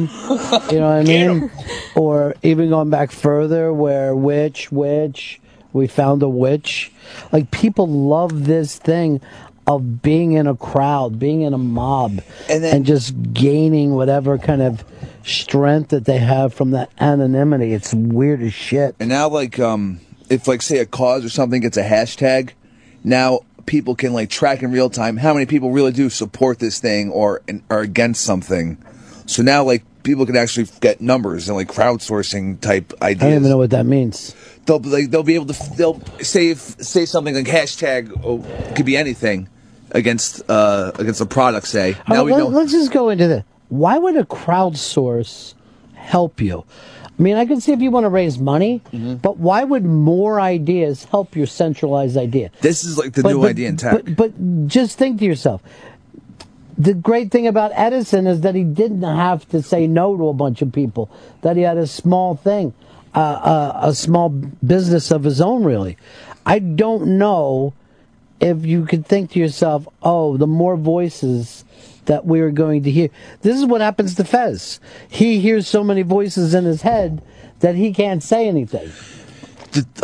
you know what I mean? Or even going back further, where witch, witch, we found a witch. Like people love this thing of being in a crowd, being in a mob, and, just gaining whatever kind of strength that they have from that anonymity. It's weird as shit.
And now, like, um, if like say a cause or something gets a hashtag, now people can like track in real time how many people really do support this thing or and are against something. So now, like, people can actually get numbers and like crowdsourcing type
I don't
ideas.
even know what that means.
They'll like, they'll be able to they'll say if, say something like hashtag oh, could be anything against uh against a product. Say now
All
we
right, let,
know
us just go into this. Why would a crowdsource help you? I mean, I can see if you want to raise money,
Mm-hmm.
but why would more ideas help your centralized idea?
this is like the
But-
new
but-
idea in tech.
But, but just think to yourself. The great thing about Edison is that he didn't have to say no to a bunch of people. That he had a small thing, uh, uh, a small business of his own. Really, I don't know if you could think to yourself, "Oh, the more voices that we are going to hear." This is what happens to Fez. He hears so many voices in his head that he can't say anything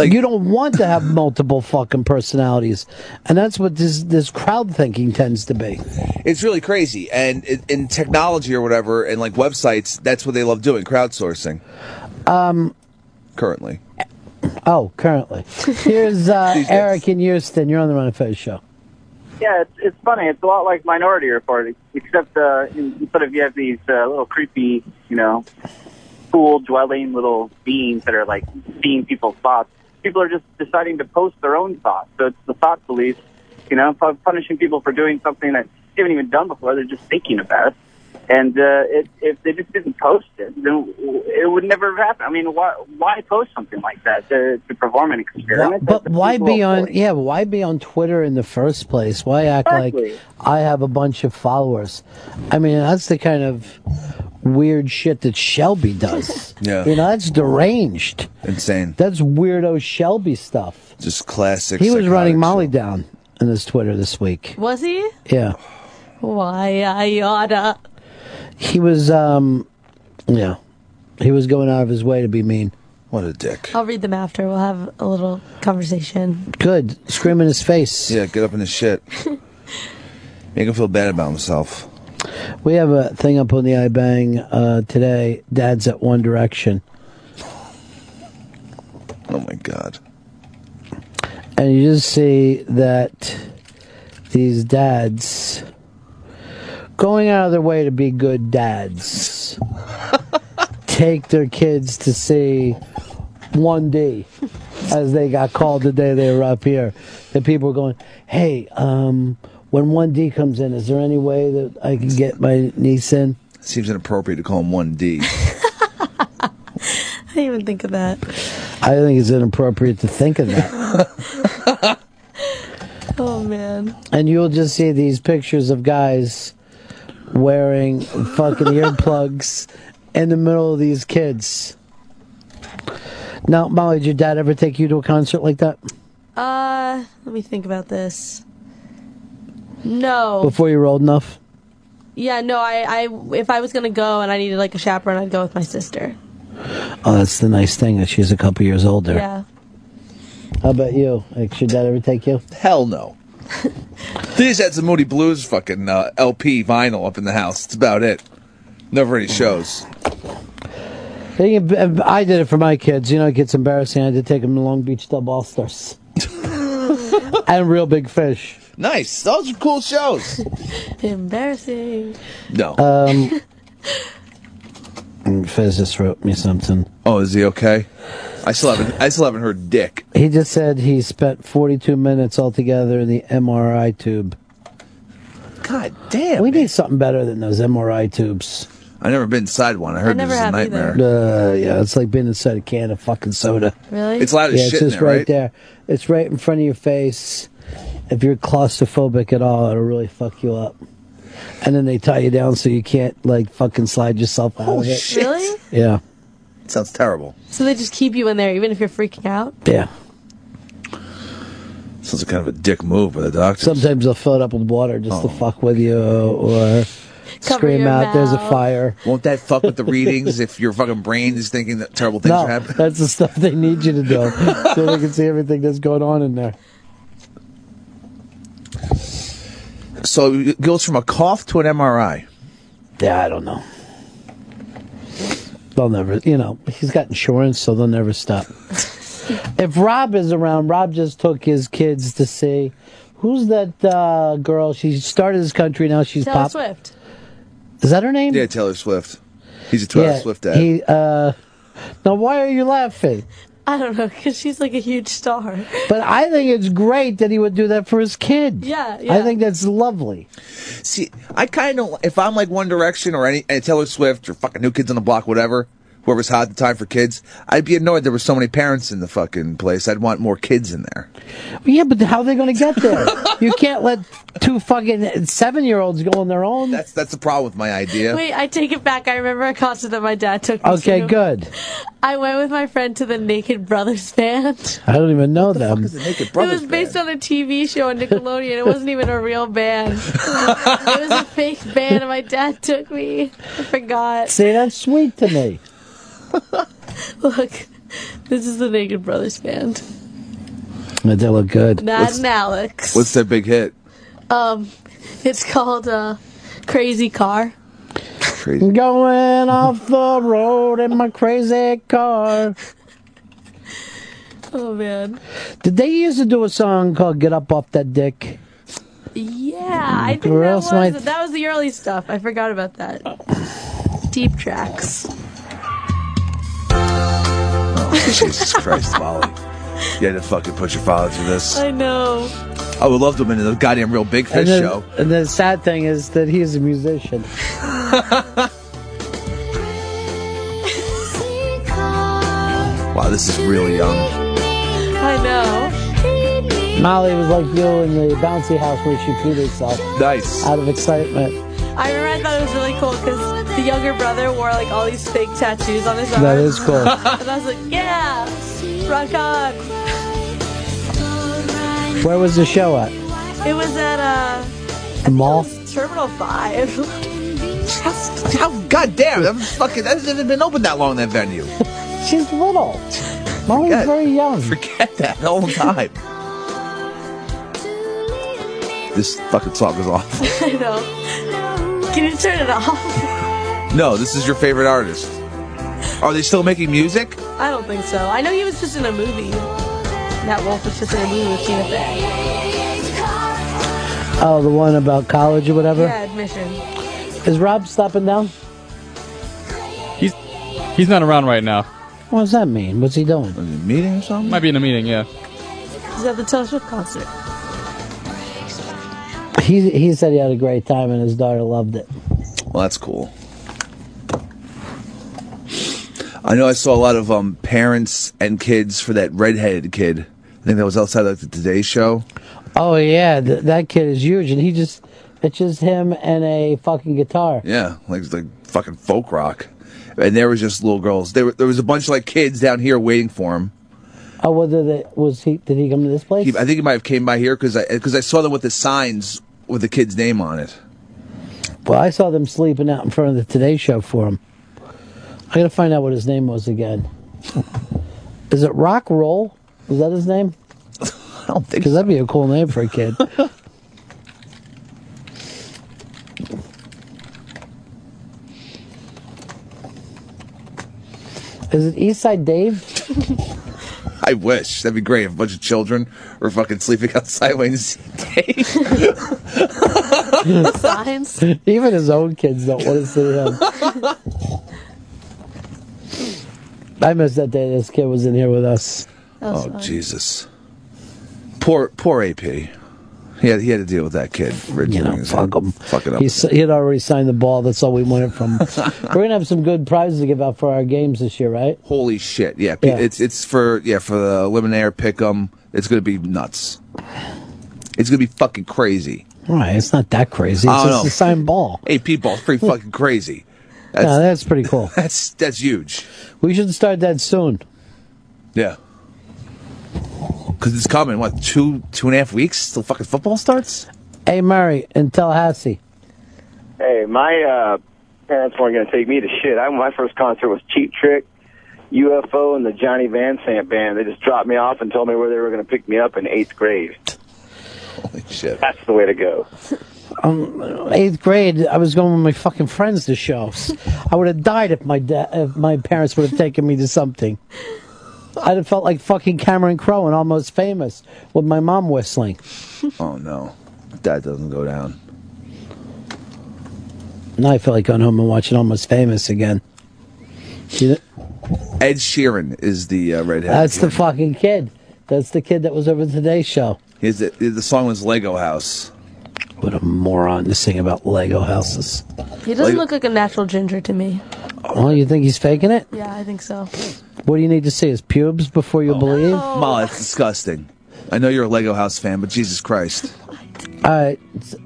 you don't want to have multiple fucking personalities, and that's what this this crowd thinking tends to be.
it's really crazy, and it, in technology or whatever, and like websites, that's what they love doing crowdsourcing
Um,
currently.
oh, currently here's uh,
These days.
Eric in Houston. You're on the Run and Fez show.
Yeah, it's, it's funny. It's a lot like Minority Report, except uh, in- instead of you have these uh, little creepy, you know, pool dwelling little beings that are like seeing people's thoughts. People are just deciding to post their own thoughts. So it's the thought police, you know, pu- punishing people for doing something that they haven't even done before. They're just thinking about it. And uh, it, if they just didn't post it, then it would never have happened. I mean, why, why post something like that to, to perform an
Why-
experiment?
but why be on? Yeah, why be on Twitter in the first place? Why act
Exactly.
like I have a bunch of followers? I mean, that's the kind of weird shit that Shelby does.
Yeah.
you know, that's deranged.
Insane.
That's weirdo Shelby stuff.
Just classic.
He was running Molly down in his Twitter this week.
Was he?
Yeah.
Why I oughta.
He was, um, yeah, he was going out of his way to be mean.
What a dick!
I'll read them after. We'll have a little conversation.
Good, scream in his face.
Yeah, get up in his shit. Make him feel bad about himself.
We have a thing up on the iBang uh, today. Dad's at One Direction,
Oh my god.
and you just see that these dads going out of their way to be good dads take their kids to see 1D as they got called the day they were up here. The people were going, "Hey, um, when 1D comes in, is there any way that I can get my niece in?"
Seems inappropriate to call him 1D.
I didn't even think of that.
I think it's inappropriate to think of that.
Oh man.
and you'll just see these pictures of guys wearing fucking earplugs in the middle of these kids. Now, Molly, did your dad ever take you to a concert like that
Uh, let me think about this. No.
before you were old enough?
Yeah, no. I, I, if I was gonna go and I needed like a chaperone, I'd go with my sister.
Oh, that's the nice thing that she's a couple years older.
Yeah.
How about you? Like, should dad ever take you?
Hell no. they just had some Moody Blues fucking uh, LP vinyl up in the house. That's about it. Never any shows.
They can- I did it for my kids. You know, it gets embarrassing. I had to take them to Long Beach Dub All Stars and Real Big Fish.
Nice. Those are cool shows.
Embarrassing.
No.
Um, Fez just wrote me something.
Oh, is he okay? I still haven't. I still haven't heard Dick.
He just said he spent 42 minutes altogether in the MRI tube.
God damn.
We need something better than those MRI tubes.
I never been inside one. I heard
never
this is a
have either.
nightmare.
Uh, yeah, it's like being inside a can of fucking soda.
Really? It's loud as
yeah,
shit
It's
in
just
there,
right,
right?
there. It's right in front of your face. If you're claustrophobic at all, it'll really fuck you up. And then they tie you down so you can't like fucking slide yourself out of it.
Really?
Yeah.
sounds terrible.
So they just keep you in there even if you're freaking out?
Yeah.
Sounds like kind of a dick move by the doctor.
Sometimes they'll fill it up with water just
Oh.
to fuck with you or scream
your
out, there's a
mouth."
fire.
Won't that fuck with the readings if your fucking brain is thinking that terrible things
no,
are happening?
that's the stuff they need you to do so they can see everything that's going on in there.
So it goes from a cough to an MRI.
Yeah, I don't know. They'll never, you know, he's got insurance, so they'll never stop. if Rob is around, Rob just took his kids to see who's that uh, girl? She started this country, now she's
Taylor
pop.
Swift.
Is that her name?
Yeah, Taylor Swift. He's a Taylor Swift dad.
He, uh, now, why are you laughing?
I don't know, because she's like a huge star.
But I think it's great that he would do that for his kid.
Yeah,
I
yeah.
think that's lovely.
See, I kind of if I'm like One Direction or any and Taylor Swift or fucking New Kids on the Block, whatever, whoever's hot at the time for kids, I'd be annoyed there were so many parents in the fucking place. I'd want more kids in there.
Yeah, but how are they going to get there? you can't let two fucking seven year olds go on their own.
That's that's the problem with my idea.
Wait, I take it back. I remember a concert that my dad took me
Okay,
to.
good.
I went with my friend to the Naked Brothers band.
I don't even know them.
it was based on a TV show on Nickelodeon. It wasn't even a real band. it was a fake band, and my dad took me. I forgot.
See, that's sweet to me.
Look, this is the Naked Brothers band.
That they look good.
Not an Alex.
What's their big hit?
Um, it's called uh, Crazy Car.
Going off the road in my crazy car.
Oh man.
Did they used to do a song called "Get Up Off That Dick"?
Yeah, I think
Where
that was
else might-
that was the early stuff. I forgot about that. Deep tracks.
Oh, Jesus Christ, Molly. You had to fucking push your father through this.
I know.
I would love to have been in the goddamn Real Big Fish
and then,
show.
And the sad thing is that he is a musician.
Wow, this is really young.
I know.
Molly was like you in the bouncy house where she peed herself.
Nice.
Out of excitement.
I remember I thought it was really cool because the younger brother wore like all these fake tattoos on his arm.
That is cool.
and I was like, yeah, rock on.
Where was the show at?
It was at uh,
The mall?
Terminal Five.
How goddamn that was fucking that hasn't even been open that long that venue.
She's little. Molly's very young.
Forget that the whole time. This fucking song is off.
I know. Can you turn it off?
No, this is your favorite artist. Are they still making music?
I don't think so. I know he was just in a movie. That wolf was just in a movie with Tina Fey.
Oh, the one about college or whatever.
Yeah, admission.
Is Rob stopping down?
He's he's not around right now.
What does that mean? What's he doing?
meeting or something?
Might be in a meeting. Yeah.
He's at the Taylor Swift concert.
He he said he had a great time and his daughter loved it.
Well, that's cool. I know I saw a lot of um, parents and kids for that redheaded kid. I think that was outside of the Today Show.
Oh yeah, th- that kid is huge, and he just it's just him and a fucking guitar.
Yeah, like like fucking folk rock. And there was just little girls. There were, there was a bunch of like kids down here waiting for him.
Oh, whether that was he? Did he come to this place?
He, I think he might have came by here because I because I saw them with the signs with the kid's name on it.
well, I saw them sleeping out in front of the Today Show for him. I gotta find out what his name was again. Is it Rock Roll? Is that his name?
I don't think.
Because that'd be a cool name for a kid. Is it Eastside Dave?
I wish that'd be great if a bunch of children were fucking sleeping outside waiting to see
Signs.
Even his own kids don't want to see him. I miss that day this kid was in here with us.
Oh Jesus! Poor poor AP. He had he had to deal with that kid. You know, fuck him. Fucking up.
He, s- he had already signed the ball. That's all we wanted from. We're gonna have some good prizes to give out for our games this year, right?
Holy shit! Yeah, P-
Yeah.
it's it's for yeah for the Eliminator Pick'em. It's gonna be nuts. It's gonna be fucking crazy.
Right. It's not that crazy. Oh,
I
It's
don't
just
know.
a signed ball.
AP ball's pretty fucking crazy.
That's,
That's
no, that's pretty cool.
that's that's huge.
We should start that soon.
Yeah. Because it's coming. What two two and a half weeks till fucking football starts?
Hey Murray in Tallahassee.
Hey, my uh, parents weren't going to take me to shit. I, my first concert was Cheap Trick, UFO, and the Johnny Van Sant band. They just dropped me off and told me where they were going to pick me up in eighth grade.
Holy shit!
That's the way to go.
Um, eighth grade, I was going with my fucking friends to shows. I would have died if my da- if my parents would have taken me to something. I'd have felt like fucking Cameron Crowe and almost famous with my mom whistling.
Oh no, that doesn't go down.
Now I feel like going home and watching Almost Famous again. You know-
Ed Sheeran is the uh, redhead.
That's the fucking kid. That's the kid that was over today's show.
His, the song was Lego House.
What a moron to sing about Lego houses.
He doesn't look like a natural ginger to me.
Oh, you think he's faking it?
Yeah, I think so.
What do you need to see? His pubes before you believe?
Mala, that's disgusting. I know you're a Lego House fan, but Jesus Christ.
Uh,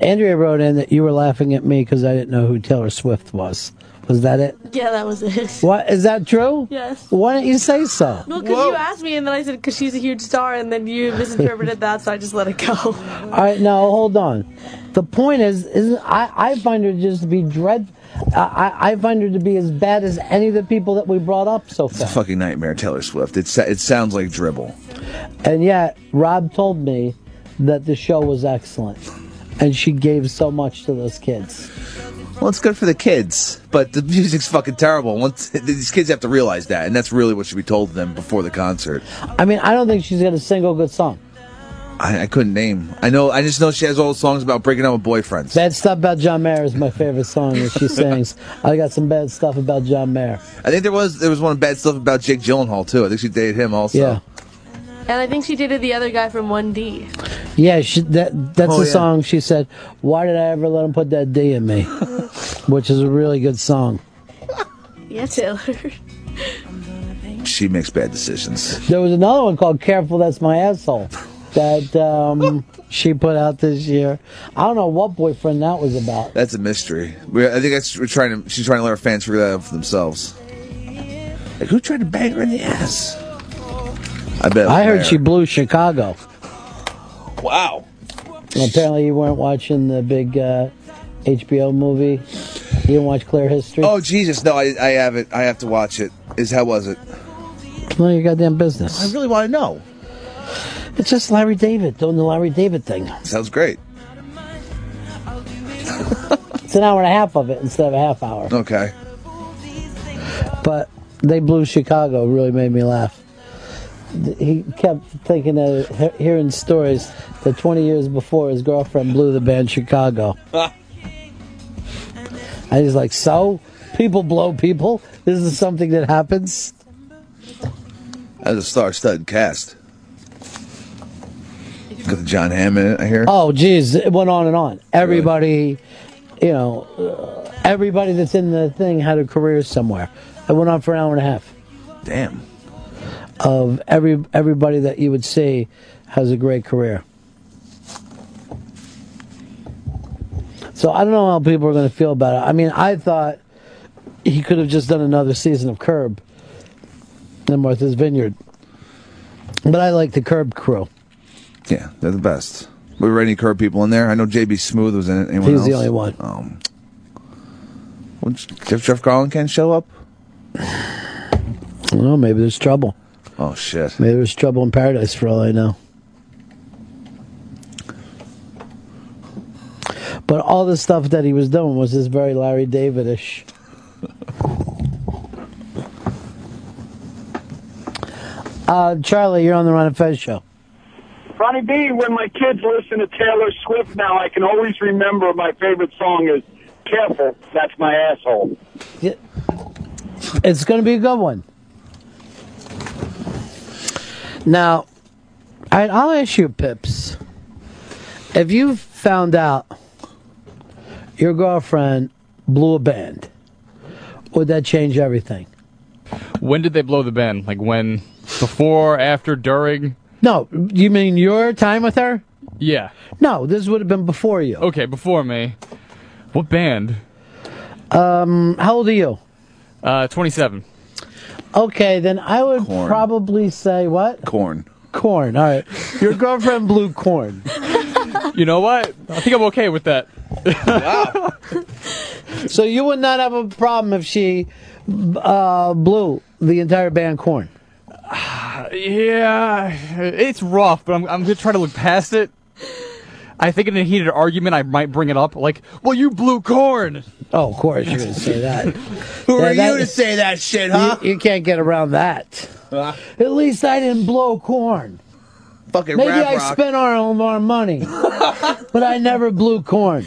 Andrea wrote in that you were laughing at me because I didn't know who Taylor Swift was. Was that it?
Yeah, that was it.
What is that true?
Yes.
Why don't you say so?
Well, because you asked me, and then I said, because she's a huge star, and then you misinterpreted that, so I just let it go.
All right, now hold on. The point is, is I, I find her just to be dread. I, I- I find her to be as bad as any of the people that we brought up so
It's a
far.
fucking nightmare, Taylor Swift. It, sa- it sounds like dribble.
And yet, Rob told me that the show was excellent, and she gave so much to those kids.
Well, it's good for the kids, but the music's fucking terrible. Once These kids have to realize that, and that's really what should be told to them before the concert.
I mean, I don't think she's got a single good song.
I, I couldn't name. I know. I just know she has all the songs about breaking up with boyfriends.
Bad Stuff About John Mayer is my favorite song that she sings. I got some bad stuff about John Mayer.
I think there was there was one bad stuff about Jake Gyllenhaal too. I think she dated him also.
Yeah.
And I think she dated the other guy from 1D.
Yeah, she, that that's
Oh,
the
yeah.
song she said, Why did I ever let him put that D in me? Which is a really good song.
Yeah, Taylor.
She makes bad decisions.
There was another one called Careful That's My Asshole that um, she put out this year. I don't know what boyfriend that was about.
That's a mystery. We, I think that's we're trying to. She's trying to let her fans figure that out for themselves. Like who tried to bang her in the ass? I bet. it was
I heard
Mayer.
she blew Chicago.
Wow.
And apparently, you weren't watching the big uh, HBO movie. You didn't watch Clear History.
Oh Jesus! No, I, I have it. I have to watch it. Is how was it?
None of your goddamn business. I
really want to know.
It's just Larry David doing the Larry David thing.
Sounds great.
It's an hour and a half of it instead of a half hour.
Okay.
But they blew Chicago really made me laugh. Th- He kept thinking of he- hearing stories that 20 years before his girlfriend blew the band Chicago. And he's like, so? People blow people? This is something that happens?
That was a star-studded cast. Got the John Hamm in it. I hear.
Oh, geez, it went on and on. Everybody, you know, uh, everybody that's in the thing had a career somewhere. It went on for an hour and a half.
Damn.
Of every everybody that you would see has a great career. So I don't know how people are going to feel about it. I mean, I thought he could have just done another season of Curb and Martha's Vineyard, but I like the Curb crew.
Yeah, they're the best. We were any curb people in there. I know JB Smooth was in it. Anyone
He's
else?
the only one.
Um, well, Jeff, Jeff Garland can't show up.
I don't know. Maybe there's trouble.
Oh shit!
Maybe there's trouble in paradise for all I know. But all the stuff that he was doing was this very Larry Davidish. Uh, Charlie, you're on the Ron and Fez show.
Ronnie B, when my kids listen to Taylor Swift now, I can always remember my favorite song is Careful, That's My Asshole.
It's going to be a good one. Now, I, I'll ask you, Pips. If you found out your girlfriend blew a band, would that change everything?
When did they blow the band? Like when? Before? After? During?
No, you mean your time with her?
Yeah.
No, this would have been before you.
Okay, before me. What band?
Um, how old are you?
Uh, 27.
Okay, then I would
Corn.
probably say what?
Corn.
Corn. All right. Your girlfriend blew corn.
You know what? I think I'm okay with that.
So you would not have a problem if she uh, blew the entire band corn.
Uh, Yeah, it's rough, but I'm, I'm gonna try to look past it. I think in a heated argument, I might bring it up, like, "Well, you blew corn."
Oh, of course you're gonna say that.
Who
Yeah,
are
that-
you to say that shit, huh?
You, you can't get around that. At least I didn't blow corn.
Fucking
Maybe
rap
I
rock.
spent our own our money, but I never blew corn.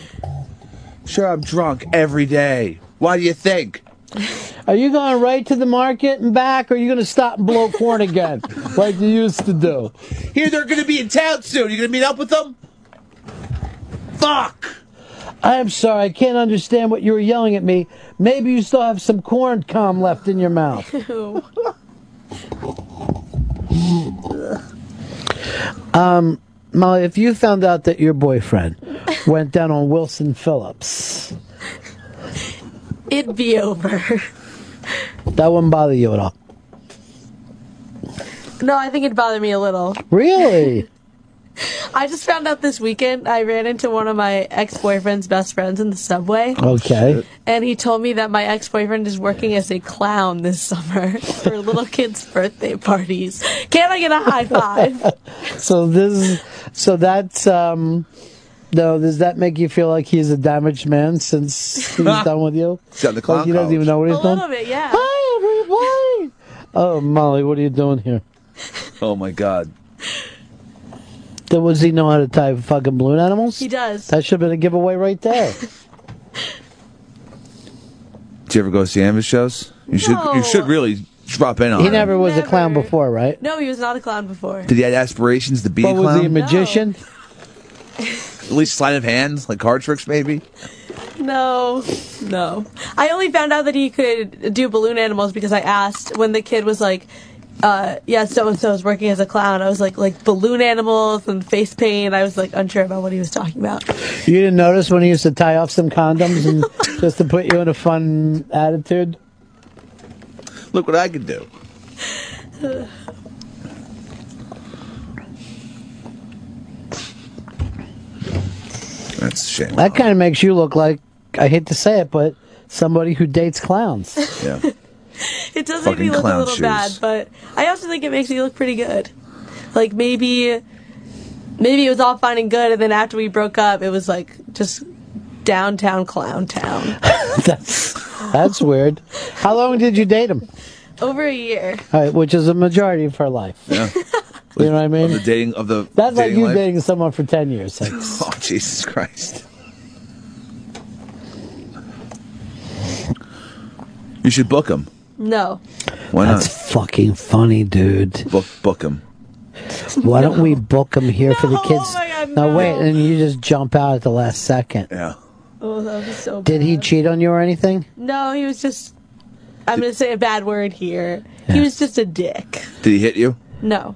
Sure, I'm drunk every day. Why do you think?
Are you going right to the market and back, or are you going to stop and blow corn again, like you used to do?
Here, they're gonna be in town soon. You gonna meet up with them? Fuck!
I am sorry, I can't understand what you were yelling at me. Maybe you still have some corn cob left in your mouth. Um, Molly, if you found out that your boyfriend went down on Wilson Phillips,
It'd be over.
that wouldn't bother you at all.
No, I think it'd bother me a little.
Really?
I just found out this weekend I ran into one of my ex boyfriend's best friends in the subway.
Okay.
And he told me that my ex boyfriend is working as a clown this summer for little kids' birthday parties. Can I get a high five?
so this, is- so that's um, no. Does that make you feel like he's a damaged man since he's done with you?
He's got the
Like
clown
he doesn't even
college.
know what he's
a little
done.
bit, yeah.
Hi, everybody. Oh, Molly, what are you doing here?
Oh my god.
Then Does he know how to tie fucking balloon animals?
He does.
That should have been a giveaway right there.
Do you ever go see Amvis shows? You should.
No.
You should really drop in on.
he
it.
never was a clown before, right?
No, he was not a clown before.
Did he have aspirations to be
What
a
was
clown?
he, a magician?
At least sleight of hands, like card tricks, maybe.
No, no. I only found out that he could do balloon animals because I asked when the kid was like, uh, yeah, so and so is working as a clown. I was like, like balloon animals and face paint. I was like unsure about what he was talking about.
You didn't notice when he used to tie off some condoms and just to put you in a fun attitude?
Look what I could do. That's a shame.
That kind of makes you look like, I hate to say it, but somebody who dates clowns.
Yeah.
It does make me
Fucking
look a
clown
little
shoes.
bad, but I also think it makes me look pretty good. Like maybe, maybe it was all fine and good, and then after we broke up, it was like just downtown clown town
that's, that's weird. How long did you date him?
over a year.
All right, which is a majority of her life.
Yeah.
You know what I mean?
Of the dating of the
That's like
dating
you
life.
dating someone for 10 years. Like,
Oh Jesus Christ! You should book him.
No,
Why
That's fucking funny, dude.
Book book him.
Why don't we book him here for the kids? no, wait, and you just jump out at the last second.
Yeah.
oh, that was so.
Did he cheat on you or anything?
No, he was just. I'm going to say a bad word here. He was just a dick.
Did he hit you?
No.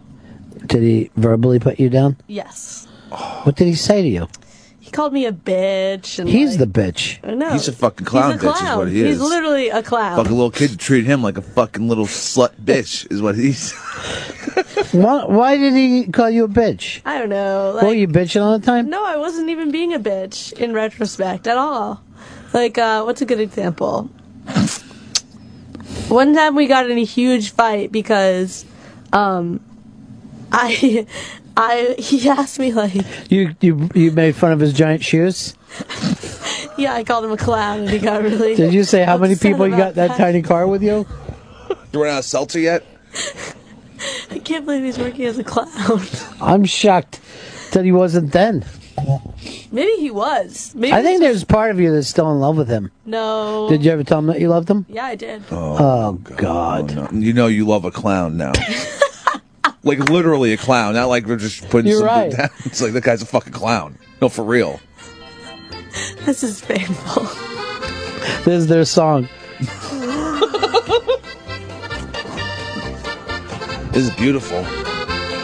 Did he verbally put you down?
Yes.
What did he say to you?
He called me a bitch. And
He's the
like,
bitch.
I know.
He's a fucking clown
He's a
bitch is
clown.
what he
He's
is.
literally a clown.
Fucking little kid treat him like a fucking little slut bitch is what he's.
Why, why did he call you a bitch?
I don't know.
Were
Like,
you bitching all the time?
no, I wasn't even being a bitch in retrospect at all. Like, uh, what's a good example? One time we got in a huge fight because, um, I, I, he asked me like,
You you you made fun of his giant shoes.
yeah, I called him a clown and he got really.
Did you say how many
upset
people you got
about
that tiny car with you?
You ran out of seltzer yet?
I can't believe he's working as a clown.
I'm shocked that he wasn't then.
Maybe he was. Maybe
I think there's part of you that's still in love with him.
no.
Did you ever tell him that you loved him?
Oh,
Yeah, I did.
Oh, God.
You know you love a clown now. Like literally a clown, not like we're just putting
You're
some
right.
down. It's like that guy's a fucking clown. No, for real.
This is painful.
This is their song.
This is beautiful.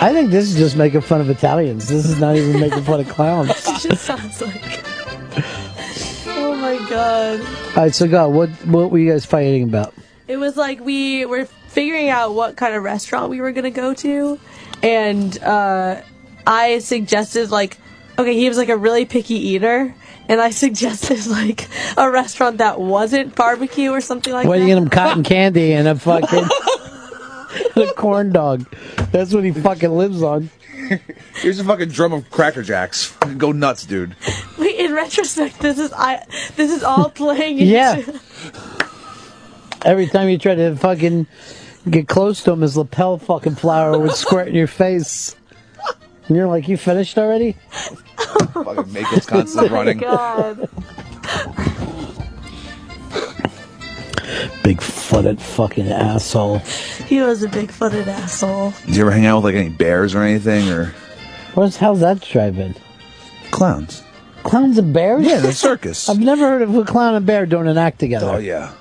I think this is just making fun of Italians. This is not even making fun of clowns.
it just sounds like. Oh my god.
All right, so God, what what were you guys fighting about?
It was like we were figuring out what kind of restaurant we were gonna go to, and uh, I suggested like, okay, he was like a really picky eater, and I suggested like a restaurant that wasn't barbecue or something like
Why
that.
do you get him cotton candy and a fucking a corn dog? That's what he fucking lives on.
Here's a fucking drum of Cracker Jacks. Go nuts, dude.
Wait, in retrospect, this is I. This is all playing.
Yeah.
into-
Every time you try to fucking get close to him, his lapel fucking flower would squirt in your face. And you're like, you finished already?
fucking Mako's constantly
Oh my
running.
God.
Big footed fucking asshole.
He was a big footed asshole.
Did you ever hang out with like any bears or anything or
Where's how's that driving?
clowns?
Clowns and bears?
Yeah, the circus.
I've never heard of a clown and bear doing an act together.
Oh yeah.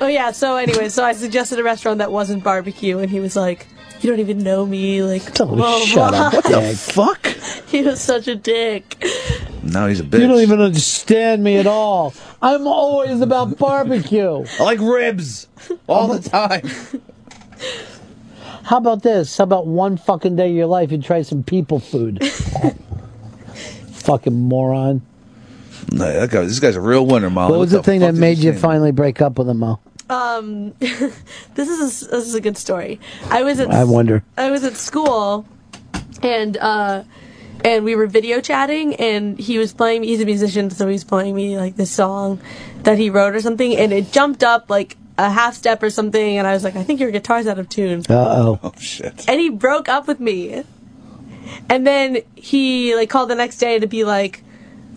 Oh yeah. So anyway, so I suggested a restaurant that wasn't barbecue, and he was like, "You don't even know me." Like,
oh, shut up, dick.
fuck?
He was such a dick.
No, he's a
You
bitch.
don't even understand me at all. I'm always about barbecue.
I like ribs all the time.
How about this? How about one fucking day of your life you try some people food? fucking moron.
No, that guy, this guy's a real winner, Molly.
what was the thing that made you finally break up with him, Mo?
Um, this is a, s- this is a good story. I was at
I wonder.
I was at school, and uh, and we were video chatting, and he was playing me. He's a musician, so he was playing me like this song that he wrote or something, and it jumped up like a half step or something, and I was like, I think your guitar's out of tune.
Uh oh.
Oh shit.
And he broke up with me, and then he like called the next day to be like,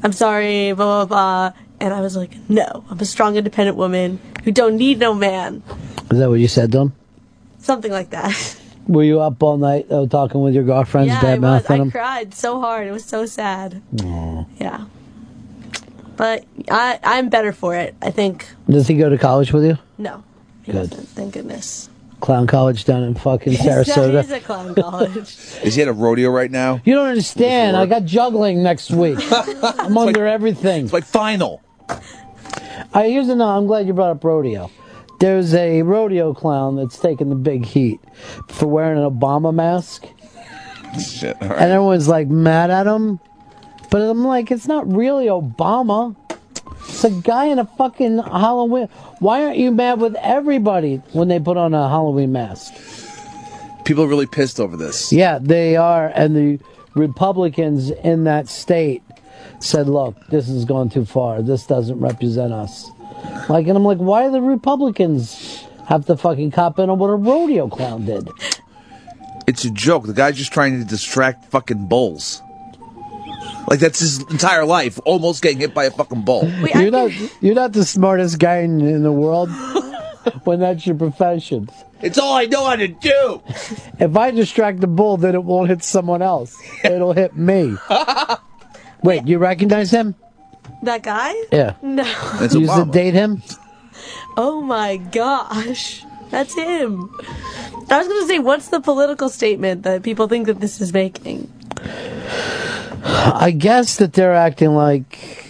I'm sorry, blah blah blah, and I was like, No, I'm a strong, independent woman who don't need no man,
Is that what you said to him?
something like that.
Were you up all night though, talking with your girlfriends,
Yeah, I
bad
was.
mouthing
I
them?
cried so hard. It was so sad. Yeah. But I, I'm better for it. I think.
Does he go to college with you?
No. He
Good.
doesn't. Thank goodness.
Clown college down in fucking
That
Sarasota.
is a clown college.
Is he at a rodeo right now?
You don't understand. I got juggling next week. I'm under everything. It's
like final.
I here's another. I'm glad you brought up rodeo. There's a rodeo clown that's taking the big heat for wearing an Obama mask,
Shit.
and everyone's like mad at him. But I'm like, it's not really Obama. It's a guy in a fucking Halloween. Why aren't you mad with everybody when they put on a Halloween mask?
People are really pissed over this.
Yeah, they are. And the Republicans in that state said, look, this has gone too far. This doesn't represent us. Like, and I'm like, why do the Republicans have to fucking cop in on what a rodeo clown did?
It's a joke. The guy's just trying to distract fucking bulls. Like that's his entire life, almost getting hit by a fucking bull.
you're not, you're not the smartest guy in, in the world when that's your profession.
It's all I know how to do.
If I distract the bull, then it won't hit someone else. It'll hit me. Wait, you recognize him?
that guy?
Yeah.
No.
you used to date him?
Oh my gosh. That's him. I was going to say, what's the political statement that people think that this is making?
I guess that they're acting like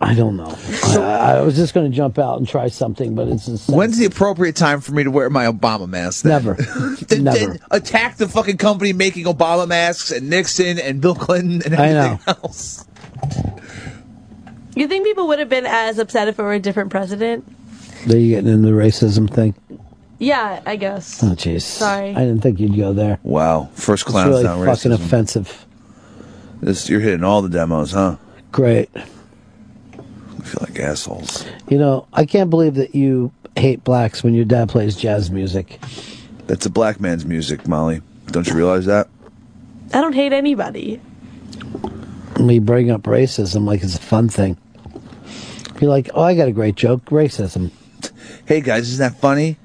I don't know. I, I was just going to jump out and try something, but it's just
When's the appropriate time for me to wear my Obama mask? Then?
Never.
Then-
Never.
then attack the fucking company making Obama masks and Nixon and Bill Clinton and
I
everything
know.
else.
You think people would have been as upset if it were a different president?
Are you getting into the racism thing?
Yeah, I guess.
Oh, jeez.
Sorry.
I didn't think you'd go there.
Wow, first
It's
clown's
really
not
fucking
racism.
offensive.
This, you're hitting all the demos, huh?
Great.
I feel like assholes.
You know, I can't believe that you hate blacks when your dad plays jazz music.
That's a black man's music, Molly. Don't you realize that?
I don't hate anybody.
And we bring up racism like it's a fun thing. You're like, oh, I got a great joke. Racism.
Hey guys, isn't that funny?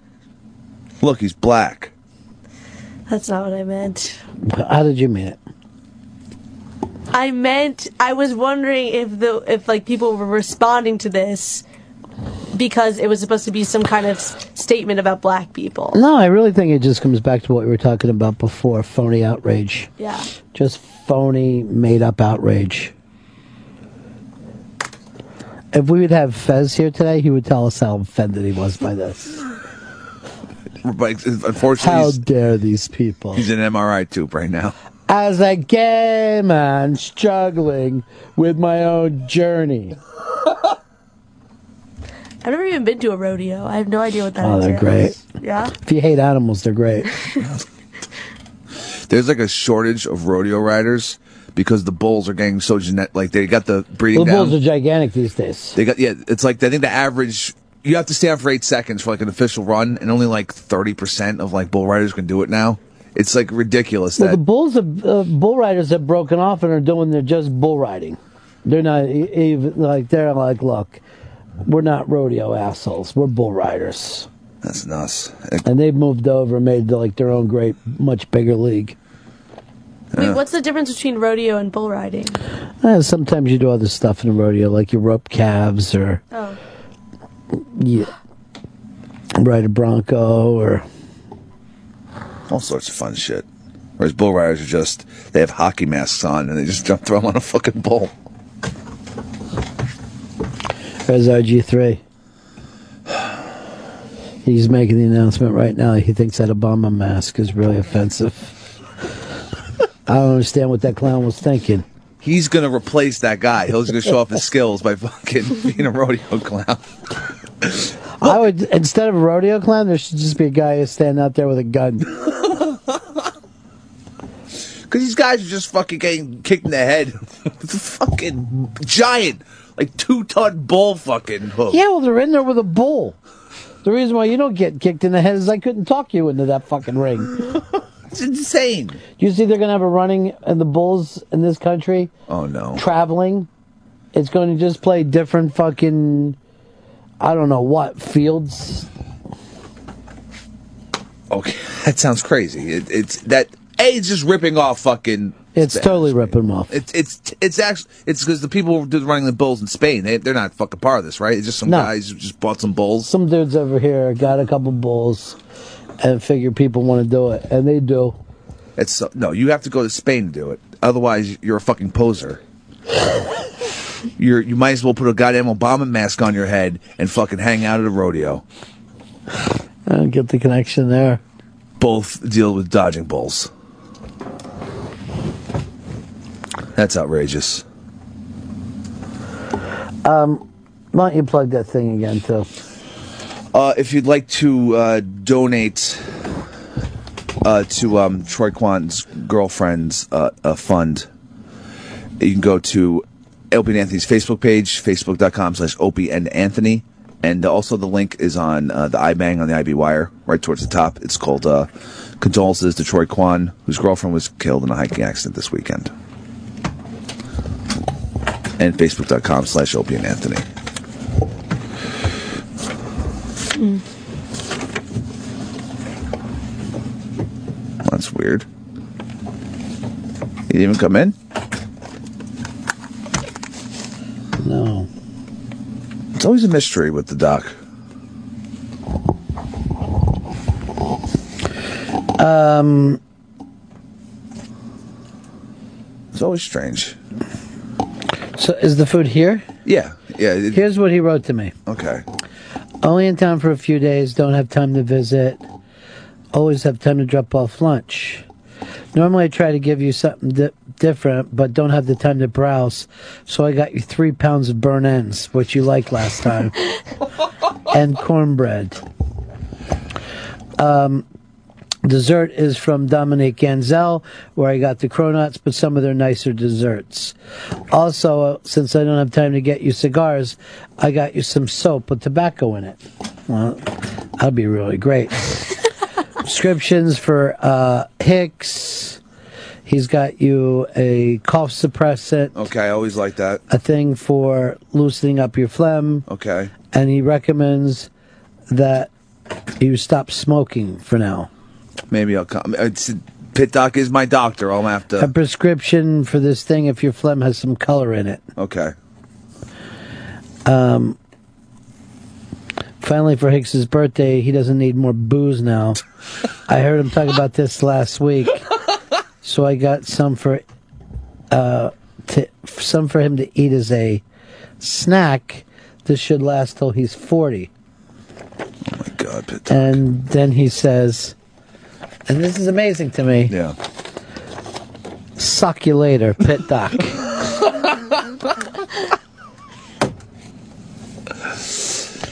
Look, he's black.
That's not what I meant.
How did you mean it?
I meant I was wondering if the if like people were responding to this because it was supposed to be some kind of s- statement about black people.
No, I really think it just comes back to what we were talking about before phony outrage.
Yeah.
Just phony, made up outrage. If we would have Fez here today, he would tell us how offended he was by this.
But unfortunately,
How
he's,
dare these people?
he's in MRI tube right now.
As a gay man struggling with my own journey.
I've never even been to a rodeo. I have no idea what that
Oh, they're great.
entails. Yeah.
If you hate animals, they're great.
There's like a shortage of rodeo riders because the bulls are getting so genetic. Like they got the breeding
the
down.
bulls are gigantic these days.
They got yeah. It's like I think the average. You have to stand for eight seconds for like an official run, and only like thirty percent of like bull riders can do it now. It's like ridiculous
Well,
that
the bulls, have, uh, bull riders have broken off and are doing they're just bull riding. They're not e- even like they're like, look, we're not rodeo assholes. We're bull riders.
That's nuts.
And they've moved over, and made like their own great, much bigger league.
Wait, what's the difference between rodeo and bull riding?
Uh, sometimes you do other stuff in a rodeo, like you rope calves or
Oh.
you ride a bronco or
all sorts of fun shit. Whereas bull riders are just they have hockey masks on and they just jump throw them on a fucking bull.
There's RG3. He's making the announcement right now. He thinks that Obama mask is really offensive. I don't understand what that clown was thinking.
He's gonna replace that guy. He's gonna show off his skills by fucking being a rodeo clown.
I would instead of a rodeo clown, there should just be a guy who's standing out there with a gun.
Because these guys are just fucking getting kicked in the head with a fucking giant, like two ton bull fucking hook.
yeah, well, they're in there with a bull. The reason why you don't get kicked in the head is I couldn't talk you into that fucking ring.
it's insane.
You see, they're gonna have a running and the bulls in this country.
Oh no.
traveling. It's going to just play different fucking, I don't know what fields.
Okay, that sounds crazy. It, it's that a it's just ripping off fucking.
It's
Spain.
totally ripping them off.
It's it's it's actually it's because the people who did running the bulls in Spain they they're not fucking part of this right. It's just some
No.
guys who just bought some bulls.
Some dudes over here got a couple bulls, and figure people want to do it, and they do.
It's so, no, you have to go to Spain to do it. Otherwise, you're a fucking poser. you're you might as well put a goddamn Obama mask on your head and fucking hang out at a rodeo.
I don't get the connection there.
Both deal with dodging bulls. That's outrageous.
Um, why don't you plug that thing again too?
Uh, if you'd like to uh, donate uh, to um, Troy Quan's girlfriend's uh, uh, fund, you can go to Opie and Anthony's Facebook page, facebook.com slash Opie and Anthony. And also the link is on uh, the iBang on the IB wire, right towards the top. It's called uh, Condolences to Troy Quan, whose girlfriend was killed in a hiking accident this weekend. And facebook.com slash Opie and Anthony. That's weird. He didn't even come in?
No.
It's always a mystery with the doc.
Um,
it's always strange.
So is the food here?
Yeah, yeah.
Here's what he wrote to me.
Okay.
Only in town for a few days, don't have time to visit. Always have time to drop off lunch. Normally, I try to give you something di- different, but don't have the time to browse. So I got you three pounds of burn ends, which you liked last time, and cornbread. Um, dessert is from Dominique Ganzel, where I got the cronuts, but some of their nicer desserts. Also, uh, since I don't have time to get you cigars, I got you some soap with tobacco in it. Well, that'd be really great. Prescriptions for uh, Hicks. He's got you a cough suppressant,
Okay, I always like that.
a thing for loosening up your phlegm
Okay.
and he recommends that You stop smoking for now.
Maybe I'll come. uh, It's, Pit Doc is my doctor. I'll have
A
to.
prescription for this thing if your phlegm has some color in it.
Okay.
Um, finally, for Hicks's birthday, he doesn't need more booze now. I heard him talk about this last week, so I got some for uh, to, some for him to eat as a snack. This should last till he's forty. Oh my
God!
And then he says, and this is amazing to me.
Yeah.
Suck you later, pit doc.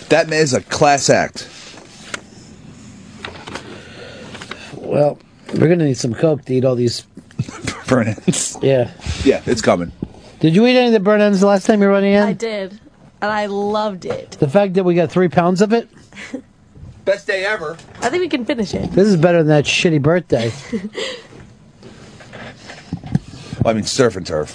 That man is a class act.
well, we're gonna need some coke to eat all these.
Burn ends.
Yeah.
Yeah, it's coming.
Did you eat any of the burn ends the last time you were running in?
I did, and I loved it.
The fact that we got three pounds of it,
Best day ever.
I think we can finish it.
this is better than that shitty birthday.
I mean, surf and turf.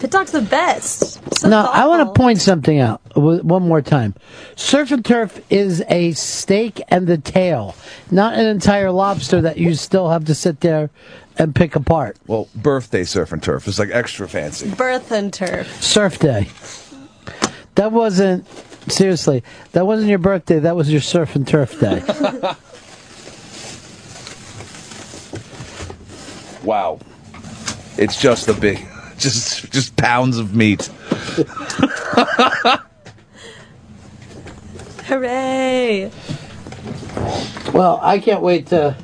Pit Doc's the best.
no, I want to point something out w- one more time. Surf and turf is a steak and the tail, not an entire lobster that you still have to sit there and pick apart.
Well, birthday surf and turf is like extra fancy.
Birth and turf.
Surf day. That wasn't seriously. That wasn't your birthday. That was your surf and turf day.
Wow. It's just a big, just just pounds of meat.
Hooray!
Well, I can't wait to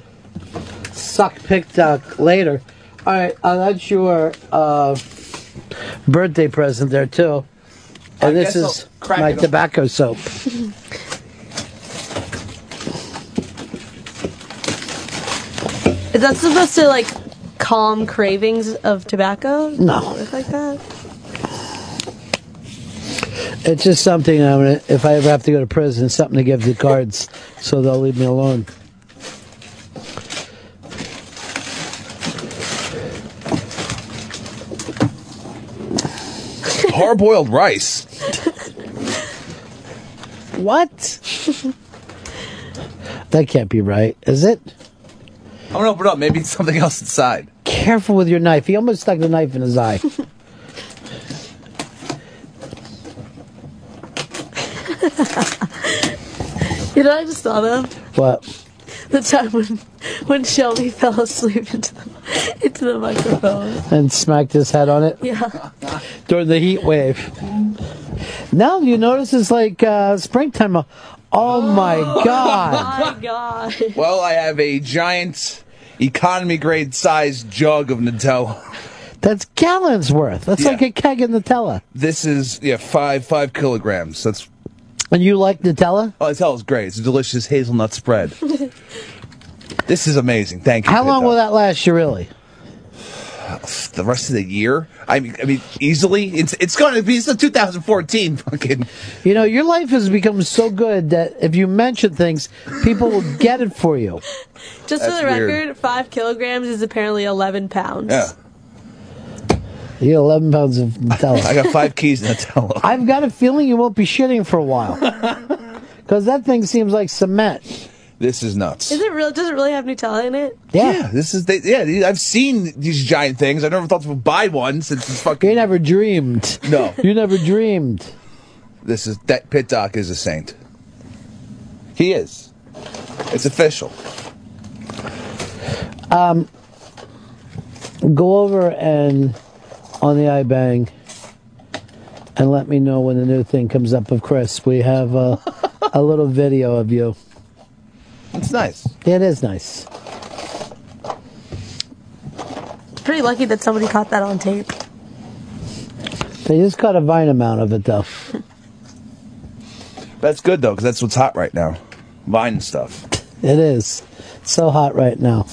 suck pick duck later. All right, uh, that's your uh, birthday present there too,
I
and this
guess I'll
is
crack
my
it open.
tobacco soap.
Is that supposed to like calm cravings of tobacco?
No.
Work like that.
It's just something I'm gonna, if I ever have to go to prison, something to give the guards so they'll leave me alone.
Hard-boiled rice.
What? That can't be right, is it?
I'm gonna open up. Maybe it's something else inside.
Careful with your knife. He almost stuck the knife in his eye.
You know, what I just thought of
What?
the time when when Shelby fell asleep into the into the microphone.
And smacked his head on it
Yeah.
during the heat wave. Now you notice it's like uh, springtime. Oh my god.
my God.
Well, I have a giant economy grade sized jug of Nutella.
That's gallons worth. That's like a keg of Nutella.
This is yeah five five kilograms. That's
and you like Nutella?
Oh, Nutella's great. It's a delicious hazelnut spread. this is amazing. Thank you.
How long will that last you really?
The rest of the year? I mean, I mean, easily. It's it's going to be it's the 2014 fucking.
You know, your life has become so good that if you mention things, people will get it for you.
Just
That's
for the
weird.
record, five kilograms is apparently eleven pounds.
Yeah. You get 11 pounds of Nutella.
I got five keys of Nutella.
I've got a feeling you won't be shitting for a while. Because that thing seems like cement.
This is nuts.
Is it real? Does it really have Nutella in it?
Yeah.
this is they, yeah. the- I've seen these giant things. I never thought to buy one since it's fucking.
You never dreamed.
No,
You never dreamed.
this is that pit doc is a saint. He is. It's official.
Um, go over and on the iBang and let me know when the new thing comes up of Chris. We have a, a little video of you.
It's nice.
It is nice.
Pretty lucky that somebody caught that on tape.
They just caught a vine amount of it though.
That's good though, because that's what's hot right now, Vine and stuff.
It is. It's so hot right now.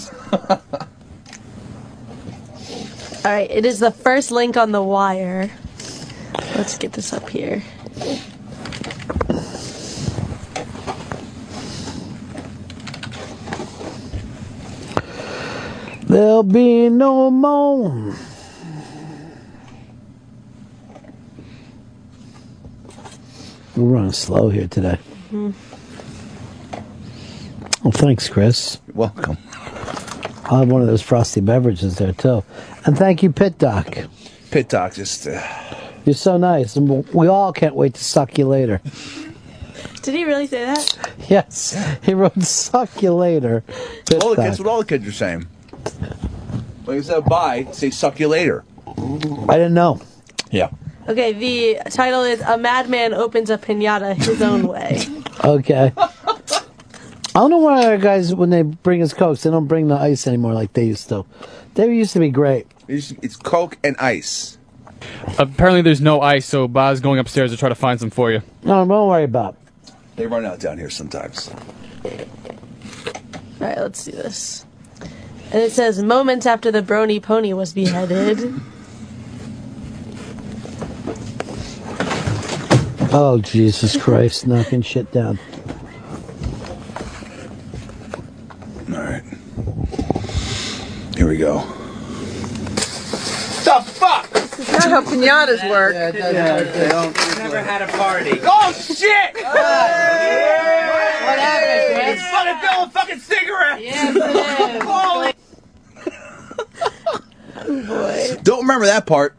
All right, it is the first link on the wire. Let's get this up here.
There'll be no more. We're running slow here today.
Mhm.
Well, thanks, Chris.
You're welcome.
I'll have one of those frosty beverages there, too. And thank you, Pit Doc.
Pit Doc, just. Uh...
You're so nice. And w- we all can't wait to suck you later.
Did he really say that?
Yes, he wrote suck you later. Pit
All the
Doc.
kids, what all the kids are saying. Like instead of bye, say suck you later.
I didn't know.
Yeah.
Okay, the title is A Madman Opens a Pinata His Own Way.
Okay. I don't know why our guys, when they bring us Cokes, they don't bring the ice anymore like they used to. They used to be great.
It's, it's Coke and ice.
Apparently, there's no ice, so Bob's going upstairs to try to find some for you.
No, don't worry about it.
They run out down here sometimes.
All right, let's do this. And it says moments after the brony pony was beheaded.
Oh, Jesus Christ, knocking shit down.
All right. Here we go.
The fuck? That's not how pinatas work.
Never had a party.
Oh shit! What happened, Chris? It's fucking filled with fucking cigarettes. Holy
Don't remember that part.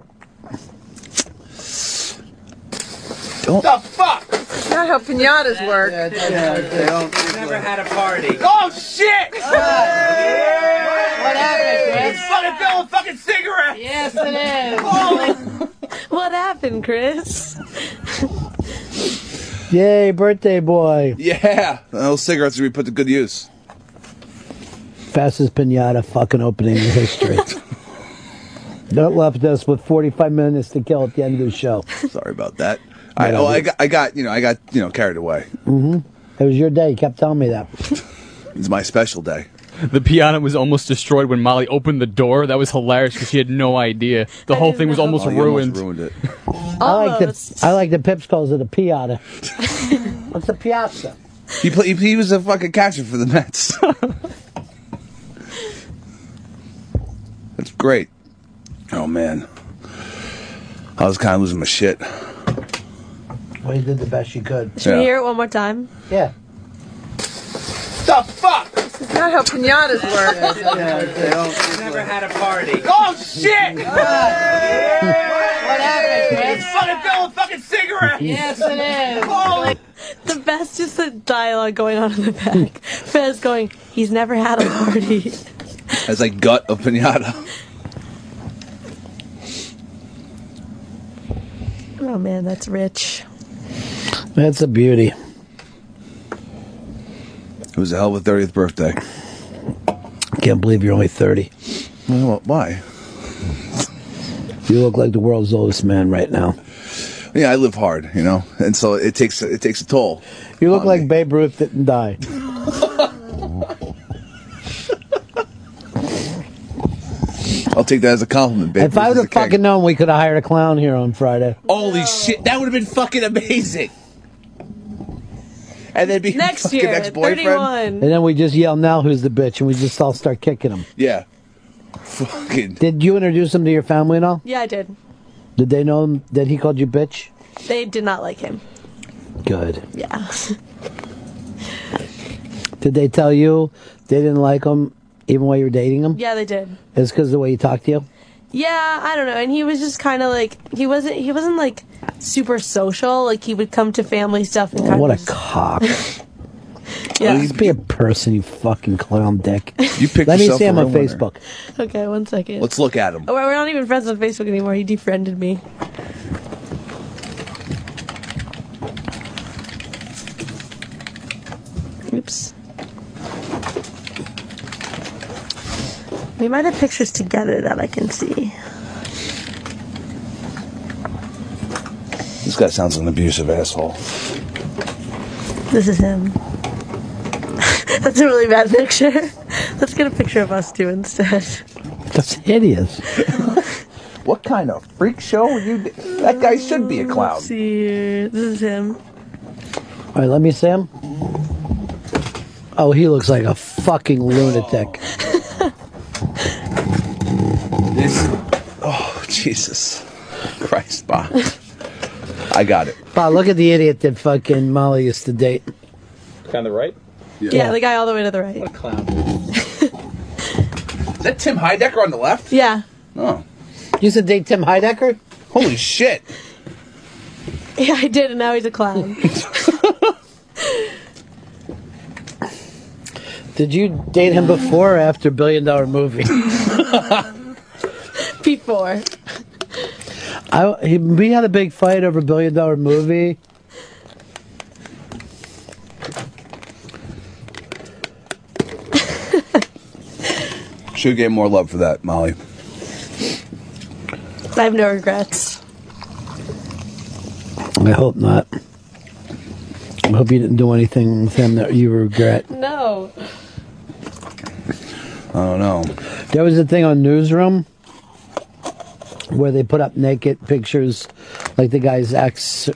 Don't.
the fuck! That's not how pinatas work.
Never had a party.
Oh shit! What happened, Chris? It's fucking filled with fucking cigarettes. Yes, it is. Holy
what happened, Chris?
Yay, birthday boy.
Yeah, those cigarettes we put to good use.
Fastest pinata fucking opening in history. that left us with 45 minutes to kill at the end of the show.
Sorry about that. I, oh, I got, I got, you know, I got, you know, carried away.
hmm It was your day. You kept telling me that.
It's my special day.
The piano was almost destroyed when Molly opened the door. That was hilarious because she had no idea. The whole thing was almost
Oh, you
ruined.
ruined it.
I like the I like the pips calls of the piata. What's a piazza?
He, play, he, he was a fucking catcher for the Mets. That's great. Oh man, I was kind of losing my shit.
Well, you did the best you could.
Should we hear it one more time?
Yeah.
the fuck! That's not how
pinatas work.
Never had a party. Oh shit! What happened, Chris? It's fucking filled with fucking cigarettes.
Yes,
it is. Holy
The best is the dialogue going on in the back. Fez going, he's never had a party.
As I gut a pinata.
Oh man, that's rich.
That's a beauty.
It was a hell of a 30th birthday.
Can't believe you're only 30.
Well, why?
You look like the world's oldest man right now.
Yeah, I live hard, you know, and so it takes it takes a toll.
You look like Babe Ruth didn't die.
I'll take that as a compliment, baby.
if I would have fucking known we could have hired a clown here on Friday.
Holy shit, that would have been fucking amazing. And then be
Next
fucking
year,
ex-boyfriend.
31.
And then we just yell now who's the bitch and we just all start kicking him.
Yeah. Fucking.
Did you introduce him to your family and all?
Yeah, I did.
Did they know him that he called you bitch?
They did not like him.
Good.
Yeah.
Did they tell you they didn't like him even while you were dating him?
yeah, they did.
It's because the way he talked to you?
Yeah, I don't know. And he was just kind of like he wasn't he wasn't like super social. Like he would come to family stuff and kind
what
of
a cock.
Yeah.
Just be a person, you fucking clown dick. You
picked
Let me
yourself
see
a
him on
real winner.
Facebook.
Okay, one second.
Let's look at him.
Oh, we're not even friends on Facebook anymore. He defriended me. Oops. We might have pictures together that I can see.
This guy sounds like an abusive asshole.
This is him. That's a really bad picture. Let's get a picture of us two instead.
That's hideous.
What kind of freak show are you? That guy should be a clown.
Let's see here. This is him.
All right, let me see him. Oh, he looks like a fucking lunatic.
This. Oh Jesus, Christ, Bob. I got it.
Wow, look at the idiot that fucking Molly used to date.
Kind of right.
Yeah. the guy all the way to the right. What a clown.
Is that Tim Heidecker on the left?
Yeah.
Oh.
You said date Tim Heidecker?
Holy shit.
Yeah, I did, and now he's a clown.
Did you date him before or after Billion Dollar Movie?
Before.
I, he, we had a big fight over Billion Dollar Movie.
Should get more love for that, Molly.
I have no regrets.
I hope not. I hope you didn't do anything with him that you regret.
No.
Oh no.
There was a thing on Newsroom where they put up naked pictures, like the guy's ex,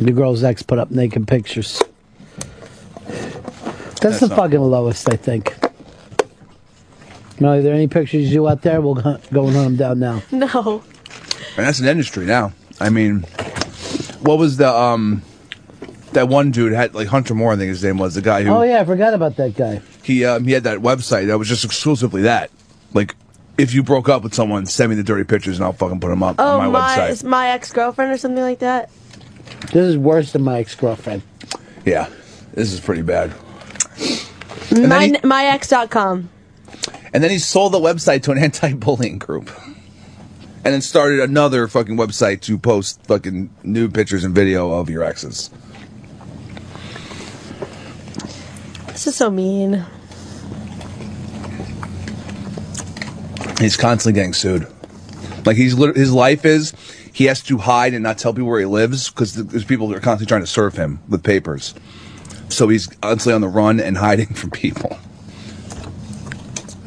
the girl's ex put up naked pictures. That's,
That's
the
not
fucking lowest, I think. Now, are there any pictures you out there? We'll go go and hunt them down now.
No.
And that's an industry now. I mean, what was the um that one dude had like Hunter Moore, I think his name was the guy who
Oh yeah, I forgot about that guy.
he um, he had that website that was just exclusively that. Like, if you broke up with someone, send me the dirty pictures and I'll fucking put them up
Oh,
on my,
my, it's
website.
my ex girlfriend or something like that.
This is worse than my ex-girlfriend.
Yeah, this is pretty bad. And
My,
then, he,
my ex.com.
and then he sold the website to an anti-bullying group, and then started another fucking website to post fucking nude pictures and video of your exes.
This is so mean.
He's constantly getting sued. Like he's lit- his life is he has to hide and not tell people where he lives because there's people that are constantly trying to serve him with papers. So he's constantly on the run and hiding from people.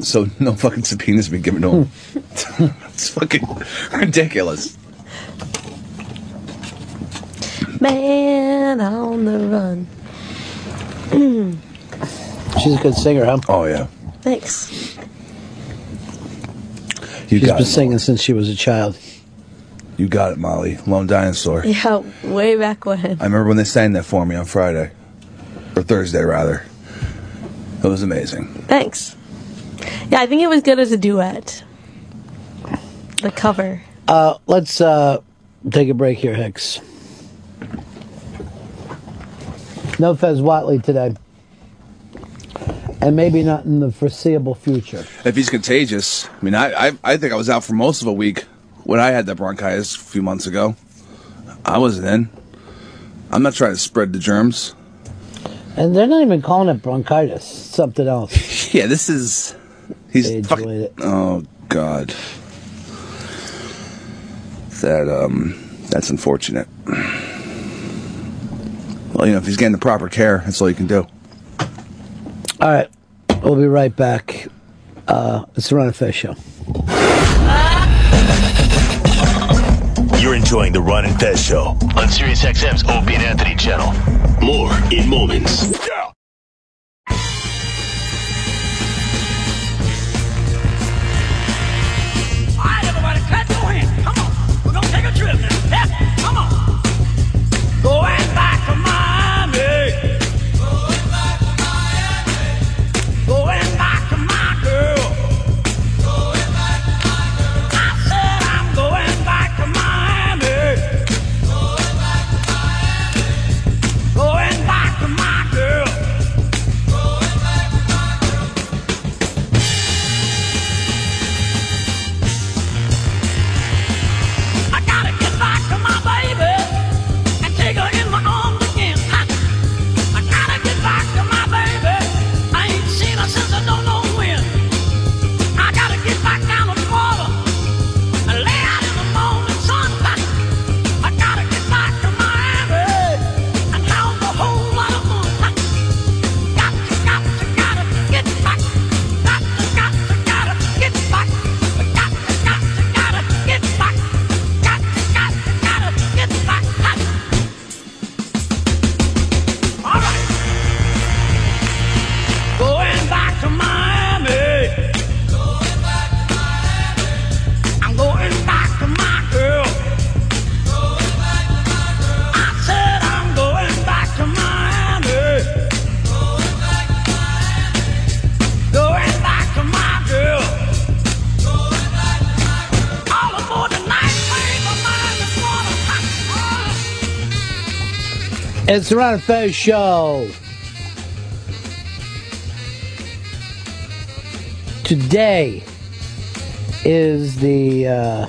So no fucking subpoenas been given to him. it's fucking ridiculous.
Man on the run.
She's a good singer, huh?
Oh yeah.
Thanks.
You
She's
got
been
it.
singing since she was a child.
You got it, Molly. Lone dinosaur.
Yeah, way back when.
I remember when they sang that for me on Friday or Thursday rather. It was amazing.
Thanks. Yeah, I think it was good as a duet. The cover.
Uh, let's uh, take a break here, Hicks. No Fez Watley today. And maybe not in the foreseeable future.
if he's contagious. I mean, I, I I think I was out for most of a week when I had that bronchitis a few months ago. I wasn't in. I'm not trying to spread the germs.
And they're not even calling it bronchitis, something else.
Yeah, this is he's fucking. Oh God, that um, that's unfortunate. Well, you know, if he's getting the proper care, that's all you can do.
All right, we'll be right back. Uh, it's the Ron and Fez show.
You're enjoying the Ron and Fez show on Sirius XM's Opie and Anthony channel. More in moments.
All right, everybody, clap your hands. Come on. We're going to take a trip now. Yeah, come on. Going back to Miami. Going back to my girl. I said I'm going back to Miami. Going back to my girl.
It's the Ron and Fez Show. Today is the. Uh,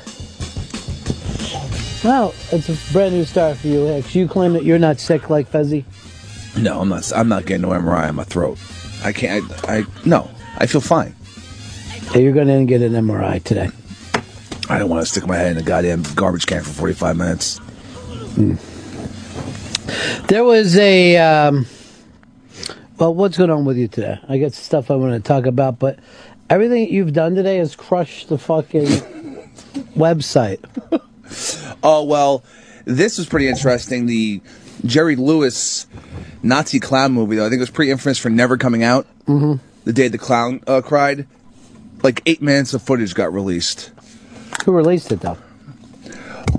well, it's a brand new start for you, Hicks. You claim that you're not sick like Fezzi.
No, I'm not. I'm not getting no MRI on my throat. I can't. I, I no. I feel fine.
Yeah, you're going to get an MRI today.
I don't want to stick my head in a goddamn garbage can for 45 minutes.
There was a. Um, well, what's going on with you today? I got stuff I want to talk about, but everything you've done today has crushed the fucking website.
Oh well, this was pretty interesting. The Jerry Lewis Nazi clown movie, though I think it was pre-infamous for never coming out.
Mhm.
The day the clown uh, cried, like eight minutes of footage got released.
Who released it though?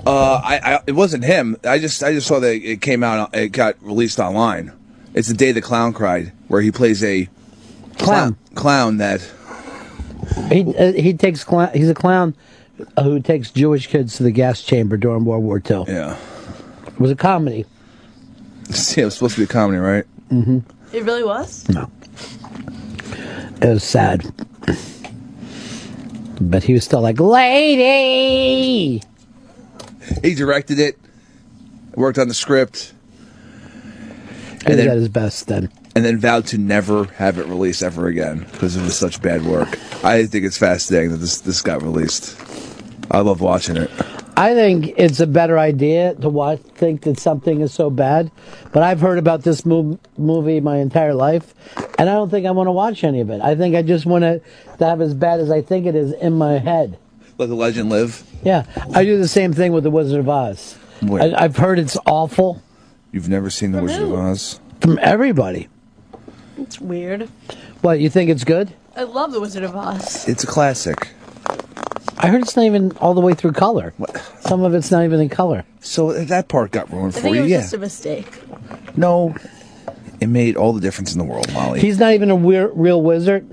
Uh, I, I it wasn't him. I just I just saw that it came out. uh, It got released online. It's the day the clown cried, where he plays a clown clown that
He uh, he takes clown. He's a clown who takes Jewish kids to the gas chamber during World War II.
Yeah,
it was a comedy.
See, it was supposed to be a comedy, right?
hmm
It really was?
It was sad, but he was still like, "Lady."
He directed it, worked on the script,
And he did his best then.
and then vowed to never have it released ever again because it was such bad work. I think it's fascinating that this this got released. I love watching it.
I think it's a better idea to watch, think that something is so bad. But I've heard about this mov- movie my entire life, and I don't think I want to watch any of it. I think I just want to have as bad as I think it is in my head.
Let the legend live.
Yeah, I do the same thing with The Wizard of Oz.
Wait.
I, I've heard it's awful
You've never seen The Wizard of Oz?
from everybody.
It's weird.
What, you think it's good?
I love The Wizard of Oz.
It's a classic.
I heard it's not even all the way through color. Some of it's not even in color.
So that part got
I
ruined for
think it
you.
was
Yeah.
just a mistake.
no, it made all the difference in the world, Molly.
He's not even a weir- real wizard.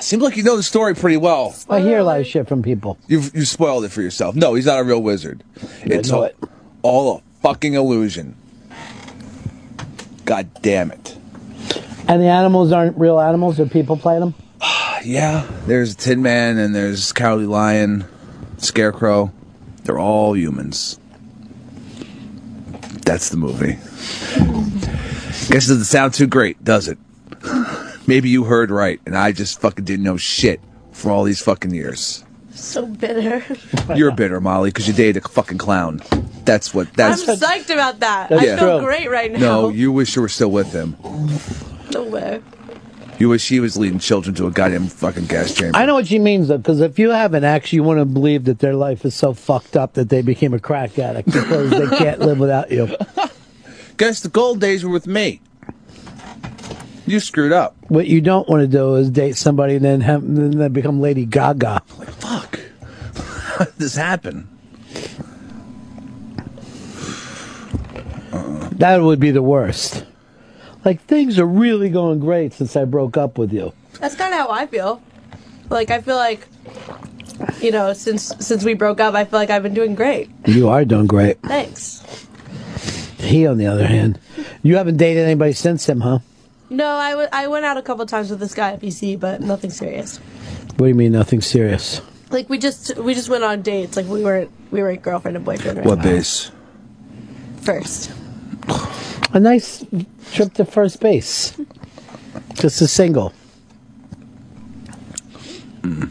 Seems like you know the story pretty well.
I hear a lot of shit from people.
You've you spoiled it for yourself. No, he's not a real wizard. It's
know
all,
it.
all a fucking illusion. God damn it.
And the animals aren't real animals, they're people playing them.
Yeah, there's Tin Man and there's Cowardly Lion, Scarecrow. They're all humans. That's the movie. Guess it doesn't sound too great, does it? Maybe you heard right, and I just fucking didn't know shit for all these fucking years.
So bitter.
You're bitter, Molly, because you dated a fucking clown. That's what. That's
I'm psyched about that.
That's
I
yeah.
feel great right now.
No, you wish you were still with him.
No way.
You wish he was leading children to a goddamn fucking gas chamber.
I know what she means though, because if you have an ex, you want to believe that their life is so fucked up that they became a crack addict because they can't live without you.
Guess the gold days were with me. You screwed up.
What you don't want to do is date somebody and then have, then they become Lady Gaga.
How did this happen?
That would be the worst. Like things are really going great since I broke up with you.
That's kind of how I feel. Like I feel like, you know, since since we broke up, I feel like I've been doing great.
You are doing great.
Thanks.
He, on the other hand, you haven't dated anybody since him, huh?
No, I, w- I went out a couple times with this guy at PC, but nothing serious.
What do you mean, nothing serious?
Like we just we just went on dates. Like we weren't we weren't girlfriend and boyfriend. Right
What base?
First.
A nice trip to first base. Just a single.
Hmm.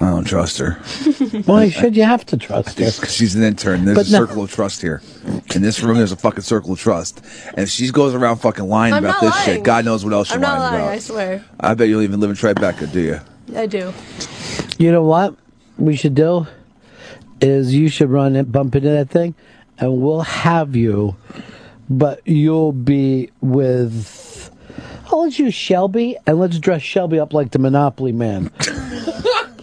I don't trust her.
Why should you have to trust her?
Because she's an intern. There's
But
a
no-
circle of trust here. In this room, there's a fucking circle of trust. And if she goes around fucking lying
I'm not
about this
lying.
shit, God knows what else
I'm
you're
not
lying,
lying. I
about.
swear.
I, bet you don't even live in Tribeca, do you?
I do.
You know what we should do is you should run and bump into that thing, and we'll have you, but you'll be with. I'll let you Shelby, and let's dress Shelby up like the Monopoly man,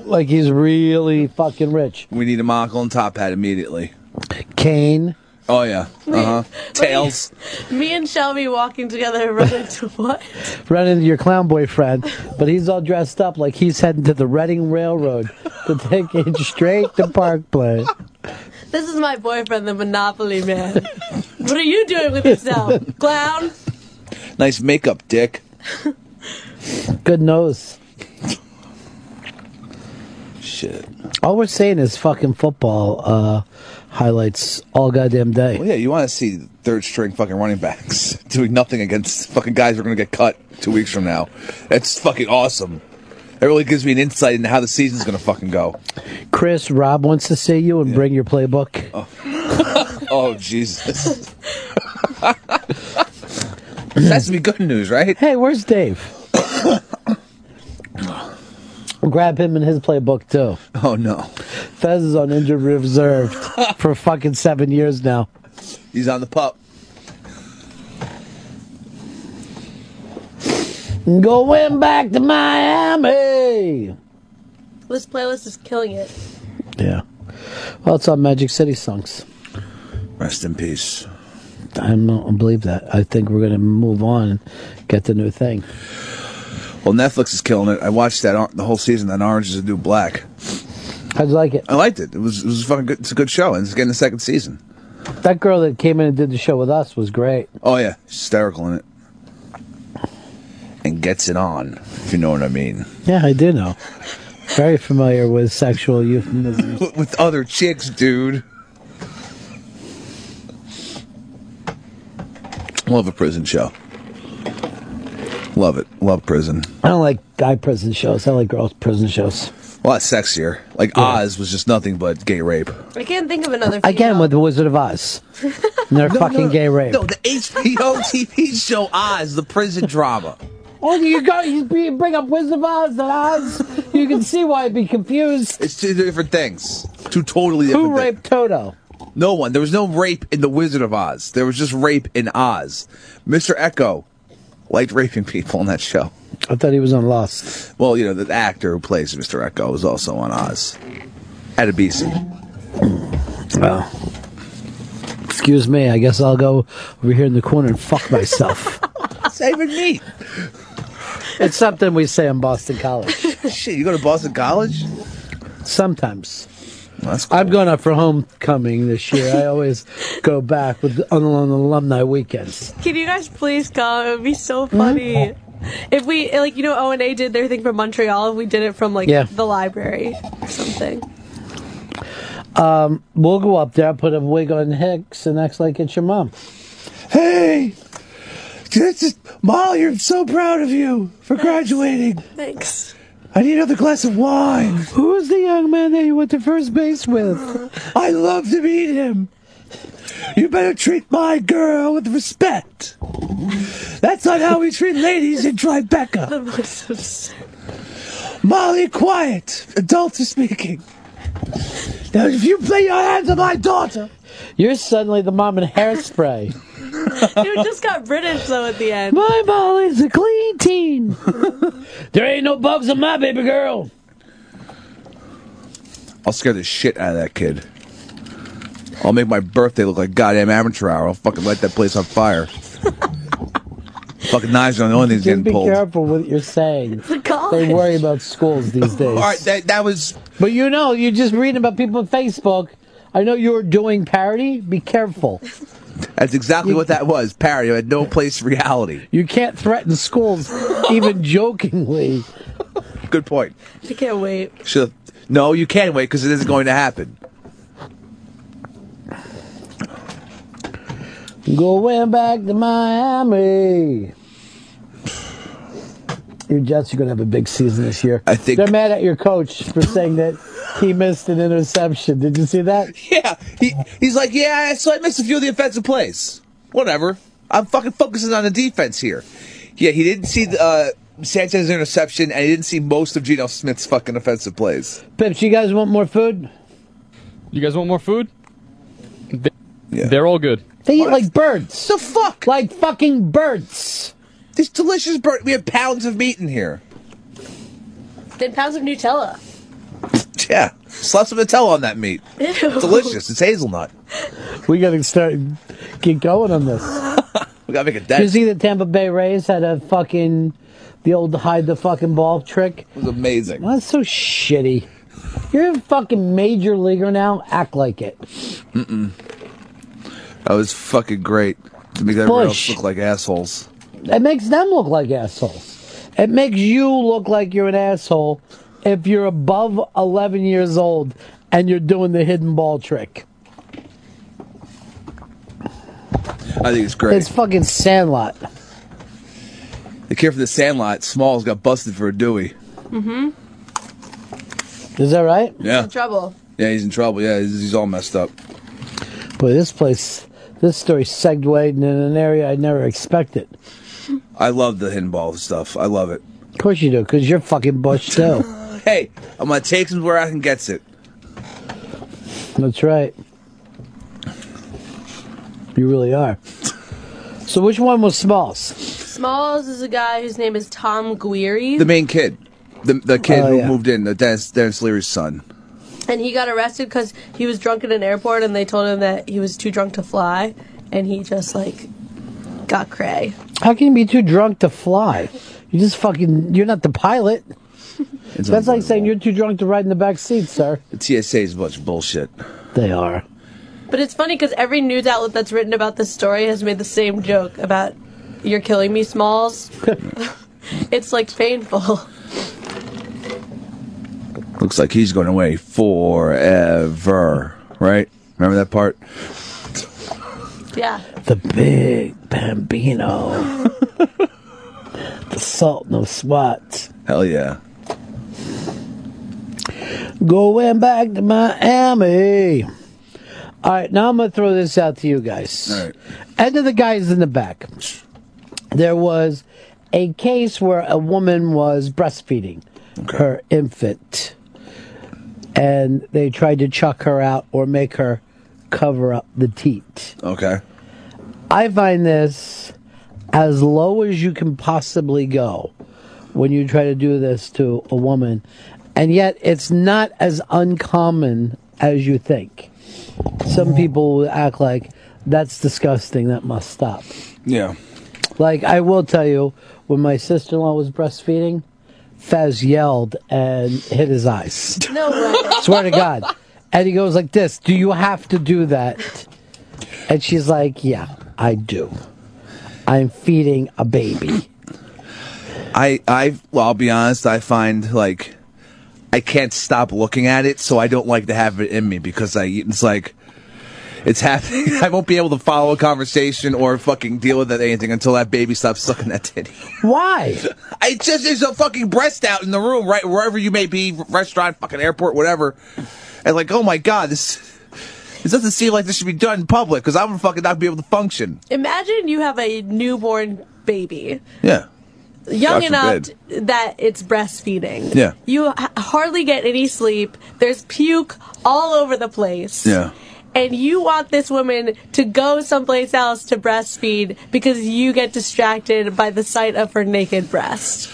like he's really fucking rich.
We need a monocle and top hat immediately.
Kane.
Oh, yeah. Uh huh. Tails.
Me and Shelby walking together run into what?
run into your clown boyfriend, but he's all dressed up like he's heading to the Reading Railroad to take it straight to Park Place.
This is my boyfriend, the Monopoly man. What are you doing with yourself, clown?
Nice makeup, Dick.
Good nose.
Shit.
All we're saying is fucking football uh, highlights all goddamn day.
Well, yeah, you want to see third string fucking running backs doing nothing against fucking guys who are going to get cut two weeks from now. That's fucking awesome. That really gives me an insight into how the season's going to fucking go.
Chris, Rob wants to see you and bring your playbook.
oh, Jesus. This has to be good news, right?
Hey, where's Dave? Grab him and his playbook too.
Oh no,
Fez is on injured reserve for fucking seven years now.
He's on the pup.
Going back to Miami.
This playlist is killing it.
Yeah. Well, it's on Magic City songs.
Rest in peace.
I don't believe that. I think we're going to move on and get the new thing.
Well, Netflix is killing it. I watched that or- the whole season. That Orange is the New Black.
How'd you like it?
I liked it. It was it was fucking good. It's a good show, and it's getting a second season.
That girl that came in and did the show with us was great.
Oh yeah, hysterical in it, and gets it on. If you know what I mean.
Yeah, I do know. Very familiar with sexual euphemisms.
With with other chicks, dude. Love a prison show. Love it. Love prison.
I don't like guy prison shows. I like girls prison shows.
A lot sexier. Like Oz was just nothing but gay rape.
I can't think of another.
Again, with The Wizard of Oz. And they're
No,
fucking
no,
gay rape.
No, the HBO TV show Oz, the prison drama.
Oh, you go. You be- bring up Wizard of Oz and Oz. You can see why I'd be confused.
It's two different things. Two totally different
Who raped Toto?
No one. There was no rape in The Wizard of Oz. There was just rape in Oz. Mr. Echo liked raping people on that show.
I thought he was on Lost.
Well, you know, the actor who plays Mr. Echo was also on Oz. Adebisi.
Wow. Excuse me. I guess I'll go over here in the corner and fuck myself.
Saving me.
it's something we say in Boston College.
Shit, you go to Boston College?
Sometimes. I'm going up for homecoming this year. I always go back with on on alumni weekends.
Can you guys please come? It would be so
Hmm?
funny. If we like, you know, O and A did their thing from Montreal. We did it from like
Yeah.
the library or something.
Um, we'll go up there, put a wig on Hicks, and act like it's your mom.
Hey, this is, Molly, I'm so proud of you for graduating.
Thanks.
I need another glass of wine.
Who's the young man that you went to first base with?
I love to meet him. You better treat my girl with respect. That's not how we treat ladies in Tribeca. Molly, quiet. Adults are speaking.
Now, if you play your hands on my daughter, you're suddenly the mom in hairspray.
Dude just got British though at the end.
My Molly's a clean teen. there ain't no bubs on my baby girl.
I'll scare the shit out of that kid. I'll make my birthday look like goddamn amateur hour. I'll fucking light that place on fire. fucking knives are the only things
Just
getting
be
pulled.
careful what you're saying. They worry about schools these days. All
right, that, that was.
But you know, you're just reading about people on Facebook. I know you're doing parody. Be careful.
That's exactly what that was. Parody had no place in reality.
You can't threaten schools, even jokingly.
Good point.
I can't wait.
Should no, you can wait because it isn't going to happen.
Going back to Miami. Your Jets are going to have a big season this year. I think they're mad at your coach for saying that he missed an interception. Did you see that?
Yeah, he, he's like, yeah, so I missed a few of the offensive plays. Whatever. I'm fucking focusing on the defense here. Yeah, he didn't see the, uh, Sanchez's interception, and he didn't see most of Geno Smith's fucking offensive plays.
Pips, you guys want more food?
You guys want more food? They- They're all good.
They eat like birds.
The fuck?
Like fucking birds.
These delicious bird. We have pounds of meat in here.
Did pounds of Nutella.
Yeah, slap some Nutella on that meat.
Ew.
Delicious. It's hazelnut.
We got to start get going on this.
We gotta make a
Did you
dent.
see the Tampa Bay Rays had a fucking the old hide the fucking ball trick?
It was amazing.
Well, that's so shitty. You're a fucking major leaguer now. Act like it.
Mm-mm. That was fucking great to make everyone else
Bush.
look like assholes.
It makes them look like assholes. It makes you look like you're an asshole if you're above 11 years old and you're doing the hidden ball trick.
I think it's great.
It's fucking Sandlot.
the kid from the Sandlot, Smalls, got busted for a Dewey.
Mm-hmm.
Is that right?
Yeah,
In trouble.
yeah, he's in trouble. Yeah, he's, he's all messed up.
Boy, this place, this story segued in an area I never expected.
I love the hidden ball stuff. I love it.
Of course you do, because you're fucking Bush too.
Hey, I'm gonna take him where I can get it.
That's right. You really are. So which one was Smalls?
Smalls is a guy whose name is Tom Guiri.
The main kid, the the kid
Oh,
who
yeah.
moved in, the Dennis, Dennis Leary's son.
And he got arrested because he was drunk at an airport, and they told him that he was too drunk to fly, and he just like got cray.
How can you be too drunk to fly? You just fucking, you're not the pilot. That's like saying you're too drunk to ride in the back seat, sir.
The TSA is a bunch of bullshit.
They are.
But it's funny because every news outlet that's written about this story has made the same joke about "You're killing me, Smalls." it's like painful.
Looks like he's going away forever. Right? Remember that part?
Yeah.
The big bambino. the Sultan of SWAT.
Hell yeah.
Going back to Miami. All right, now I'm going to throw this out to you guys. All right. And to the guys in the back. There was a case where a woman was breastfeeding her infant. And they tried to chuck her out or make her cover up the teat.
Okay.
I find this as low as you can possibly go when you try to do this to a woman. And yet, it's not as uncommon as you think. Some people will act like that's disgusting, that must stop.
Yeah.
Like, I will tell you, when my sister in law was breastfeeding, Fez yelled and hit his eyes.
No way.
Swear to God. And he goes like this, do you have to do that? And she's like, yeah, I do. I'm feeding a baby.
I I well, I'll be honest. I find like I can't stop looking at it, so I don't like to have it in me because I it's like it's happening. I won't be able to follow a conversation or fucking deal with that anything until that baby stops sucking that titty.
Why?
I just there's a fucking breast out in the room, right wherever you may be, restaurant, fucking airport, whatever. And like, oh my god, this. This doesn't seem like this should be done in public because I'm fucking not be able to function.
Imagine you have a newborn baby,
Yeah,
young
God
enough
forbid.
t- that it's breastfeeding.
Yeah.
You h- hardly get any sleep. There's puke all over the place.
yeah.
and you want this woman to go someplace else to breastfeed because you get distracted by the sight of her naked breast.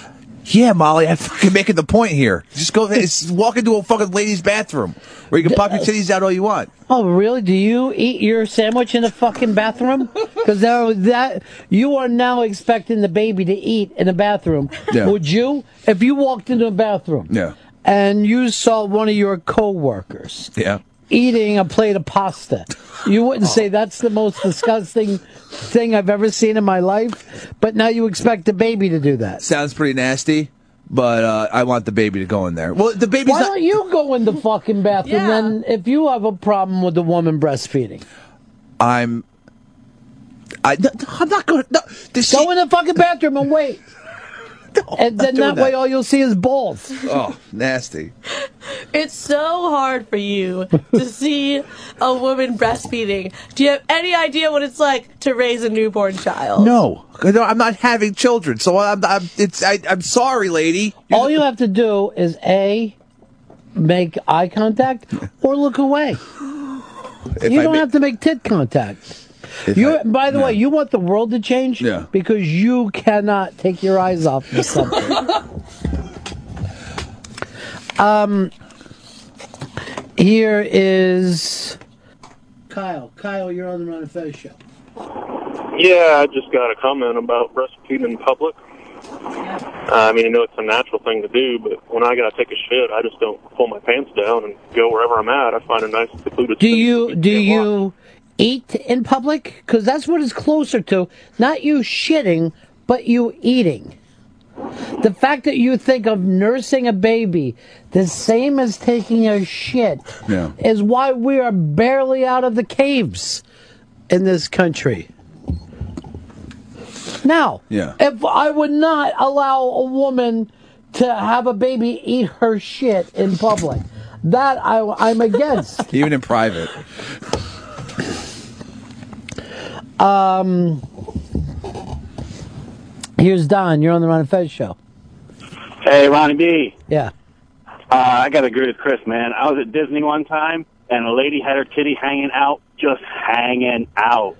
Yeah, Molly, I'm fucking making the point here. Just go, it's, walk into a fucking lady's bathroom where you can pop your titties out all you want.
Oh, really? Do you eat your sandwich in the fucking bathroom? Because now that you are now expecting the baby to eat in the bathroom.
Yeah.
Would you, if you walked into a bathroom
Yeah.
and you saw one of your coworkers
Yeah.
eating a plate of pasta, you
Oh.
wouldn't say that's the most disgusting thing I've ever seen in my life. But now you expect the baby to do that.
Sounds pretty nasty, but uh, I want the baby to go in there. Well, the baby's
Why
not-
don't you go in the fucking bathroom then if you have a problem with the woman breastfeeding?
I'm. I, no, no, I'm not going to. No,
go in the fucking bathroom and wait. and then
doing
that, way
that.
all you'll see is balls.
Oh, nasty.
It's so hard for you to see a woman breastfeeding. Do you have any idea what it's like to raise a newborn child?
No, No, I'm not having children, so I'm. I'm it's. I, I'm sorry, lady.
All you have to do is A, make eye contact or look away.
If
you
I
don't
ma-
have to make tit contact.
If
You,
I-
by the way, you want the world to change
Yeah.
because you cannot take your eyes off of something. um, here is Kyle. Kyle, you're on the Run and Fez show.
Yeah, I just got a comment about breastfeeding in public. I mean, I know it's a natural thing to do, but when I gotta take a shit, I just don't pull my pants down and go wherever I'm at. I find a nice secluded.
Do you do you eat in public? Because that's what it's closer to. Not you shitting, but you eating. The fact that you think of nursing a baby the same as taking a shit
Yeah.
is why we are barely out of the caves in this country. Now,
Yeah.
if I would not allow a woman to have a baby eat her shit in public, that I, I'm against.
Even in private.
Um, here's Don. You're on the Ron and Fez show.
Hey, Ronnie B.
Yeah.
Uh, I got to agree with Chris, man. I was at Disney one time, and a lady had her kitty hanging out, just hanging out,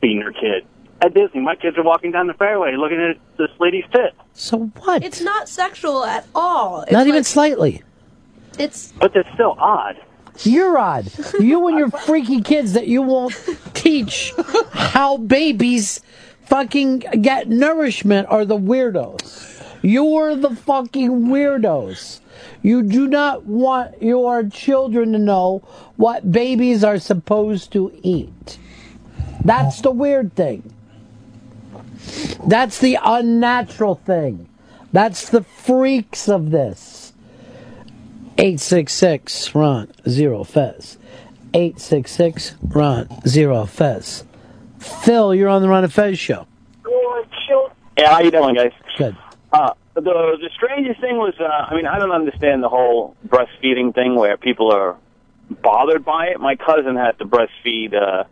feeding her kid. At Disney, my kids are walking down the fairway looking at this lady's tit.
So what?
It's not sexual at all. It's
Not even slightly.
It's
but that's still odd.
You're odd. You and your freaky kids that you won't teach how babies fucking get nourishment are the weirdos. You're the fucking weirdos. You do not want your children to know what babies are supposed to eat. That's the weird thing. That's the unnatural thing. That's the freaks of this. 866 Ron Zero Fez. 866 Ron Zero Fez. Phil, you're on the Ron and Fez show.
Yeah, how you doing, guys?
Good.
Uh, the the strangest thing was, uh, I mean, I don't understand the whole breastfeeding thing where people are bothered by it. My cousin had to breastfeed uh,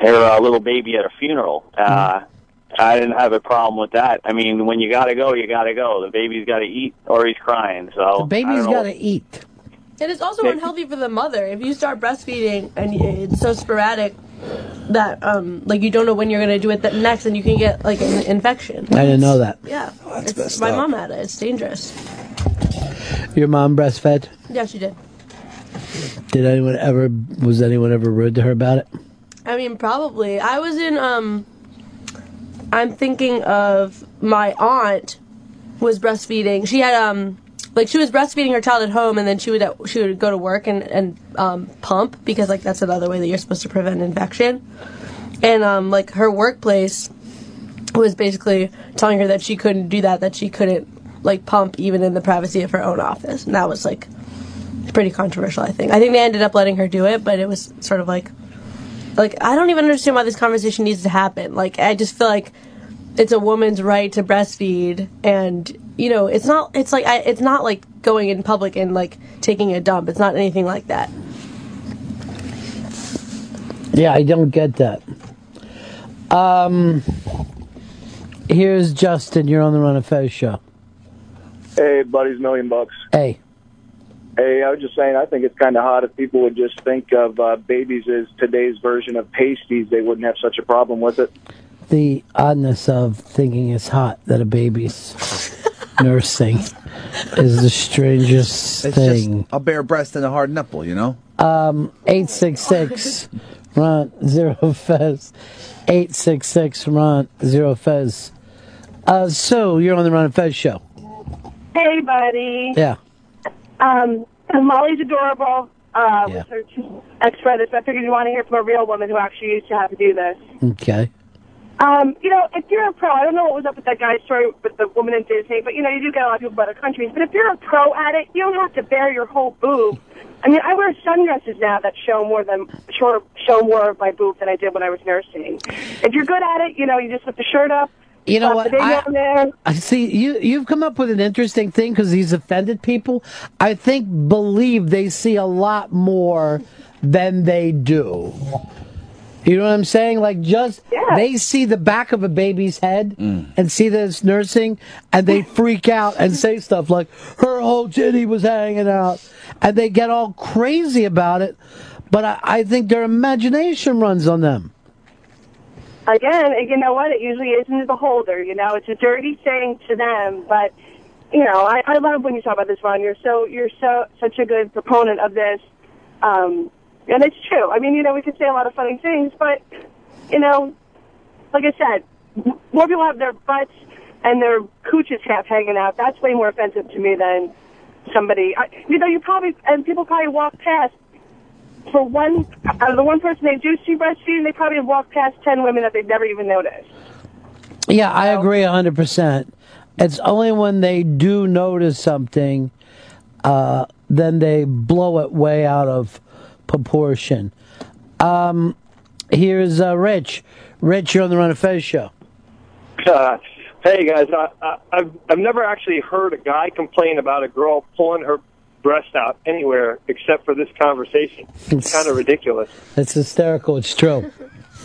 her uh, little baby at a funeral. Uh, I didn't have a problem with that. I mean, when you gotta go, you gotta go. The baby's gotta eat, or he's crying. So
The baby's got to eat.
It is also
Yeah.
unhealthy for the mother if you start breastfeeding and y- it's so sporadic that um like you don't know when you're gonna do it that next and you can get like an infection.
I didn't know that.
Yeah,
that's
messed
my
up.
mom had it. It's dangerous.
Your mom breastfed?
Yeah, she did.
Did anyone ever, was anyone ever rude to her about it?
I mean, probably. I was in um. I'm thinking of my aunt was breastfeeding. She had um like she was breastfeeding her child at home, and then she would she would go to work and and um, pump because like that's another way that you're supposed to prevent infection. And um like her workplace was basically telling her that she couldn't do that, that she couldn't like pump even in the privacy of her own office, and that was like pretty controversial. I think. I think they ended up letting her do it, but it was sort of like like I don't even understand why this conversation needs to happen. Like I just feel like it's a woman's right to breastfeed, and you know, it's not. It's like I, it's not like going in public and like taking a dump. It's not anything like that.
Yeah, I don't get that. Um, here's Justin. You're on the Run of Fez show.
Hey, buddies, million bucks.
Hey,
Hey, I was just saying, I think it's kind of hot if people would just think of uh, babies as today's version of pasties. They wouldn't have such a problem with it.
the oddness of thinking it's hot that a baby's nursing is the strangest
It's
thing.
just a bare breast and a hard nipple, you know?
Um, 866 Ron Zero Fez. 866 Ron Zero Fez. Uh, so you're on the Ron and Fez show.
Hey, buddy.
Yeah.
Um, Molly's adorable uh, with her two ex brothers. So I figured you want to hear from a real woman who actually used to have to do this.
Okay.
Um, you know, if you're a pro, I don't know what was up with that guy's story with the woman in Disney, but you know, you do get a lot of people from other countries. But if you're a pro at it, you don't have to bare your whole boob. I mean, I wear sundresses now that show more than show, show more of my boob than I did when I was nursing. If you're good at it, you know, you just put the shirt up.
You know
slap
what?
The baby
I-
on there.
I see you. You've come up with an interesting thing because these offended people, I think, believe they see a lot more than they do. You know what I'm saying? Like just they see the back of a baby's head and see that it's nursing, and they freak out and say stuff like "her whole titty was hanging out," and they get all crazy about it. But I, I think their imagination runs on them.
again, you know what? It usually isn't the beholder. You know, it's a dirty thing to them. But you know, I, I love when you talk about this, Ron. You're so you're so such a good proponent of this, um, and it's true. I mean, you know, we could say a lot of funny things, but you know, like I said, m- more people have their butts and their cooches half hanging out. That's way more offensive to me than somebody. I, you know, you probably and people probably walk past for one out of the one person they do see breastfeeding, they probably have walked past 10 women that they've never even noticed.
Yeah, I agree 100%. It's only when they do notice something, uh, then they blow it way out of proportion. Um, here's uh, Rich. Rich, you're on the Run of Fez show.
Uh, hey guys, I, I, I've I've never actually heard a guy complain about a girl pulling her breast out anywhere except for this conversation. It's kind of ridiculous.
It's hysterical. It's true.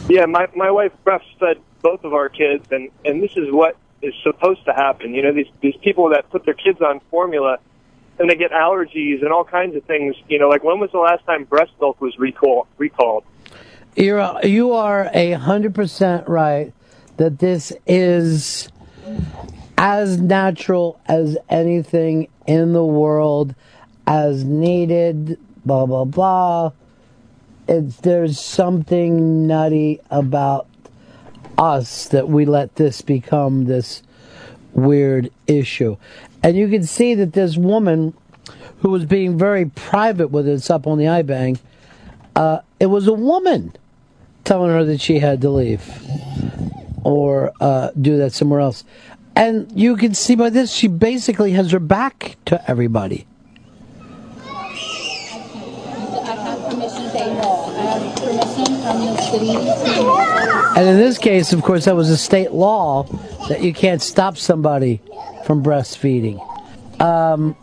Yeah, my my wife breastfed both of our kids, and and this is what is supposed to happen. You know, these these people that put their kids on formula, and they get allergies and all kinds of things. You know, like when was the last time breast milk was recall recalled?
You're a- you are a hundred percent right that this is as natural as anything in the world, as needed. Blah blah blah. It's there's something nutty about us that we let this become this weird issue, and you can see that this woman who was being very private with us up on the iBang, uh, it was a woman telling her that she had to leave or uh, do that somewhere else. And you can see by this, she basically has her back to everybody. And in this case, of course, that was a state law that you can't stop somebody from breastfeeding. Um,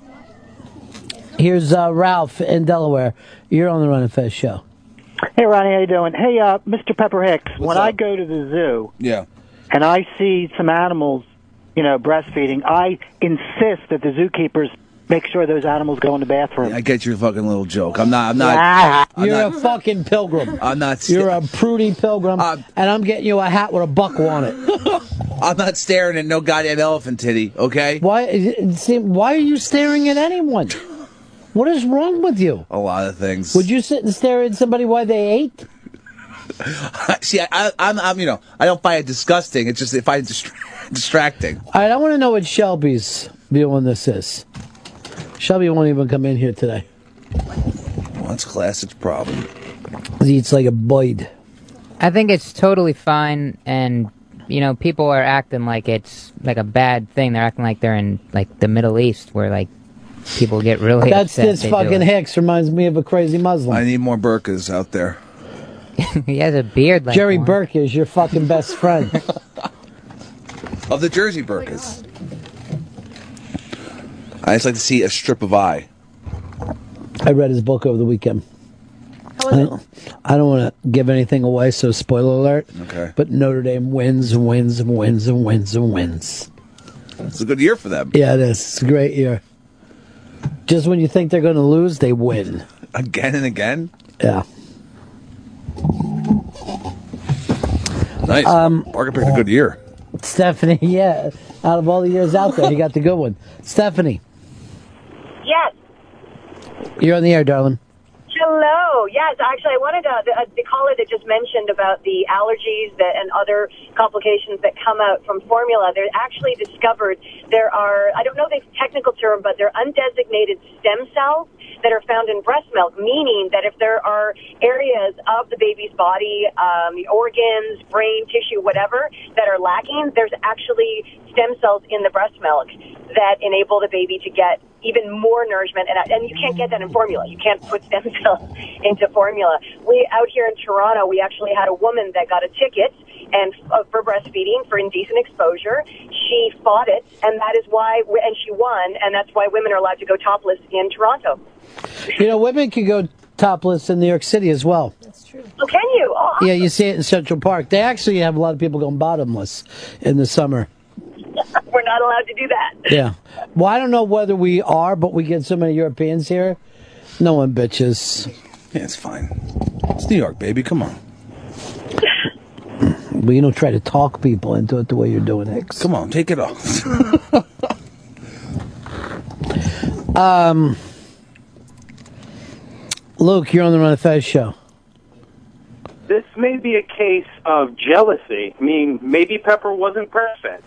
here's uh, Ralph in Delaware. You're on the Run and Fest show.
Hey, Ronnie, how you doing? Hey, uh, Mr. Pepper Hicks. when I go to the zoo
Yeah.
and I see some animals, you know, breastfeeding, I insist that the zookeepers make sure those animals go in the bathroom.
I get your fucking little joke. I'm not. I'm not.
Ah.
I'm
You're
not, Um,
a fucking pilgrim.
I'm not.
You're a prudy pilgrim, and I'm getting you a hat with a buckle on it.
I'm not staring at no goddamn elephant titty. Okay.
Why? it seem- Why are you staring at anyone? What is wrong with you?
A lot of things.
Would you sit and stare at somebody while they ate?
See, I, I, I'm, I'm, you know, I don't find it disgusting. It's just if I distra- distracting.
All right, I want to know what Shelby's view on this is. Shelby won't even come in here today.
Well, that's classic's problem.
'Cause He eats like a bite.
I think it's totally fine, and you know, people are acting like it's like a bad thing. They're acting like they're in like the Middle East, where like people get really
That's
upset
this
they do
fucking
it.
Hicks reminds me of a crazy Muslim.
I need more burkas out there.
he has a beard like
Jerry
one.
Burke is your fucking best friend.
Of the Jersey burkas. I just like to see a strip of eye.
I read his book over the weekend. I don't, I don't want to give anything away, so spoiler alert.
Okay.
But Notre Dame wins and wins and wins and wins and wins.
It's a good year for them.
Yeah, it is. It's a great year. Just when you think they're going to lose, they win.
Again and again.
Yeah.
Nice. Um, Parker picked a good year.
Stephanie, yeah. Out of all the years out there, he got the good one. Stephanie,
Yes.
you're on the air, darling.
Hello. Yes, actually, I wanted to, the, uh, the caller that just mentioned about the allergies that and other complications that come out from formula. They're actually discovered there are I don't know the technical term, but they're undesignated stem cells that are found in breast milk, meaning that if there are areas of the baby's body, um, the organs, brain tissue, whatever that are lacking, there's actually stem cells in the breast milk that enable the baby to get even more nourishment, and, and you can't get that in formula. You can't put stem cells into formula. We out here in Toronto, we actually had a woman that got a ticket and uh, for breastfeeding for indecent exposure. She fought it, and that is why, and she won, and that's why women are allowed to go topless in Toronto.
You know, women can go topless in New York City as well.
So can you? Oh,
Yeah, you see it in Central Park. They actually have a lot of people going bottomless in the summer.
we're not allowed to do that.
Yeah. Well, I don't know whether we are, but we get so many Europeans here. No one bitches.
Yeah, it's fine. It's New York, baby. Come on.
But you don't try to talk people into it the way you're doing it.
Come on, take it off.
Um, Luke, you're on the Run of Fez show.
This may be a case of jealousy. I mean, maybe Pepper wasn't breastfed.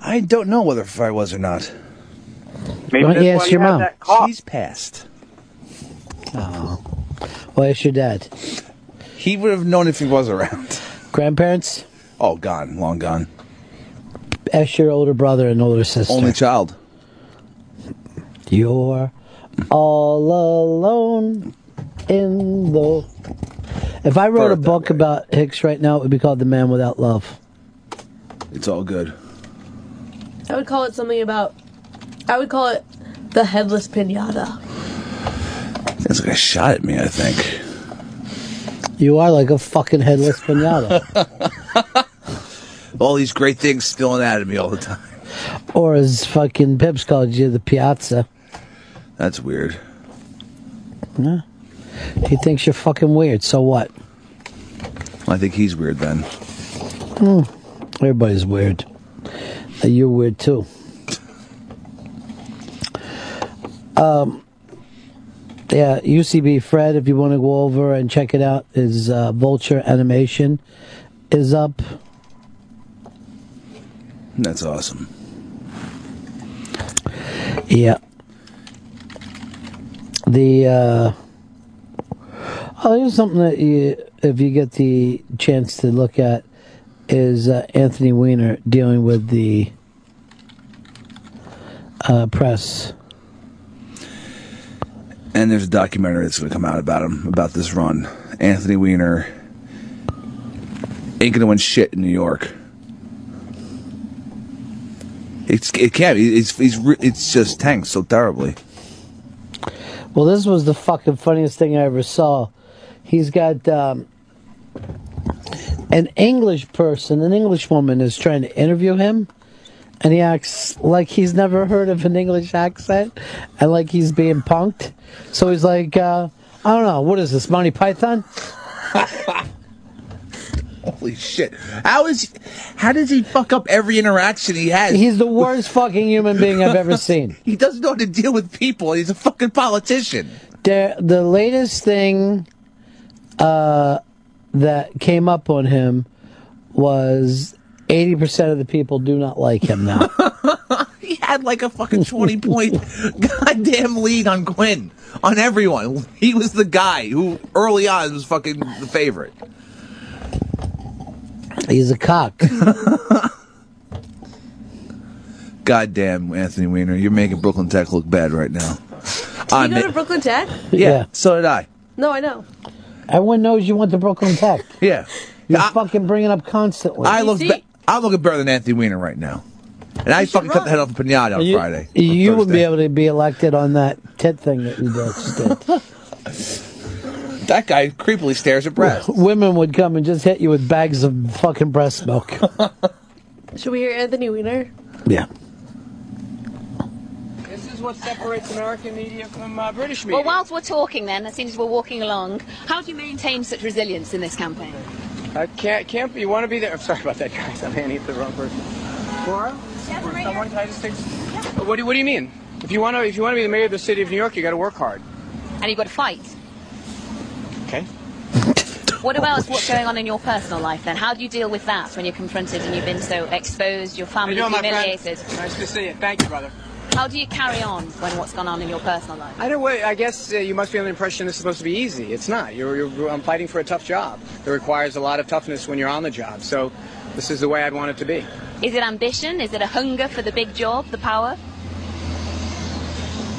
I don't know whether if I was or not.
Maybe
Why don't you ask your mom?
She's passed.
Oh. Why is your dad?
He would have known if he was around.
Grandparents?
Oh, gone, long gone.
Ask your older brother and older sister.
Only child.
You're all alone in the. If I wrote a book about Hicks right now, it would be called The Man Without Love.
It's all good.
I would call it something about. I would call it the headless pinata.
That's like a shot at me, I think.
You are like a fucking headless pinata.
All these great things spilling out of me all the time.
or as fucking Pips called you, the piazza.
That's weird.
Yeah. He thinks you're fucking weird, so what?
I think he's weird then.
Hmm. Everybody's weird. Uh, You're weird too. Um, yeah, UCB Fred, if you want to go over and check it out, is uh, Vulture Animation is up.
That's awesome.
Yeah. The uh, oh, here's something that you, if you get the chance to look at, is uh, Anthony Weiner dealing with the uh, press.
And there's a documentary that's going to come out about him, about this run. Anthony Weiner ain't going to win shit in New York. It's, it can't. be. It's, it's, re- it's just tanked so terribly.
Well, this was the fucking funniest thing I ever saw. He's got um, an English person, an English woman is trying to interview him, and he acts like he's never heard of an English accent and like he's being punked. So he's like, uh, I don't know, what is this, Monty Python?
Holy shit. How is. How does he fuck up every interaction he has?
He's the worst fucking human being I've ever seen.
he doesn't know how to deal with people. He's a fucking politician.
The, the latest thing uh, that came up on him was 80% of the people do not like him now.
He had like a fucking 20 point goddamn lead on Quinn, on everyone. He was the guy who early on was fucking the favorite.
He's a cock.
Goddamn, Anthony Weiner, you're making Brooklyn Tech look bad right now.
You
I
go to
mean,
Brooklyn Tech?
yeah, so did I.
No, I know.
Everyone knows you went to Brooklyn Tech.
Yeah.
You're fucking bringing up constantly.
I look be- I'm looking better than Anthony Weiner right now. And I fucking cut the head off a pinata on
You-
Friday.
You would be able to be elected on that tit thing that you just did.
That guy creepily stares at Brad.
Women would come and just hit you with bags of fucking breast milk.
Should we hear Anthony Weiner?
yeah.
This is what separates American media from uh, British media.
Well, whilst we're talking then, it seems we're walking along, how do you maintain such resilience in this campaign?
I can't, can't be, you want to be there. I'm sorry about that, guys. I'm handing it to the wrong person. Laura? Or someone, can I just take- What do, what do you mean? If you want to, if you want to be the mayor of the city of New York, you got to work hard.
And you've got to fight.
Okay.
What about what's going on in your personal life then? How do you deal with that when you're confronted and you've been so exposed, your family
you doing, my friend?
humiliated?
Nice to see you. Thank you, brother.
How do you carry on when what's gone on in your personal life?
Either way, I guess uh, you must be under the impression this is supposed to be easy. It's not. You're, you're I'm fighting for a tough job. It requires a lot of toughness when you're on the job. So, this is the way I'd want it to be.
Is it ambition? Is it a hunger for the big job, the power?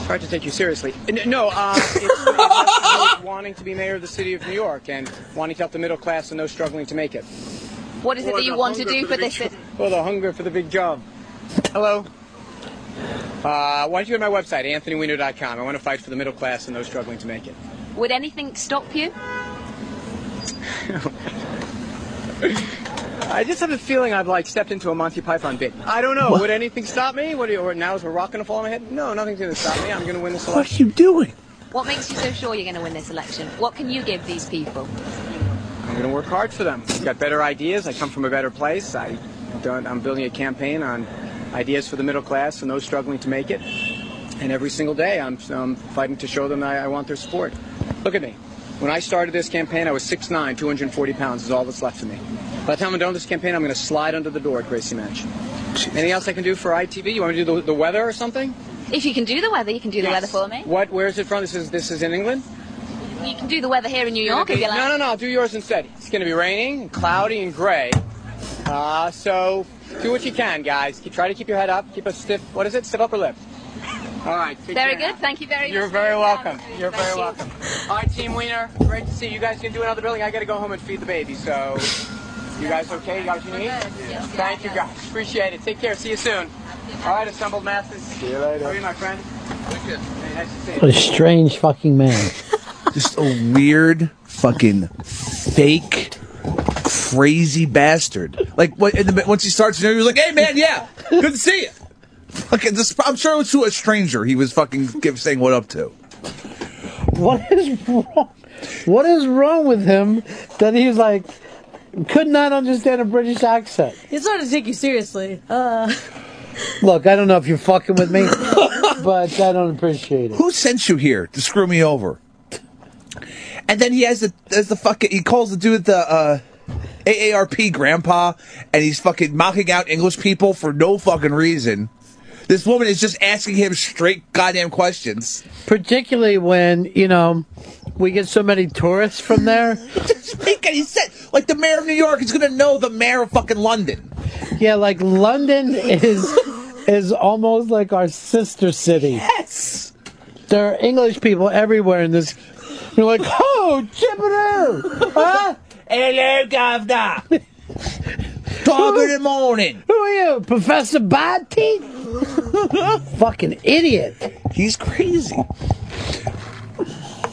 Hard to take you seriously. N- no, uh, it's, it's not wanting to be mayor of the city of New York and wanting to help the middle class and those struggling to make it.
What is it
Or
that you
the
want to
hunger
do
for
for
the
this?
big Well, the hunger for the big job. Hello. Uh, why don't you go to my website, anthonywiener.com. I want to fight for the middle class and those struggling to make it.
Would anything stop you?
I just have a feeling I've like stepped into a Monty Python bit. I don't know. Would anything stop me? What do you, or now is a rock going to fall on my head? No, nothing's going to stop me. I'm going to win this election.
you doing?
What makes you so sure you're going to win this election? What can you give these people?
I'm going to work hard for them. I've got better ideas. I come from a better place. I don't, I'm building a campaign on ideas for the middle class and those struggling to make it. And every single day, I'm, I'm fighting to show them I, I want their support. Look at me. When I started this campaign, I was 6'9", 240 pounds is all that's left of me. By the time I'm done with this campaign, I'm going to slide under the door at Gracie Manch. Anything else I can do for ITV? You want me to do the, the weather or something?
If you can do the weather, you can do the
Yes.
weather for me.
What? Where is it from? This is this is in England.
you can do the weather here in New
It's gonna
York if
be-
you like.
No, no, no. I'll do yours instead. It's going to be raining, and cloudy, and gray. Uh, so do what you can, guys. Keep, try to keep your head up. Keep a stiff. What is it? Stiff upper lip. All right. take
Very
care.
good. Thank you very
You're
much.
very welcome. You're
Thank
very
you.
welcome. All right, Team Wiener. Great to see you guys. Can do another building. I got to go home and feed the baby. So, you guys okay? You got what you need? Thank you guys. Appreciate it. Take care. See you soon. All right, assembled masses. See you later. How are you, my friend? Good. Hey, nice to see you.
What a strange fucking man.
Just a weird fucking fake crazy bastard. Like what? In the, once he starts, you know, he was like, "Hey man, yeah, good to see you." Fucking, this, I'm sure it was to a stranger. He was fucking give, saying what up to.
What is wrong? What is wrong with him that he's like could not understand a British accent?
He's starting to take you seriously. Uh,
Look, I don't know if you're fucking with me, but I don't appreciate it.
Who sent you here to screw me over? And then he has the has the fucking he calls the dude at the uh, AARP grandpa, and he's fucking mocking out English people for no fucking reason. This woman is just asking him straight goddamn questions.
Particularly when you know we get so many tourists from there.
Speaking, he said, like the mayor of New York is gonna know the mayor of fucking London.
Yeah, like London is is almost like our sister city.
Yes.
There are English people everywhere in this. You're like, oh, Jupiter! huh?
Hello, Governor! Top of the morning!
Who are you, Professor Barty? Fucking idiot.
He's crazy.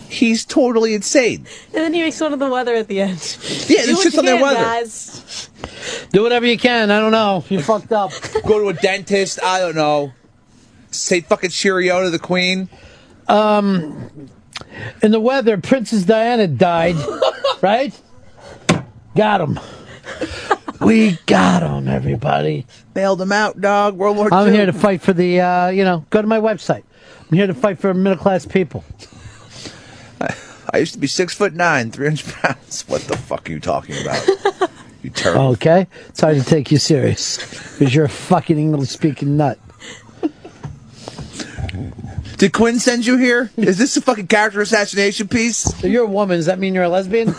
He's totally insane.
and then he makes fun of the weather at the end.
Yeah,
do
it's
what
just
you
on their
can,
weather.
Guys.
Do whatever you can. I don't know. You fucked up.
Go to a dentist. I don't know. Say fucking cheerio to the queen.
Um, in the weather, Princess Diana died, right? Got him. We got him, everybody.
Bailed him out, dog. World War
I'm
II.
here to fight for the, uh, you know, go to my website. I'm here to fight for middle class people.
I used to be six foot nine, three hundred pounds. What the fuck are you talking about? you terrible.
Okay? It's hard to take you serious because you're a fucking English speaking nut.
Did Quinn send you here? Is this a fucking character assassination piece?
So you're a woman. Does that mean you're a lesbian?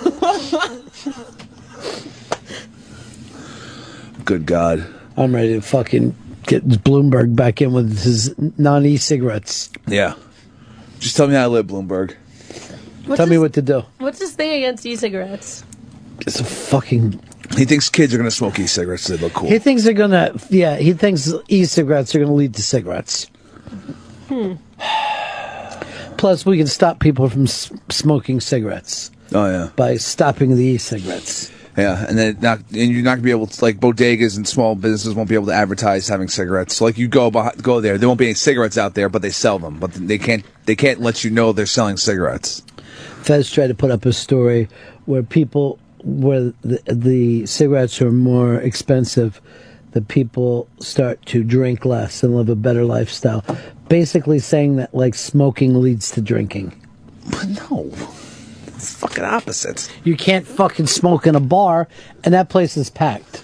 Good God.
I'm ready to fucking get Bloomberg back in with his non e cigarettes.
Yeah. Just tell me how I live, Bloomberg.
What's
Tell me
his-
what to do.
What's this thing against e-cigarettes?
It's a fucking.
He thinks kids are gonna smoke e-cigarettes. so They look cool.
He thinks they're gonna. Yeah, he thinks e cigarettes are gonna lead to cigarettes.
Hmm.
Plus, we can stop people from s- smoking cigarettes.
Oh yeah.
By stopping the e-cigarettes.
Yeah, and then it not, and you're not gonna be able to like bodegas and small businesses won't be able to advertise having cigarettes. So, like you go behind, go there, there won't be any cigarettes out there, but they sell them. But they can't they can't let you know they're selling cigarettes.
Fez tried to put up a story where people, where the, the cigarettes are more expensive, the people start to drink less and live a better lifestyle. Basically, saying that like smoking leads to drinking.
But no, it's fucking opposite.
You can't fucking smoke in a bar, and that place is packed.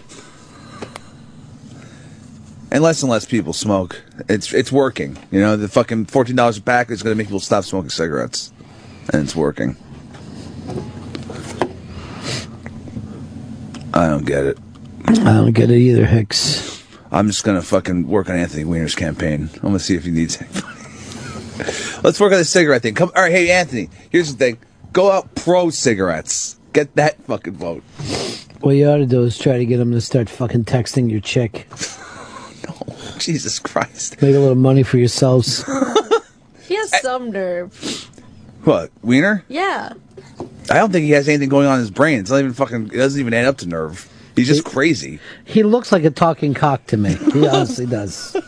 And less and less people smoke. It's it's working. You know, the fucking fourteen dollars a pack is gonna make people stop smoking cigarettes, and it's working. I don't get it.
I don't get it either, Hicks.
I'm just gonna fucking work on Anthony Weiner's campaign. I'm gonna see if he needs anybody. Let's work on the cigarette thing. Come, all right, hey Anthony. Here's the thing: go out pro cigarettes. Get that fucking vote.
What you ought to do is try to get them to start fucking texting your chick.
Jesus Christ.
Make a little money for yourselves.
He has some nerve.
What Weiner?
Yeah.
I don't think he has anything going on in his brain. It's not even fucking. It doesn't even add up to nerve. He's just crazy.
He looks like a talking cock to me. He honestly does.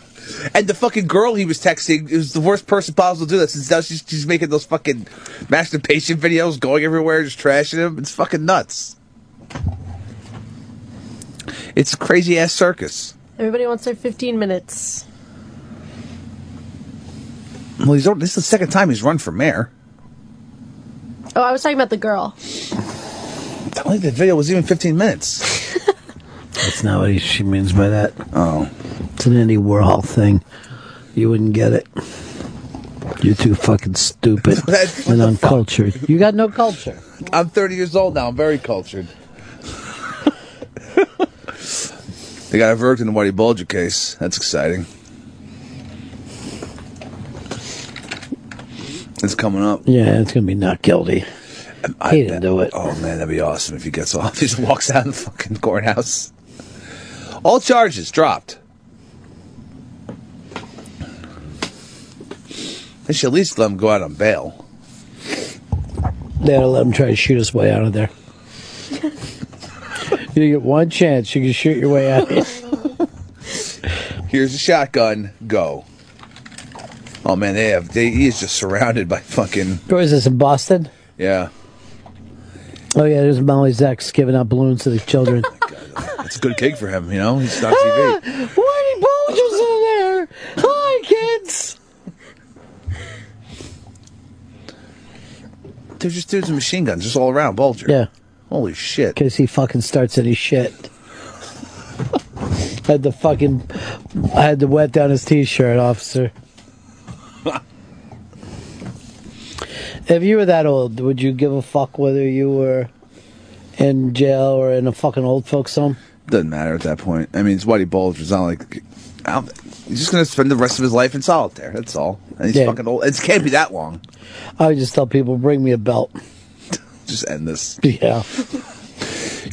And the fucking girl he was texting is the worst person possible to do that since now she's, she's making those fucking masturbation videos going everywhere, just trashing him. It's fucking nuts. It's a crazy ass circus.
Everybody wants their 15 minutes.
Well, he's this is the second time he's run for mayor.
Oh, I was talking about the girl.
I don't think the video was even 15 minutes.
That's not what he, she means by that.
Oh.
It's an Andy Warhol thing. You wouldn't get it. You're too fucking stupid and uncultured. You got no culture.
I'm 30 years old now. I'm very cultured. they got a verdict in the Whitey Bulger case. That's exciting. It's coming up.
Yeah, it's gonna be not guilty. he didn't do it.
Oh man, that'd be awesome if he gets off. He just walks out of the fucking courthouse. All charges dropped. They should at least let him go out on bail.
They ought to let him try to shoot his way out of there. you get one chance. You can shoot your way out. of here.
Here's a shotgun. Go. Oh man, they have. They, he is just surrounded by fucking
Where is this in Boston?
yeah.
Oh yeah, there's Molly's ex giving out balloons to the children.
It's a good gig for him, you know. He's on TV.
Whitey Bulger's in there. Hi, kids.
There's just dudes with machine guns just all around Bulger.
Yeah.
Holy shit.
Because he fucking starts any shit. had to fucking, I had to wet down his t-shirt, officer. if you were that old, would you give a fuck whether you were in jail or in a fucking old folks home?
Doesn't matter at that point. I mean, it's Whitey Bulger. It's not like I'm- he's just gonna spend the rest of his life in solitaire. That's all. And he's
Yeah.
fucking old. It can't be that long.
I would just tell people, bring me a belt.
Just end this.
Yeah.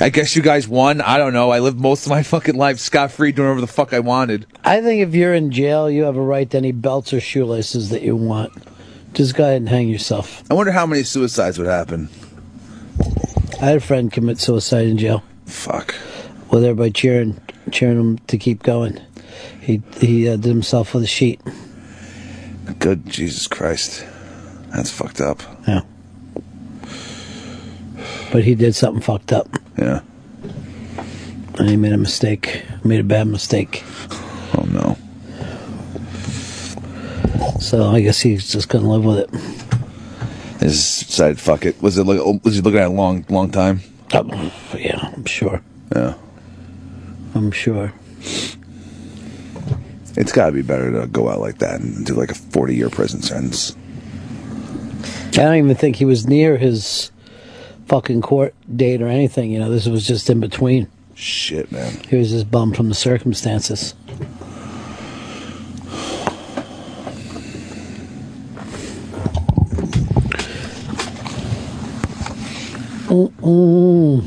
I guess you guys won. I don't know. I lived most of my fucking life scot free, doing whatever the fuck I wanted.
I think if you're in jail, you have a right to any belts or shoelaces that you want. Just go ahead and hang yourself.
I wonder how many suicides would happen.
I had a friend commit suicide in jail.
Fuck.
With everybody cheering, cheering him to keep going. He he uh, did himself with a sheet.
Good Jesus Christ, that's fucked up.
Yeah. But he did something fucked up.
Yeah.
And he made a mistake. Made a bad mistake.
Oh no.
So I guess he's just gonna live with it.
They just decided, fuck it. Was it look, oh, was he looking at it a long, long time?
Uh, yeah, I'm sure.
Yeah,
I'm sure.
it's got to be better to go out like that and do like a forty-year prison sentence.
I don't even think he was near his fucking court date or anything. You know, this was just in between.
Shit, man.
He was just bummed from the circumstances. Mm-mm.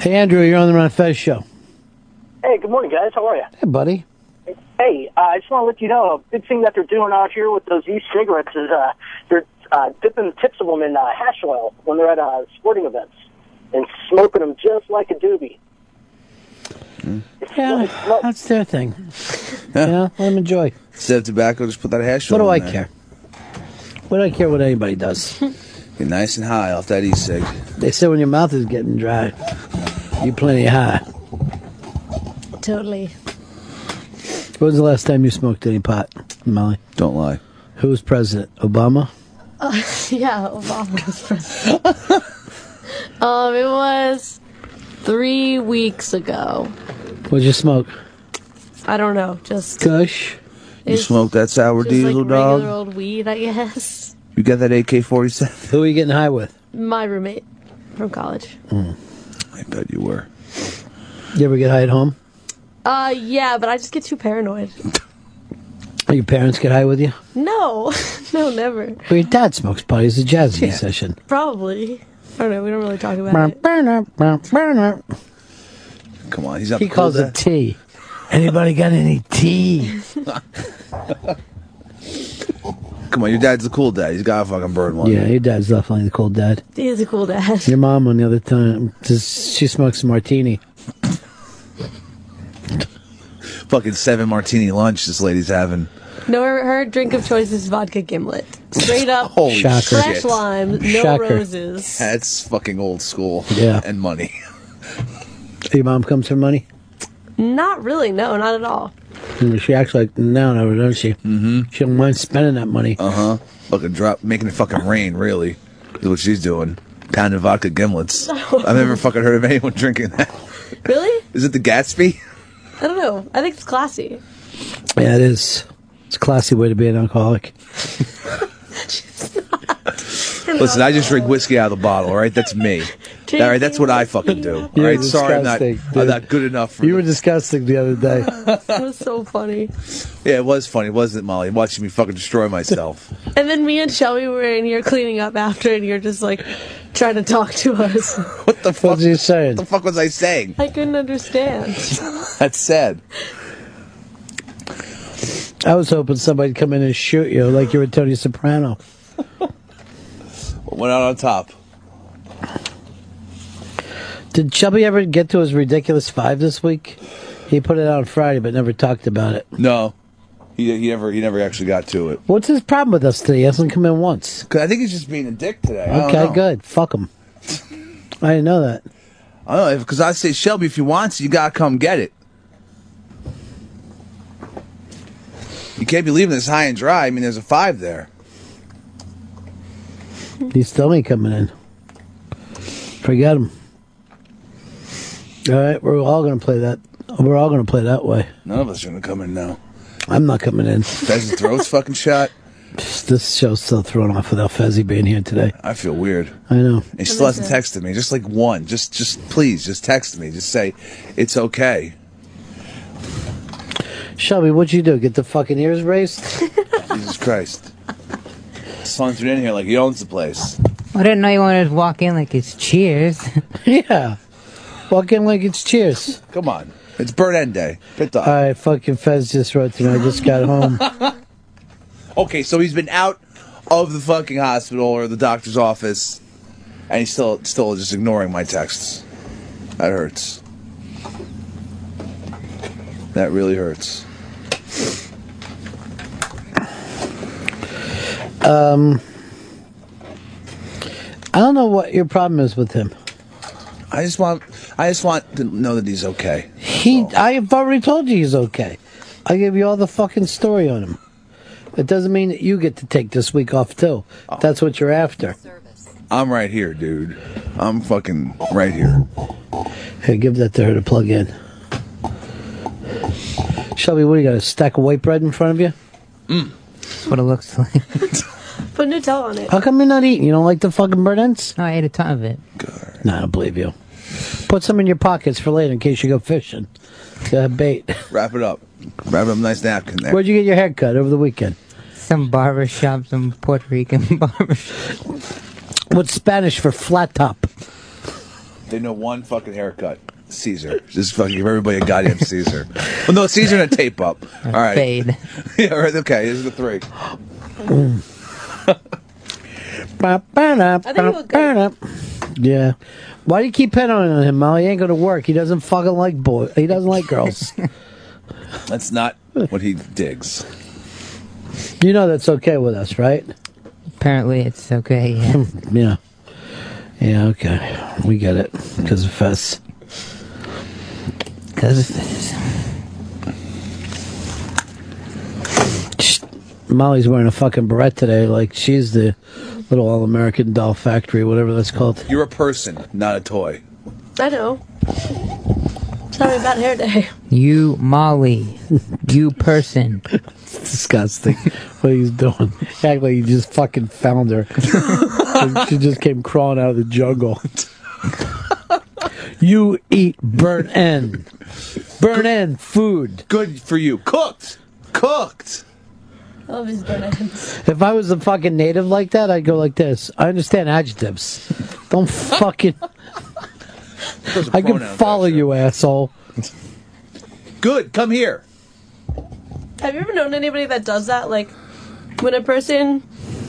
Hey, Andrew, you're on the Ron Fez show.
Hey, good morning, guys. How are you?
Hey, buddy.
Hey, uh, I just want to let you know a big thing that they're doing out here with those e-cigarettes is uh, they're uh, dipping tips of them in uh, hash oil when they're at uh, sporting events and smoking them just like a doobie.
Hmm?
Yeah, that's their thing. yeah, let them enjoy.
Instead of tobacco, just put that hash.
What do
oil
I
in there.
care? What do I care what anybody does?
Get nice and high off that e-cig.
They say when your mouth is getting dry, you're plenty high.
Totally.
When was the last time you smoked any pot, Molly?
Don't lie.
Who was president? Obama?
Uh, yeah, Obama was president. um, it was three weeks ago.
What'd you smoke?
I don't know, just
Gush.
You
smoke that sour
just
diesel,
like
dog.
regular old weed, I guess.
You got that AK-47?
Who are you getting high with?
My roommate from college.
Mm. I bet you were.
You ever get high at home?
Uh, yeah, but I just get too paranoid.
Your parents get high with you?
No, no, never.
Well, your dad smokes pot. He's a jazz
Yeah.
musician.
Probably. I don't know. We don't really talk about it.
He
Come on, he's not.
calls
cool
it tea. Anybody got any tea?
Come on, your dad's the cool dad. He's got to fucking burn one.
Yeah, your dad's definitely the cold dad.
He is a cool dad.
Your mom, on the other time, just- she smokes a martini.
Fucking seven martini lunch this lady's having.
No, her, her drink of choice is vodka gimlet. Straight up,
Holy Shocker.
fresh
shit.
lime, no
Shocker.
roses.
That's fucking old school.
Yeah.
And money.
Your mom comes for money?
Not really. No, not at all.
And She acts like no, no, doesn't she? Mm-hmm. She don't mind spending that money.
Uh huh. Fucking drop, making it fucking rain. Really, is what she's doing. Pounding vodka gimlets. I've never fucking heard of anyone drinking that.
Really?
Is it the Gatsby?
I don't know. I think it's classy.
Yeah, it is. It's a classy way to be an alcoholic.
Listen, I just drink whiskey out of the bottle, all right? That's me. All right, that's what I fucking do. All
You're
right, sorry, I'm not,
disgusting,
I'm
dude.
not good enough for
You were disgusting the other day.
that was so funny.
Yeah, it was funny, wasn't it, Molly? Watching me fucking destroy myself.
And then me and Shelby were in here cleaning up after, and you're just like trying to talk to us.
what the fuck? What
you saying?
What the fuck was I saying?
I couldn't understand.
That's sad.
I was hoping somebody'd come in and shoot you like you were Tony Soprano.
Went out on top.
Did Chubby ever get to his ridiculous five this week? He put it out on Friday, but never talked about it.
No, he, he never he never actually got to it.
What's his problem with us today? He hasn't come in once.
'Cause I think he's just being a dick today. I don't
Okay,
know.
good. Fuck him. I didn't know that.
I don't know because I say Shelby, if you want, it, you gotta come get it. You can't be leaving this high and dry. I mean, there's a five there.
He still ain't coming in. Forget him. All right, we're all gonna play that. We're all gonna play that way.
None of us are gonna come in now.
I'm not coming in.
Pheasant throat's fucking shot.
This show's still thrown off without Fezzi being here today.
I feel weird.
I know.
And she still hasn't texted me. Just like one. Just, just please, just text me. Just say it's okay.
Shelby, what'd you do? Get the fucking ears raised?
Jesus Christ. Sauntered in here like he owns the place.
I didn't know you wanted to walk in like it's Cheers.
yeah. Walk in like it's Cheers.
Come on. It's burn end day. Pit
All
dog.
right, fucking Fez just wrote to me. I just got home.
Okay, so he's been out of the fucking hospital or the doctor's office, and he's still still just ignoring my texts. That hurts. That really hurts.
Um, I don't know what your problem is with him.
I just want I just want to know that he's okay.
He, I have already told you he's okay. I gave you all the fucking story on him. It doesn't mean that you get to take this week off too.
Oh.
That's what you're after.
I'm right here, dude. I'm fucking right here.
Hey, give that to her to plug in. Shelby, what do you got? A stack of white bread in front of you?
Mm. That's what it looks like.
Put Nutella on it.
How come you're not eating? You don't like the fucking burnt ends?
No, I ate a ton of it.
No, I don't believe you. Put some in your pockets for later in case you go fishing. Uh, bait.
Wrap it up. Wrap it up nice napkin there.
Where'd you get your hair cut over the weekend?
Some barber shop, some Puerto Rican barber
What's Spanish for flat top?
They know one fucking haircut. Caesar. Just fucking give everybody a goddamn Caesar. well, no, Caesar and a tape up. All right.
fade.
yeah, all right, okay. Here's the three.
Ba-ba-da,
I think you look
ba-ba-da. Yeah. Why do you keep hitting on him, Molly? He ain't gonna work. He doesn't fucking like boy. He doesn't like girls.
That's not what he digs.
you know that's okay with us, right?
Apparently, it's okay. Yeah.
yeah. Yeah. Okay. We get it because of Fess. Because of Molly's wearing a fucking beret today, like she's the little all-American doll factory, whatever that's called.
You're a person, not a toy.
I know. Sorry about hair day.
You Molly, you person.
disgusting. what he's doing. Act like he just fucking found her. she just came crawling out of the jungle. you eat burnt end. Burnt end food.
Good for you. Cooked. Cooked.
I love his burnt ends.
If I was a fucking native like that, I'd go like this. I understand adjectives. Don't fucking.
Those are
I can
pronouns,
follow you, asshole.
Good. Come here.
Have you ever known anybody that does that? Like, when a person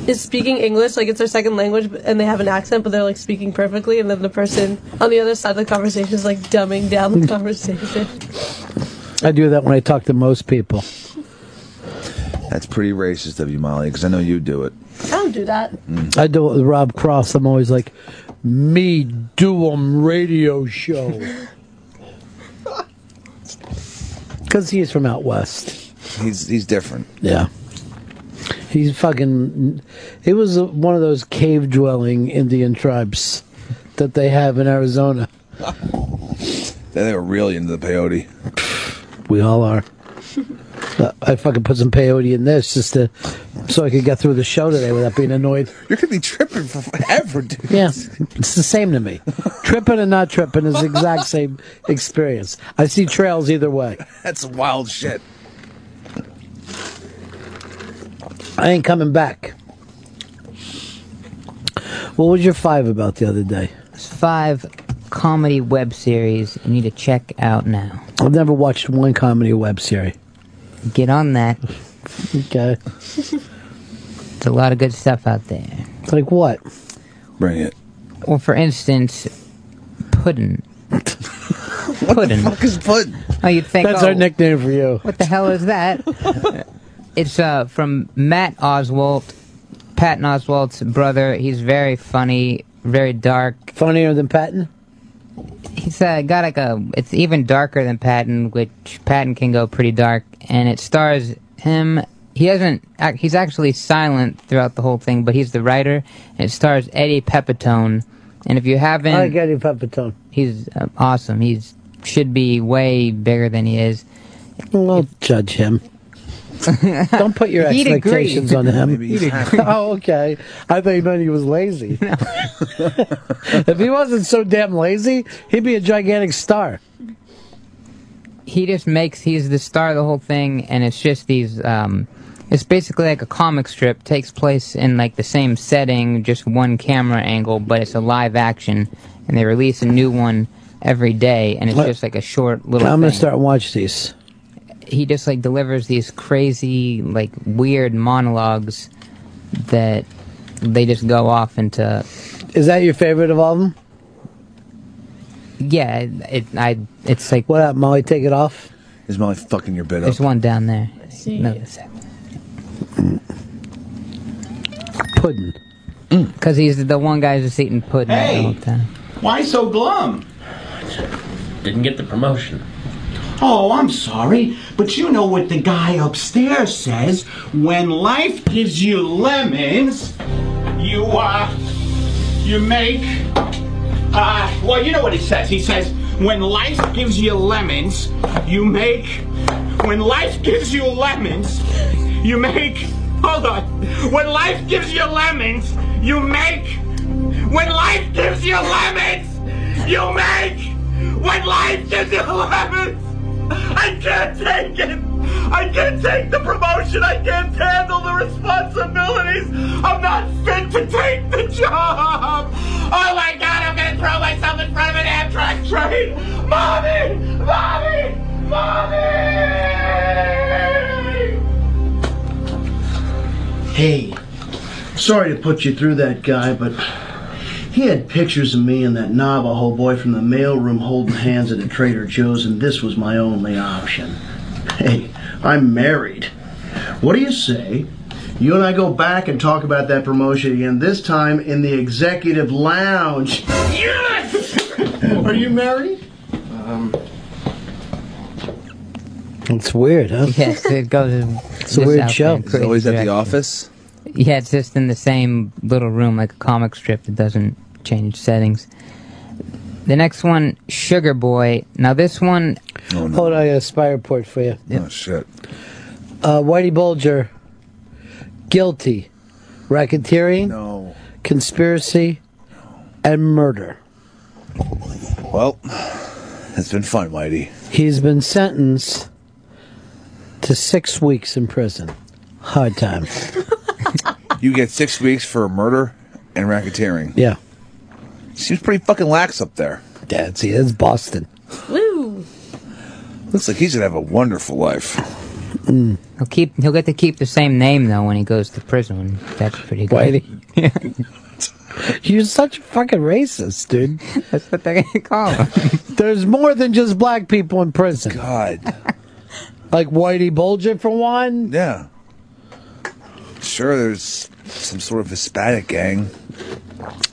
is speaking English, like it's their second language, but- and they have an accent, but they're like speaking perfectly, and then the person on the other side of the conversation is like dumbing down the conversation.
I do that when I talk to most people.
That's pretty racist of you, Molly, because I know you do it.
I don't do that.
Mm.
I do it with Rob Cross. I'm always like, me do 'em radio show. Because he's from out west.
He's he's different.
Yeah. He's fucking. He was one of those cave dwelling Indian tribes that they have in Arizona.
They were really into the peyote.
We all are. Uh, I fucking put some peyote in this just to so I could get through the show today without being annoyed.
You're gonna be tripping for forever, dude.
Yeah, it's the same to me. tripping and not tripping is the exact same experience. I see trails either way.
That's wild shit.
I ain't coming back. What was your five about the other day?
Five comedy web series you need to check out now.
I've never watched one comedy web series.
Get on that.
okay.
There's a lot of good stuff out there.
Like what?
Bring it.
Well, for instance, Puddin.
What
Puddin.
the fuck is Puddin?
Oh, you'd think
That's
oh,
our nickname for you.
What the hell is that? it's uh, from Matt Oswalt, Patton Oswalt's brother. He's very funny, very dark.
Funnier than Patton?
He's uh, got like a. It's even darker than Patton, which Patton can go pretty dark. And it stars him. He hasn't. ac- He's actually silent throughout the whole thing, but he's the writer. And it stars Eddie Pepitone. And if you haven't,
I like Eddie Pepitone.
He's uh, awesome. He's should be way bigger than he is.
Well, judge him. Don't put your
He'd agree.
expectations on him.
Maybe he's He'd agree.
oh, okay. I thought you meant he was lazy. if he wasn't so damn lazy, he'd be a gigantic star.
he just makes he's the star of the whole thing and it's just these um it's basically like a comic strip takes place in like the same setting just one camera angle but it's a live action and they release a new one every day and it's just like a short little
I'm
thing.
gonna start and watch these.
he just like delivers these crazy like weird monologues that they just go off into
Is that your favorite of all of them?
yeah it, it i it's like
what up molly take it off
Is Molly fucking your bit
there's
up?
one down there
See
no,
ya.
it's-
Puddin.
Because Mm. he's the one guy who's just eating pudding
Hey.
the whole time.
Why so glum?
Didn't get the promotion.
Oh, I'm sorry, but you know what the guy upstairs says. When life gives you lemons, you, uh, you make, uh, well, you know what he says. He says, when life gives you lemons, you make, when life gives you lemons, you make, hold on. When life gives you lemons, you make, when life gives you lemons, you make, when life gives you lemons. I can't take it. I can't take the promotion. I can't handle the responsibilities. I'm not fit to take the job. Oh my God, I'm going to throw myself in front of an Amtrak train. Mommy! Mommy! Mommy!
Hey, sorry to put you through that guy, but he had pictures of me and that Navajo boy from the mailroom holding hands at a Trader Joe's, and this was my only option. Hey, I'm married. What do you say? You and I go back and talk about that promotion again, this time in the executive lounge. Yes! Are you married? Um,
It's weird, huh?
Yes, it goes.
It's a weird show.
Is it always at the office?
Yeah, it's just in the same little room, like a comic strip that doesn't change settings. The next one, Sugar Boy. Now this one,
Hold on, I got a spy report for you.
Oh shit!
Uh, Whitey Bulger, guilty, racketeering, no, conspiracy, and murder.
Well, it's been fun, Whitey.
He's been sentenced to six weeks in prison. Hard time.
You get six weeks for murder and racketeering.
Yeah.
Seems pretty fucking lax up there.
Dad, see, that's Boston.
Woo!
Looks like he's gonna have a wonderful life.
he'll keep. He'll get to keep the same name though when he goes to prison. That's pretty good.
You're such a fucking racist, dude.
That's what they call him.
There's more than just black people in prison.
God.
like Whitey Bulger for one.
Yeah. Sure, there's some sort of Hispanic gang.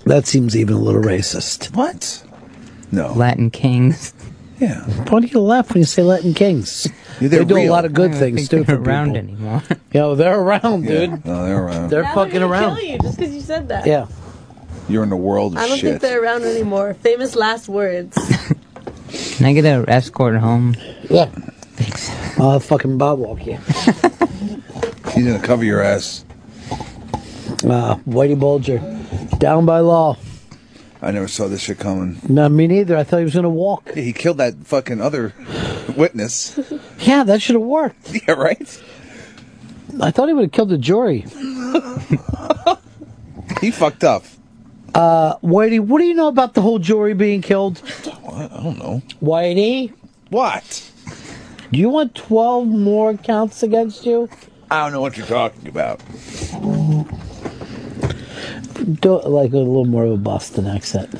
That seems even a little racist.
What? No.
Latin kings.
Yeah.
Why do you laugh when you say Latin kings? they
Yeah, they're
do
real.
a lot of
I
good
don't
things
think
too.
they're
for
around
people.
anymore.
Yo, they're around, dude.
Yeah. No, they're around.
They're
Now
fucking
gonna
around.
Kill you just because you said that.
Yeah.
You're in the world of
I don't
shit.
think they're around anymore. Famous last words.
Can I get an escort home?
Yeah. Uh, Thanks. I'll have fucking Bob walk you.
He's gonna cover your ass.
Uh, Whitey Bulger, down by law.
I never saw this shit coming.
No, me neither. I thought he was going to walk.
Yeah, he killed that fucking other witness.
Yeah, that should have worked.
Yeah, right?
I thought he would have killed the jury.
he fucked up.
Uh, Whitey, what do you know about the whole jury being killed?
I don't know.
Whitey?
What?
Do you want 12 more counts against you?
I don't know what you're talking about.
Do it like a little more of a Boston accent.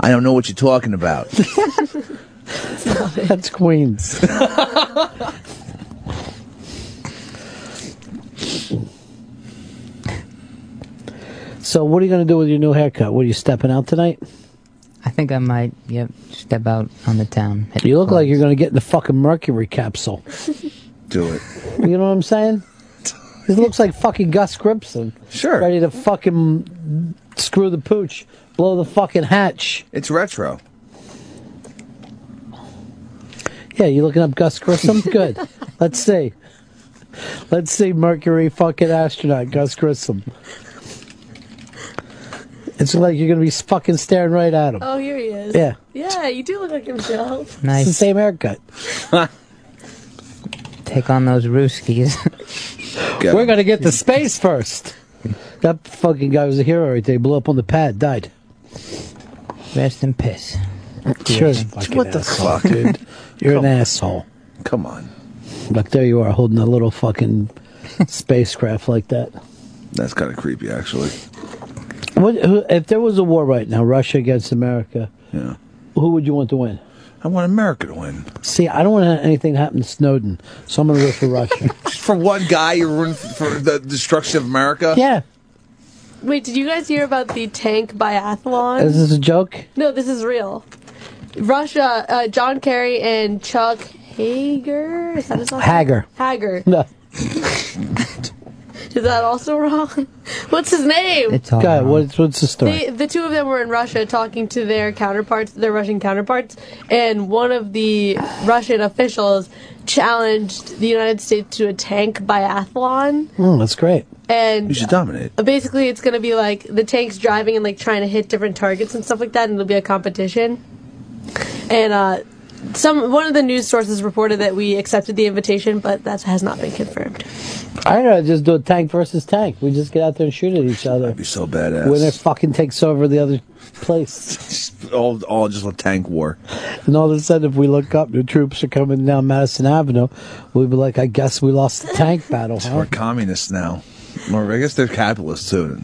I don't know what you're talking about.
That's Queens. so, what are you going to do with your new haircut? What are you stepping out tonight?
I think I might, yep, step out on the town. Hit
You
the
look
club.
like you're going to get in the fucking mercury capsule.
Do it.
You know what I'm saying? He looks like fucking Gus Grimson.
Sure.
Ready to fucking screw the pooch, blow the fucking hatch.
It's retro.
Yeah, you looking up Gus Grissom? Good. Let's see. Let's see Mercury fucking astronaut Gus Grissom. It's like you're gonna be fucking staring right at him.
Oh, here he is.
Yeah.
Yeah, you do look like himself.
Nice. It's the same haircut.
Take on those Ruskies.
We're gonna get to space first. That fucking guy was a hero right there. He blew up on the pad, died.
Rest in piss.
Sure.
Yeah.
fucking
What the
asshole,
fuck?
dude? You're an asshole.
Come on.
Look, there you are holding a little fucking spacecraft like that.
That's kind of creepy, actually.
What, who, if there was a war right now, Russia against America,
Yeah.
who would you want to win?
I want America to win.
See, I don't want anything to happen to Snowden, so I'm going to go for Russia.
For one guy, you're rooting for the destruction of America?
yeah.
Wait, did you guys hear about the tank biathlon?
Is this a joke?
No, this is real. Russia, uh, John Kerry and Chuck Hager. Is that his last name?
Hager.
Hager.
No.
Is that also wrong? What's his name?
Go ahead, what's, what's the story?
The, the two of them were in Russia talking to their counterparts, their Russian counterparts, and one of the Russian officials challenged the United States to a tank biathlon.
Hmm, that's great.
And
You should dominate.
Basically, it's going to be like the tanks driving and like trying to hit different targets and stuff like that, and it'll be a competition. And uh, some one of the news sources reported that we accepted the invitation, but that has not been confirmed.
I don't know, just do a tank versus tank. We just get out there and shoot at each other. That'd
be so badass.
Winner fucking takes over the other place.
All, all just a tank war.
and all of a sudden, if we look up, new troops are coming down Madison Avenue. We'd be like, I guess we lost the tank battle, huh?
We're communists now. Or I guess they're capitalists too.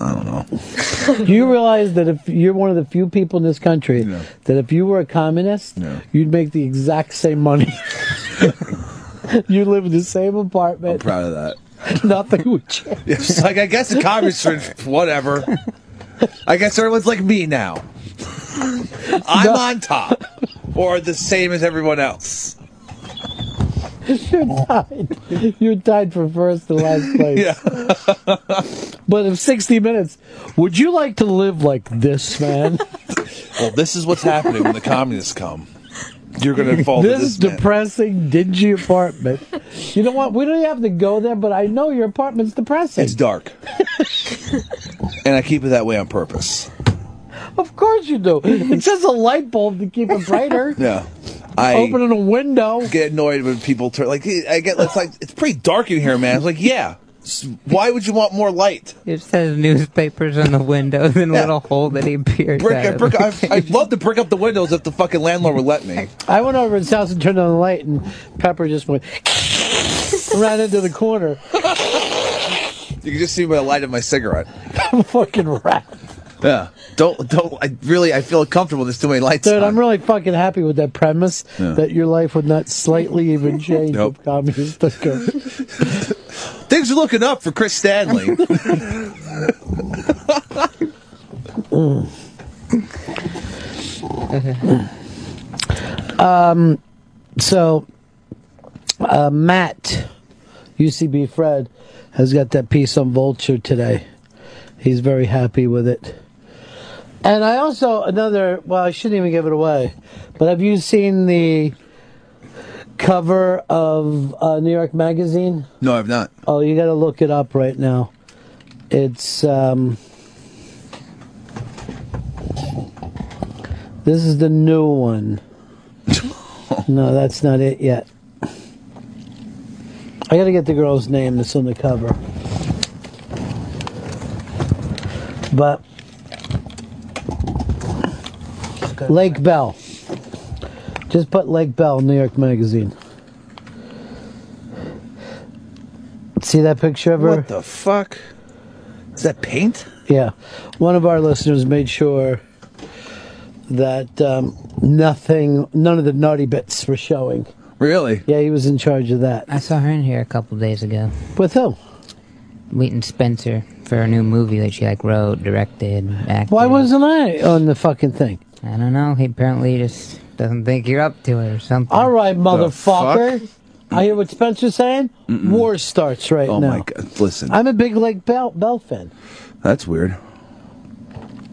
I don't know.
Do you realize that if you're one of the few people in this country that if you were a communist, you'd make the exact same money. you live in the same apartment. I'm
proud of that.
Nothing would change.
It's like I guess the communists are whatever. I guess everyone's like me now. I'm on top, or the same as everyone else.
You're tied. You're tied for first and last place. but in 60 minutes, would you like to live like this, man?
Well, this is what's happening when the communists come. You're gonna fall to
this
this. man.
depressing, dingy apartment. You know what? We don't have to go there, but I know your apartment's depressing.
It's dark, and I keep it that way on purpose.
Of course you do. It's just a light bulb to keep it brighter.
Yeah. I
opening a window.
Get annoyed when people turn like I get. It's like it's pretty dark in here, man. It's like yeah. S- Why would you want more light?
It says newspapers on the windows and a little hole that he peered
Brick,
out of.
brick, I've, I'd love to brick up the windows if the fucking landlord would let me.
I went over to his house and turned on the light, and Pepper just went ran into the corner.
You can just see by the light of my cigarette.
fucking rat.
Yeah. Don't don't. I really I feel uncomfortable. There's too many lights.
Dude,
on.
I'm really fucking happy with that premise
Yeah.
that your life would not slightly even change
Nope.
if communists took over.
Things are looking up for Chris Stanley.
Mm. Um, so uh, Matt, UCB Fred, has got that piece on Vulture today. He's very happy with it. And I also another. Well, I shouldn't even give it away. But have you seen the cover of uh, New York Magazine?
no, I've not.
Oh, you got to look it up right now. It's um This is the new one. no, that's not it yet. I gotta get the girl's name that's on the cover. But Lake Bell. Just put Lake Bell, New York Magazine. See that picture of her?
What the fuck? Is that paint?
Yeah. One of our listeners made sure that um, nothing, none of the naughty bits were showing.
Really?
Yeah, he was in charge of that.
I saw her in here a couple days ago.
With who?
Wheaton Spencer for a new movie that she like wrote, directed, acted.
Why wasn't I on the fucking thing?
I don't know. He apparently just doesn't think you're up to it or something.
All right, motherfucker. I hear what Spencer's saying. War starts right
Oh
now.
my god! Listen,
I'm a big Lake Bell, Bell fan.
that's weird.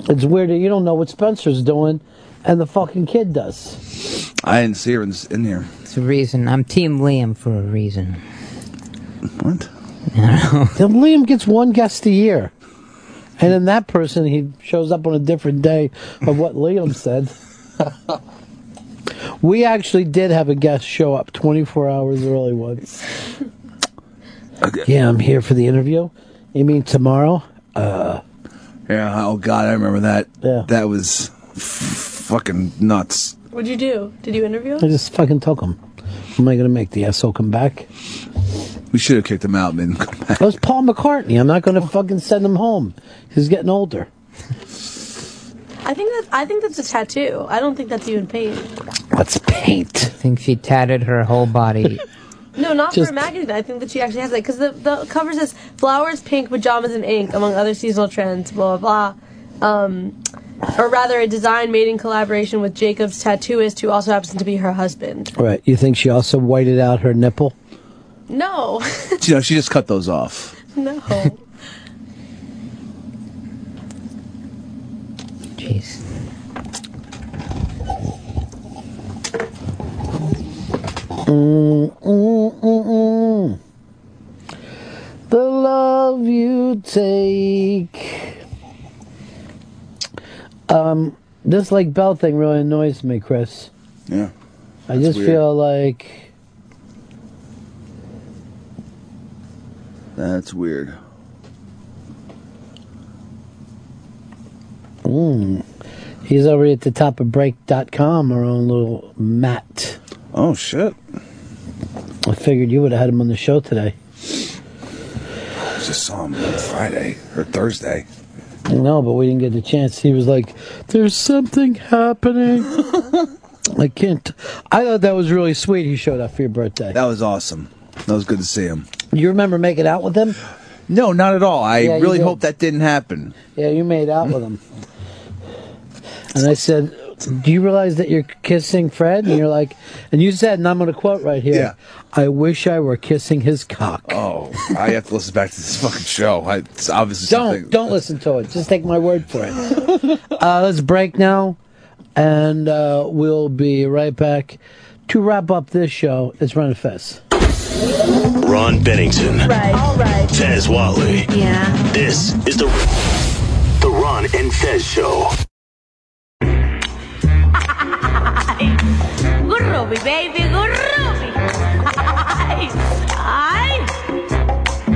It's weird that you don't know what Spencer's doing and the fucking kid does.
I didn't see her in, in here.
It's a reason. I'm Team Liam for a reason.
What?
Then Liam gets one guest a year. And then that person, he shows up on a different day of what Liam said. we actually did have a guest show up 24 hours early once. Yeah, I'm here for the interview. You mean tomorrow? Uh,
Yeah. Oh god, I remember that.
Yeah.
That was f- fucking nuts.
What'd you do? Did you interview
I
him?
just fucking took him. Am I going to make the asshole come back?
We should have kicked him out and then come back.
That was Paul McCartney. I'm not going to fucking send him home. He's getting older.
I think that I think that's a tattoo. I don't think that's even paint.
What's paint?
I think she tatted her whole body.
No, not
Just-
for a magazine. I think that she actually has that because the, the cover says flowers, pink pajamas, and ink among other seasonal trends. Blah blah blah. Um, or rather, a design made in collaboration with Jacob's tattooist, who also happens to be her husband.
Right. You think she also whited out her nipple?
No,
you know, she just cut those off.
no.
Jeez.
Mm, mm, mm, mm. The love you take. Um, this like bell thing really annoys me, Chris.
Yeah.
I just
weird.
feel like
That's weird.
mm, he's already at the top of break.com, our own little Matt.
Oh shit!
I figured you would have had him on the show today.
I just saw him on Friday or Thursday.
No, but we didn't get the chance. He was like, "There's something happening." I can't. I thought that was really sweet. He showed up for your birthday.
That was awesome. That was good to see him.
You remember making out with him?
No, not at all. I
Yeah, you
really
did.
hope that didn't happen.
Yeah, you made out with him. And I said, "Do you realize that you're kissing Fred?" And you're like, and you said, and I'm going to quote right here.
Yeah.
I wish I were kissing his cock.
Oh, I have to listen back to this fucking show. I, it's obviously
Don't
something.
don't listen to it. Just take my word for it. uh, let's break now, and uh, we'll be right back to wrap up this show. It's Run Fest.
Ron Bennington. Right. All right. Tez Wally. Yeah. This is the the Ron and Fez Show.
Groovy, baby, groovy. Aye.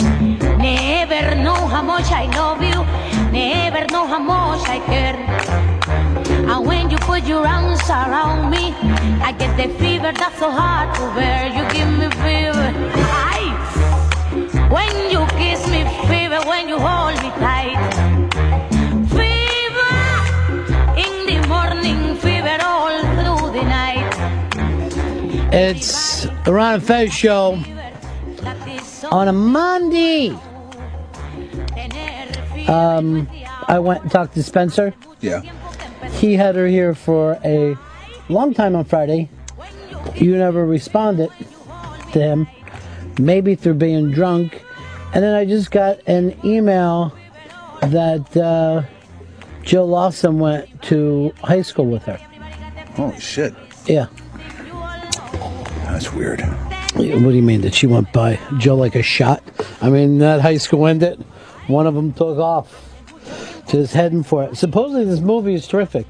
Never know how much I love you. Never know how much I care. And when you put your arms around me, I get the fever that's so hard to bear. You give me fever. Aye. When you kiss me, fever. When you hold me tight, fever. In the morning, fever all through the night.
It's the Ron and Fez show on a Monday. Um, I went and talked to Spencer.
Yeah.
He had her here for a long time on Friday. You never responded to him, maybe through being drunk. And then I just got an email that uh, Jill Lawson went to high school with her.
Holy shit.
Yeah.
That's weird.
What do you mean? Did she went by Joe like a shot? I mean, that high school ended. One of them took off. Just heading for it. Supposedly, this movie is terrific.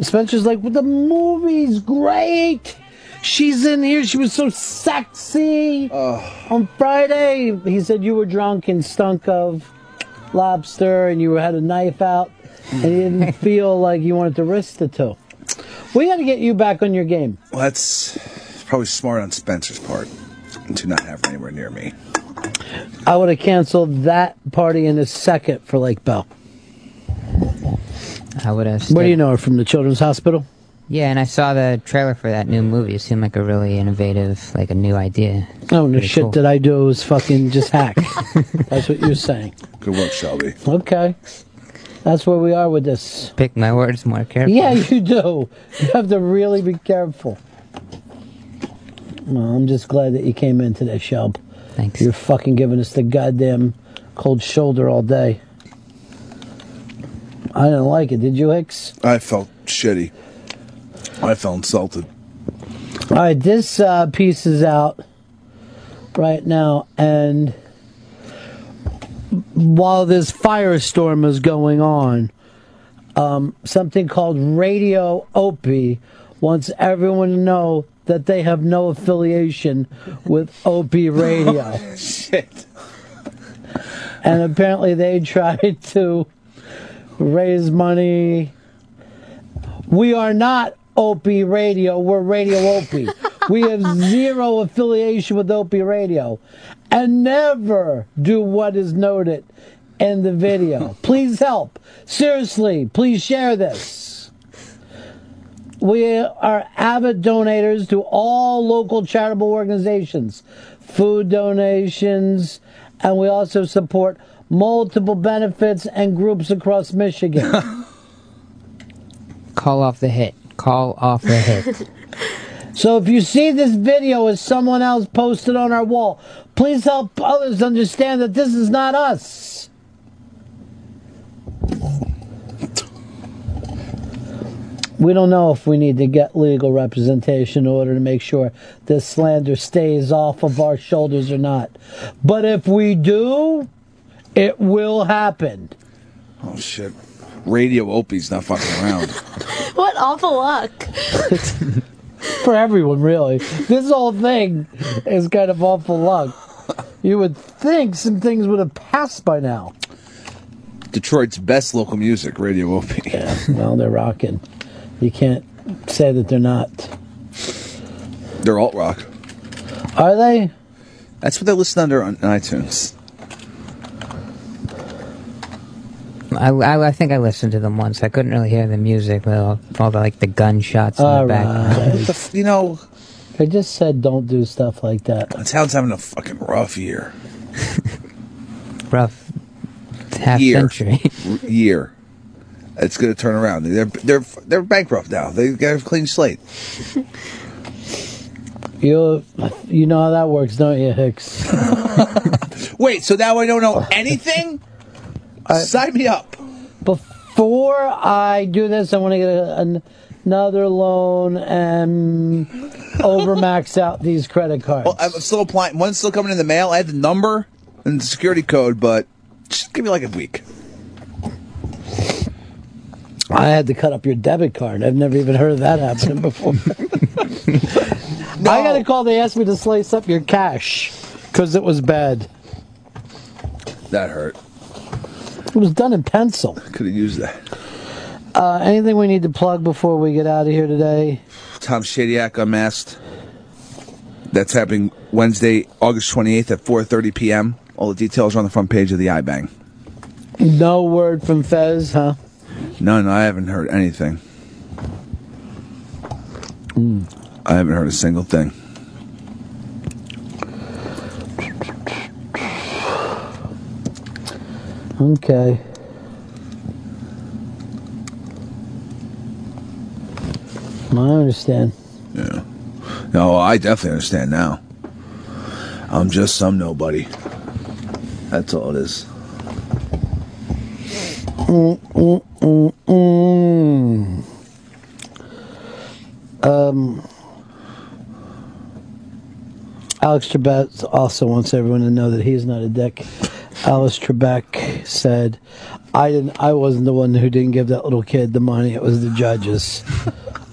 Spencer's like, the movie's great. She's in here. She was so sexy. On Friday, he said you were drunk and stunk of lobster and you had a knife out and you didn't feel like you wanted to risk the two. We got to get you back on your game.
Well, that's probably smart on Spencer's part to not have her anywhere near me.
I would have canceled that party in a second for Lake Bell.
I would have.
Where do you know her from? The Children's Hospital.
Yeah, and I saw the trailer for that new movie. It seemed like a really innovative, like a new idea.
Oh no,
Pretty
shit
cool.
that I do is fucking just hack. That's what you're saying.
Good work, Shelby.
Okay, that's where we are with this.
Pick my words more carefully.
Yeah, you do. You have to really be careful. Well, I'm just glad that you came in today, Shelb.
Thanks.
You're fucking giving us the goddamn cold shoulder all day. I didn't like it. Did you, Hicks?
I felt shitty. I felt insulted.
All right, this uh, piece is out right now, and while this firestorm is going on, um, something called Radio Opie wants everyone to know that they have no affiliation with Opie Radio.
Shit.
and apparently they tried to raise money. We are not Opie Radio. We're Radio Opie. we have zero affiliation with Opie Radio, and never do what is noted in the video. Please help. Seriously, please share this. We are avid donators to all local charitable organizations, food donations, and we also support multiple benefits and groups across Michigan.
Call off the hit. Call off the hit.
so if you see this video as someone else posted on our wall, please help others understand that this is not us. We don't know if we need to get legal representation in order to make sure this slander stays off of our shoulders or not. But if we do, it will happen.
Oh shit. Radio Opie's not fucking around.
What awful luck.
for everyone, really. This whole thing is kind of awful luck. You would think some things would have passed by now.
Detroit's best local music, Radio Opie. Yeah,
well, they're rocking. You can't say that they're not.
They're alt rock.
Are they?
That's what they listen under on iTunes.
I, I, I think I listened to them once. I couldn't really hear the music with all, all the like the gunshots in
All
the background.
right.
you know,
I just said don't do stuff like that.
The town's having a fucking rough year.
rough half
year.
century.
R- year. It's going to turn around. They're they're they're bankrupt now. They got a clean slate.
You you know how that works, don't you, Hicks?
Wait, so now I don't know anything? Sign me up.
Before I do this, I want to get a, an, another loan and overmax out these credit cards.
Well, I'm still applying. One's still coming in the mail. I had the number and the security code, but just give me like a week.
I had to cut up your debit card. I've never even heard of that happening before. I got a call. They asked me to slice up your cash because it was bad.
That hurt.
It was done in pencil.
Could have used that.
Uh, anything we need to plug before we get out of here today?
Tom Shadiak unmasked. That's happening Wednesday, August 28th at 4:30 p.m. All the details are on the front page of the iBang.
No word from Fez, huh?
None. I haven't heard anything. I haven't heard a single thing.
Okay. I understand.
Yeah. No, I definitely understand now. I'm just some nobody. That's all it is.
Mm, mm, mm, mm. Um, Alex Trebek also wants everyone to know that he's not a dick. Alice Trebek said, "I didn't. I wasn't the one who didn't give that little kid the money. It was the judges.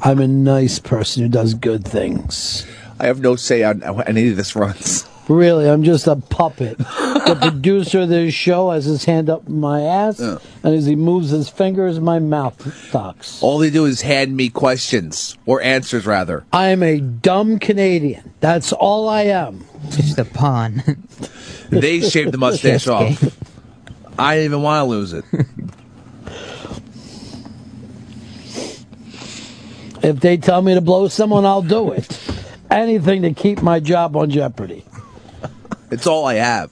I'm a nice person who does good things.
I have no say on how any of this runs.
Really, I'm just a puppet. The producer of this show has his hand up my ass,
Yeah.
and as he moves his fingers, my mouth talks.
All they do is hand me questions or answers, rather.
I am a dumb Canadian. That's all I am. Just a pawn.
They shaved the mustache off. I didn't even want to lose it.
If they tell me to blow someone, I'll do it. Anything to keep my job on jeopardy.
It's all I have.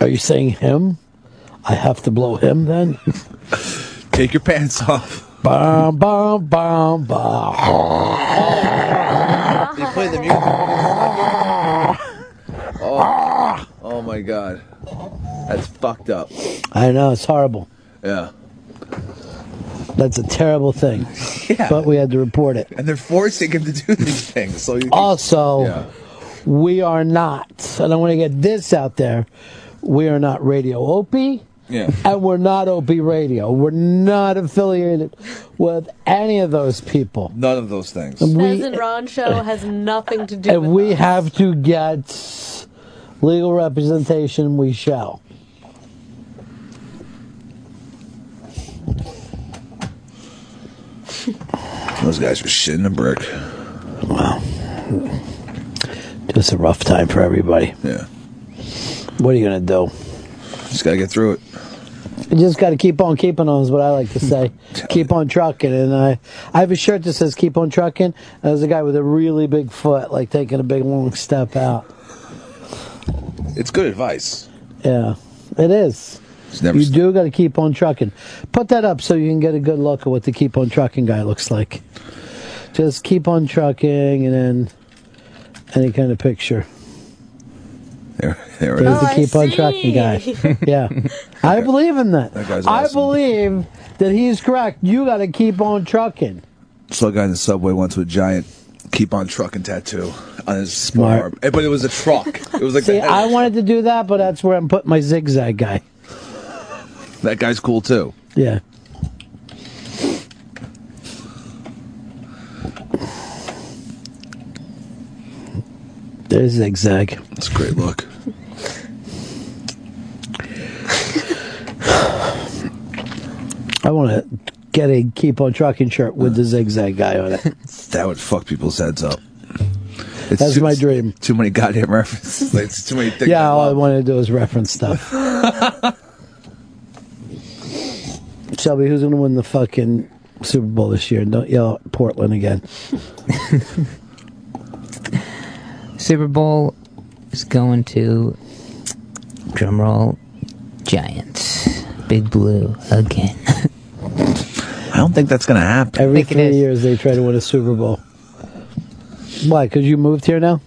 Are you saying him? I have to blow him then?
Take your pants off.
Bum, bum, bum, bum.
They play the music. Oh, oh my god. That's fucked up.
I know, it's horrible.
Yeah.
That's a terrible thing.
Yeah.
But we had to report it.
And they're forcing him to do these things. So you,
Also,
Yeah.
we are not, and I want to get this out there we are not Radio Opie.
Yeah.
And we're not OP Radio. We're not affiliated with any of those people.
None of those things.
And we,
Pheasant Ron show has nothing to do
and
with
we have to get legal representation. We shall.
Those guys were shitting a brick.
Wow. Just a rough time for everybody.
Yeah.
What are you going to do?
Just got to get through it.
You just got to keep on keeping on is what I like to say. keep on trucking, and I I have a shirt that says "Keep on trucking." And there's a guy with a really big foot, like taking a big long step out.
It's good advice.
Yeah, it is.
never
you do got to keep on trucking. Put that up so you can get a good look at what the keep on trucking guy looks like. Just keep on trucking, and then any kind of picture.
There, there it
There's
is.
the keep on trucking guy. yeah, I believe in that.
That guy's
I
awesome.
believe that he's correct. You got to keep on trucking.
Saw a guy in the subway once with a giant keep on trucking tattoo on his
Smart.
forearm. Eh, But it was a truck. It was like
See,
the head-
I wanted to do that, but that's where I'm putting my zigzag guy.
that guy's cool too.
Yeah. There's zigzag.
It's a great look.
I want to get a keep on trucking shirt with the zigzag guy on it.
That would fuck people's heads up. It's
That's
too-
my dream.
Too many goddamn references. Like, it's too many things.
yeah, all I want to do is reference stuff. Shelby, who's going to win the fucking Super Bowl this year? Don't yell at Portland again.
Super Bowl is going to drumroll Giants. Big Blue again.
I don't think that's gonna happen.
Every three years they try to win a Super Bowl. Why? Because you moved here now?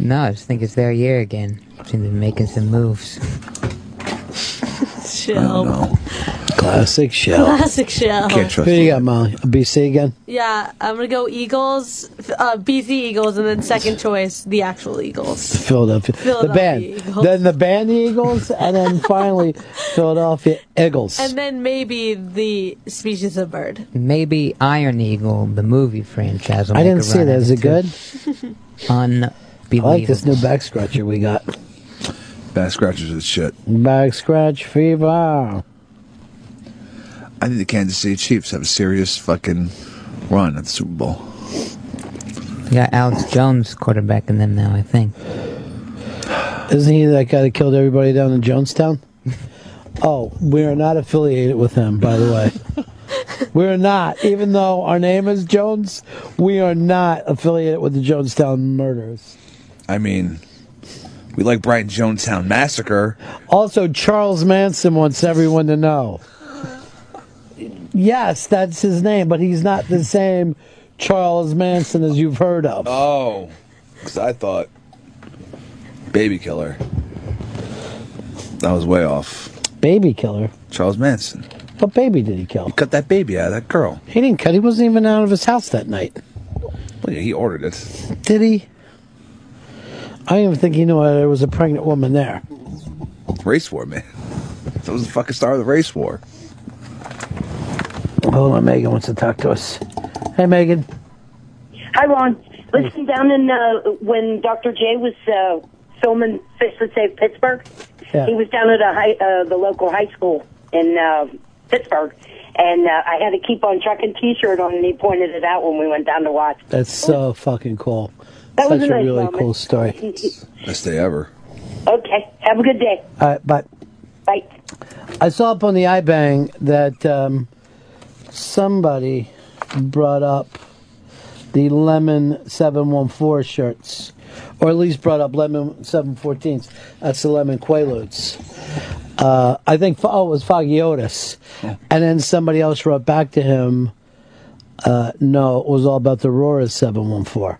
No, I just think it's their year again. Seem to be making some moves.
Shell.
Classic Shell.
Classic Shell.
Who you got, Molly? BC again?
Yeah, I'm gonna go Eagles, uh, BC Eagles, and then second choice the actual Eagles.
Philadelphia. The band.
Philadelphia Eagles.
Then the band, the Eagles, and then finally Philadelphia Eagles.
And then maybe the species of bird.
Maybe Iron Eagle, the movie franchise. will
I
make
didn't
a
see
run
that.
at
Is it
too.
good? I
Unbelievable.
like this new back scratcher we got.
Back scratchers is shit.
Back scratch fever.
I think the Kansas City Chiefs have a serious fucking run at the Super Bowl.
We got Alex Jones quarterbacking them now, I think.
Isn't he that guy that killed everybody down in Jonestown? Oh, we are not affiliated with him, by the way. We're not, even though our name is Jones, we are not affiliated with the Jonestown murders.
I mean, we like Brian Jonestown Massacre.
Also, Charles Manson wants everyone to know. Yes, that's his name, but he's not the same Charles Manson as you've heard of.
Oh, because I thought Baby Killer. That was way off.
Baby killer?
Charles Manson.
What baby did he kill? He
cut that baby out of that girl.
He didn't cut, he wasn't even out of his house that night.
Well, yeah, he ordered it.
Did he? I didn't even think he knew there was a pregnant woman there.
Race war, man. That was the fucking star of the race war.
Hold on, Megan wants to talk to us. Hey, Megan.
Hi, Ron. Listen, down in uh, when Dr. J was uh, filming Fish Let's Save Pittsburgh,
Yeah.
he was down at a high, uh, the local high school in uh, Pittsburgh, and uh, I had a keep on trucking T-shirt on, and he pointed it out when we went down to watch.
That's so fucking cool.
That
Such
was
a,
a nice
really
moment.
cool story.
Best day ever.
okay, have a good day.
All right, Uh, but
Bye.
I saw up on the iBang that um, somebody brought up the Lemon 714 shirts, or at least brought up Lemon 714s. That's the Lemon Quaaludes. Uh, I think, oh, it was Foggy Otis. And then somebody else wrote back to him, uh, no, it was all about the Aurora 714.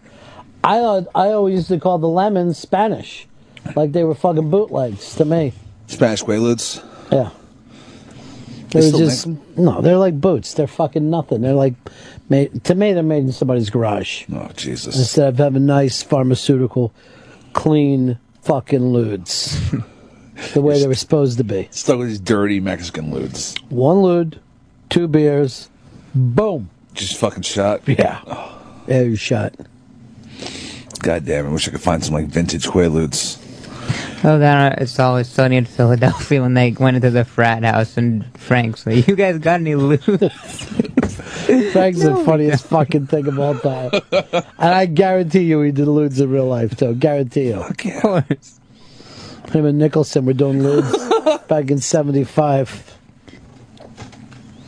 I, uh, I always used to call the lemons Spanish, like they were fucking bootlegs to me.
Spanish Quaaludes.
Yeah. They
They
were
still make
just no. They're like boots. They're fucking nothing. They're like made to me. They're made in somebody's garage.
Oh Jesus!
Instead of having nice pharmaceutical, clean fucking ludes, the way they were supposed to be.
Stuck with these dirty Mexican ludes.
One lewd, two beers, boom.
Just fucking shot.
Yeah. Yeah, you shot.
God damn! I wish I could find some like vintage Quaaludes.
Oh, that it's always sunny in Philadelphia when they went into the frat house and Frank's like, "You guys got any loot?"
Frank's
Oh
the funniest fucking thing of all time, and I guarantee you he did ludes in real life too. Guarantee you. Of
course.
Him and Nicholson were doing ludes back in '75.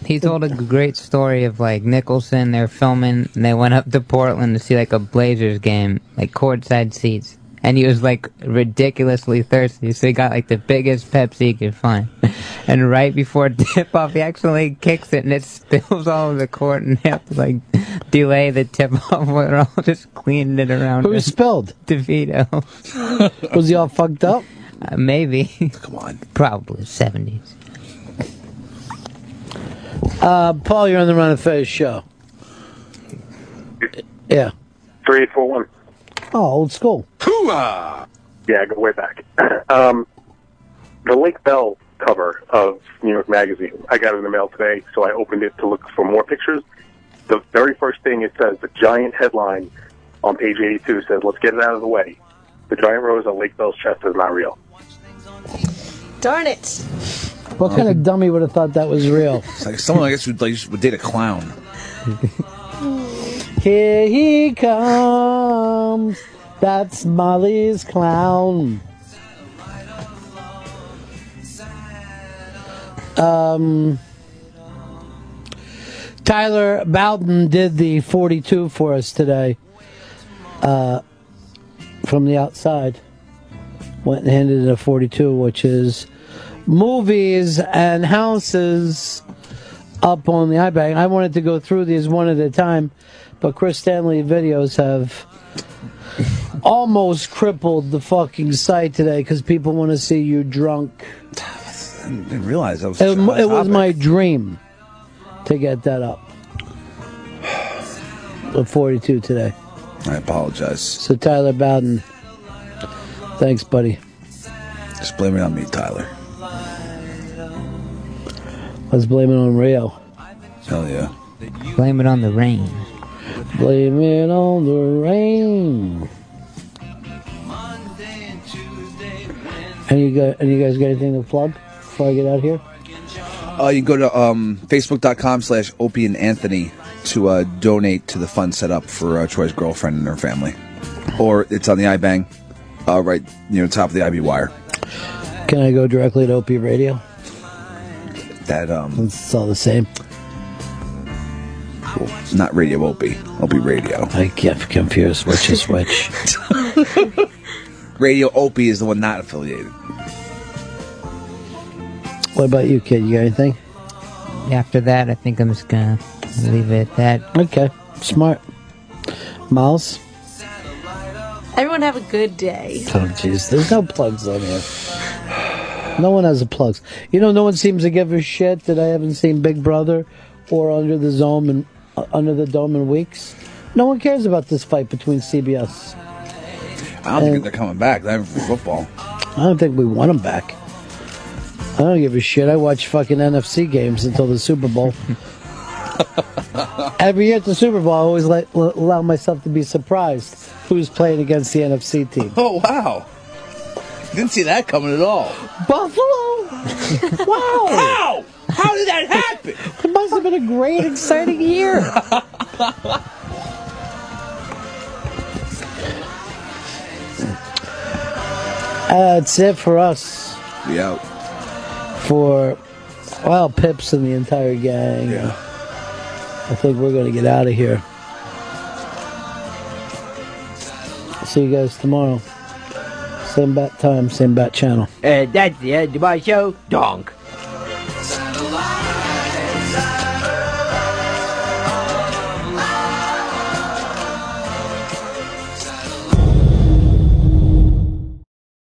He told a great story of like Nicholson. They're filming. And they went up to Portland to see like a Blazers game, like courtside seats, and he was like ridiculously thirsty, so he got like the biggest Pepsi he could find. And right before tip off, he accidentally kicks it, and it spills all over the court, and they have to like delay the tip off. We're all just cleaning it around.
Who spilled?
DeVito.
was he all fucked up?
Uh, maybe.
Come on.
Probably seventies.
Uh, Paul, you're on the Run of Fez show. Yeah.
Three, eight, four, one.
Oh, old school.
Hooah! Yeah, go way back.
um, the Lake Bell cover of New York Magazine. I got it in the mail today, so I opened it to look for more pictures. The very first thing it says, the giant headline on page 82 says, "Let's get it out of the way. The giant rose on Lake Bell's chest is not real."
Darn it.
What kind of dummy would have thought that was real?
It's like someone I guess would like would date a clown.
Here he comes. That's Molly's clown. Um, Tyler Bowden did the 42 for us today uh, from the outside. Went and handed it a 42, which is movies and houses up on the iBang. I wanted to go through these one at a time, but Chris Stanley videos have almost crippled the fucking site today because people want to see you drunk.
I didn't realize that was.
It,
such a hot
it was
topic.
my dream to get that up. The 42 today.
I apologize.
So Tyler Bowden, thanks, buddy.
Just blame it on me, Tyler.
Let's blame it on Rio.
Hell yeah.
Blame it on the rain.
Blame it on the rain. And you got, and you guys got anything to plug before I get out here?
Uh, you can go to um, facebook.com slash Opie and Anthony to uh, donate to the fund set up for uh, Troy's girlfriend and her family. Or it's on the iBang, uh, right near the top of the IB wire.
Can I go directly to OP Radio?
That, um,
It's all the same.
not Radio Opie, Opie Radio.
I get confused which is which.
Radio Opie is the one not affiliated.
What about you, kid? You got anything?
After that, I think I'm just gonna leave it at that.
Okay, smart. Miles?
Everyone have a good day.
Oh, jeez. There's no plugs on here. No one has a plugs. You know, no one seems to give a shit that I haven't seen Big Brother or Under the Dome and uh, Under the Dome in weeks. No one cares about this fight between CBS
I don't think they're coming back. They're for football.
I don't think we want them back. I don't give a shit. I watch fucking NFC games until the Super Bowl. Every year at the Super Bowl, I always let, l- allow myself to be surprised who's playing against the NFC team.
Oh wow! Didn't see that coming at all.
Buffalo! wow!
How? How did that happen?
It must have been a great, exciting year. Uh, that's it for us.
We out.
For, well, Pips and the entire gang. Yeah. I think we're going to get out of here. See you guys tomorrow. Same bat time, same bat channel.
Uh, that's the end of my show. Donk.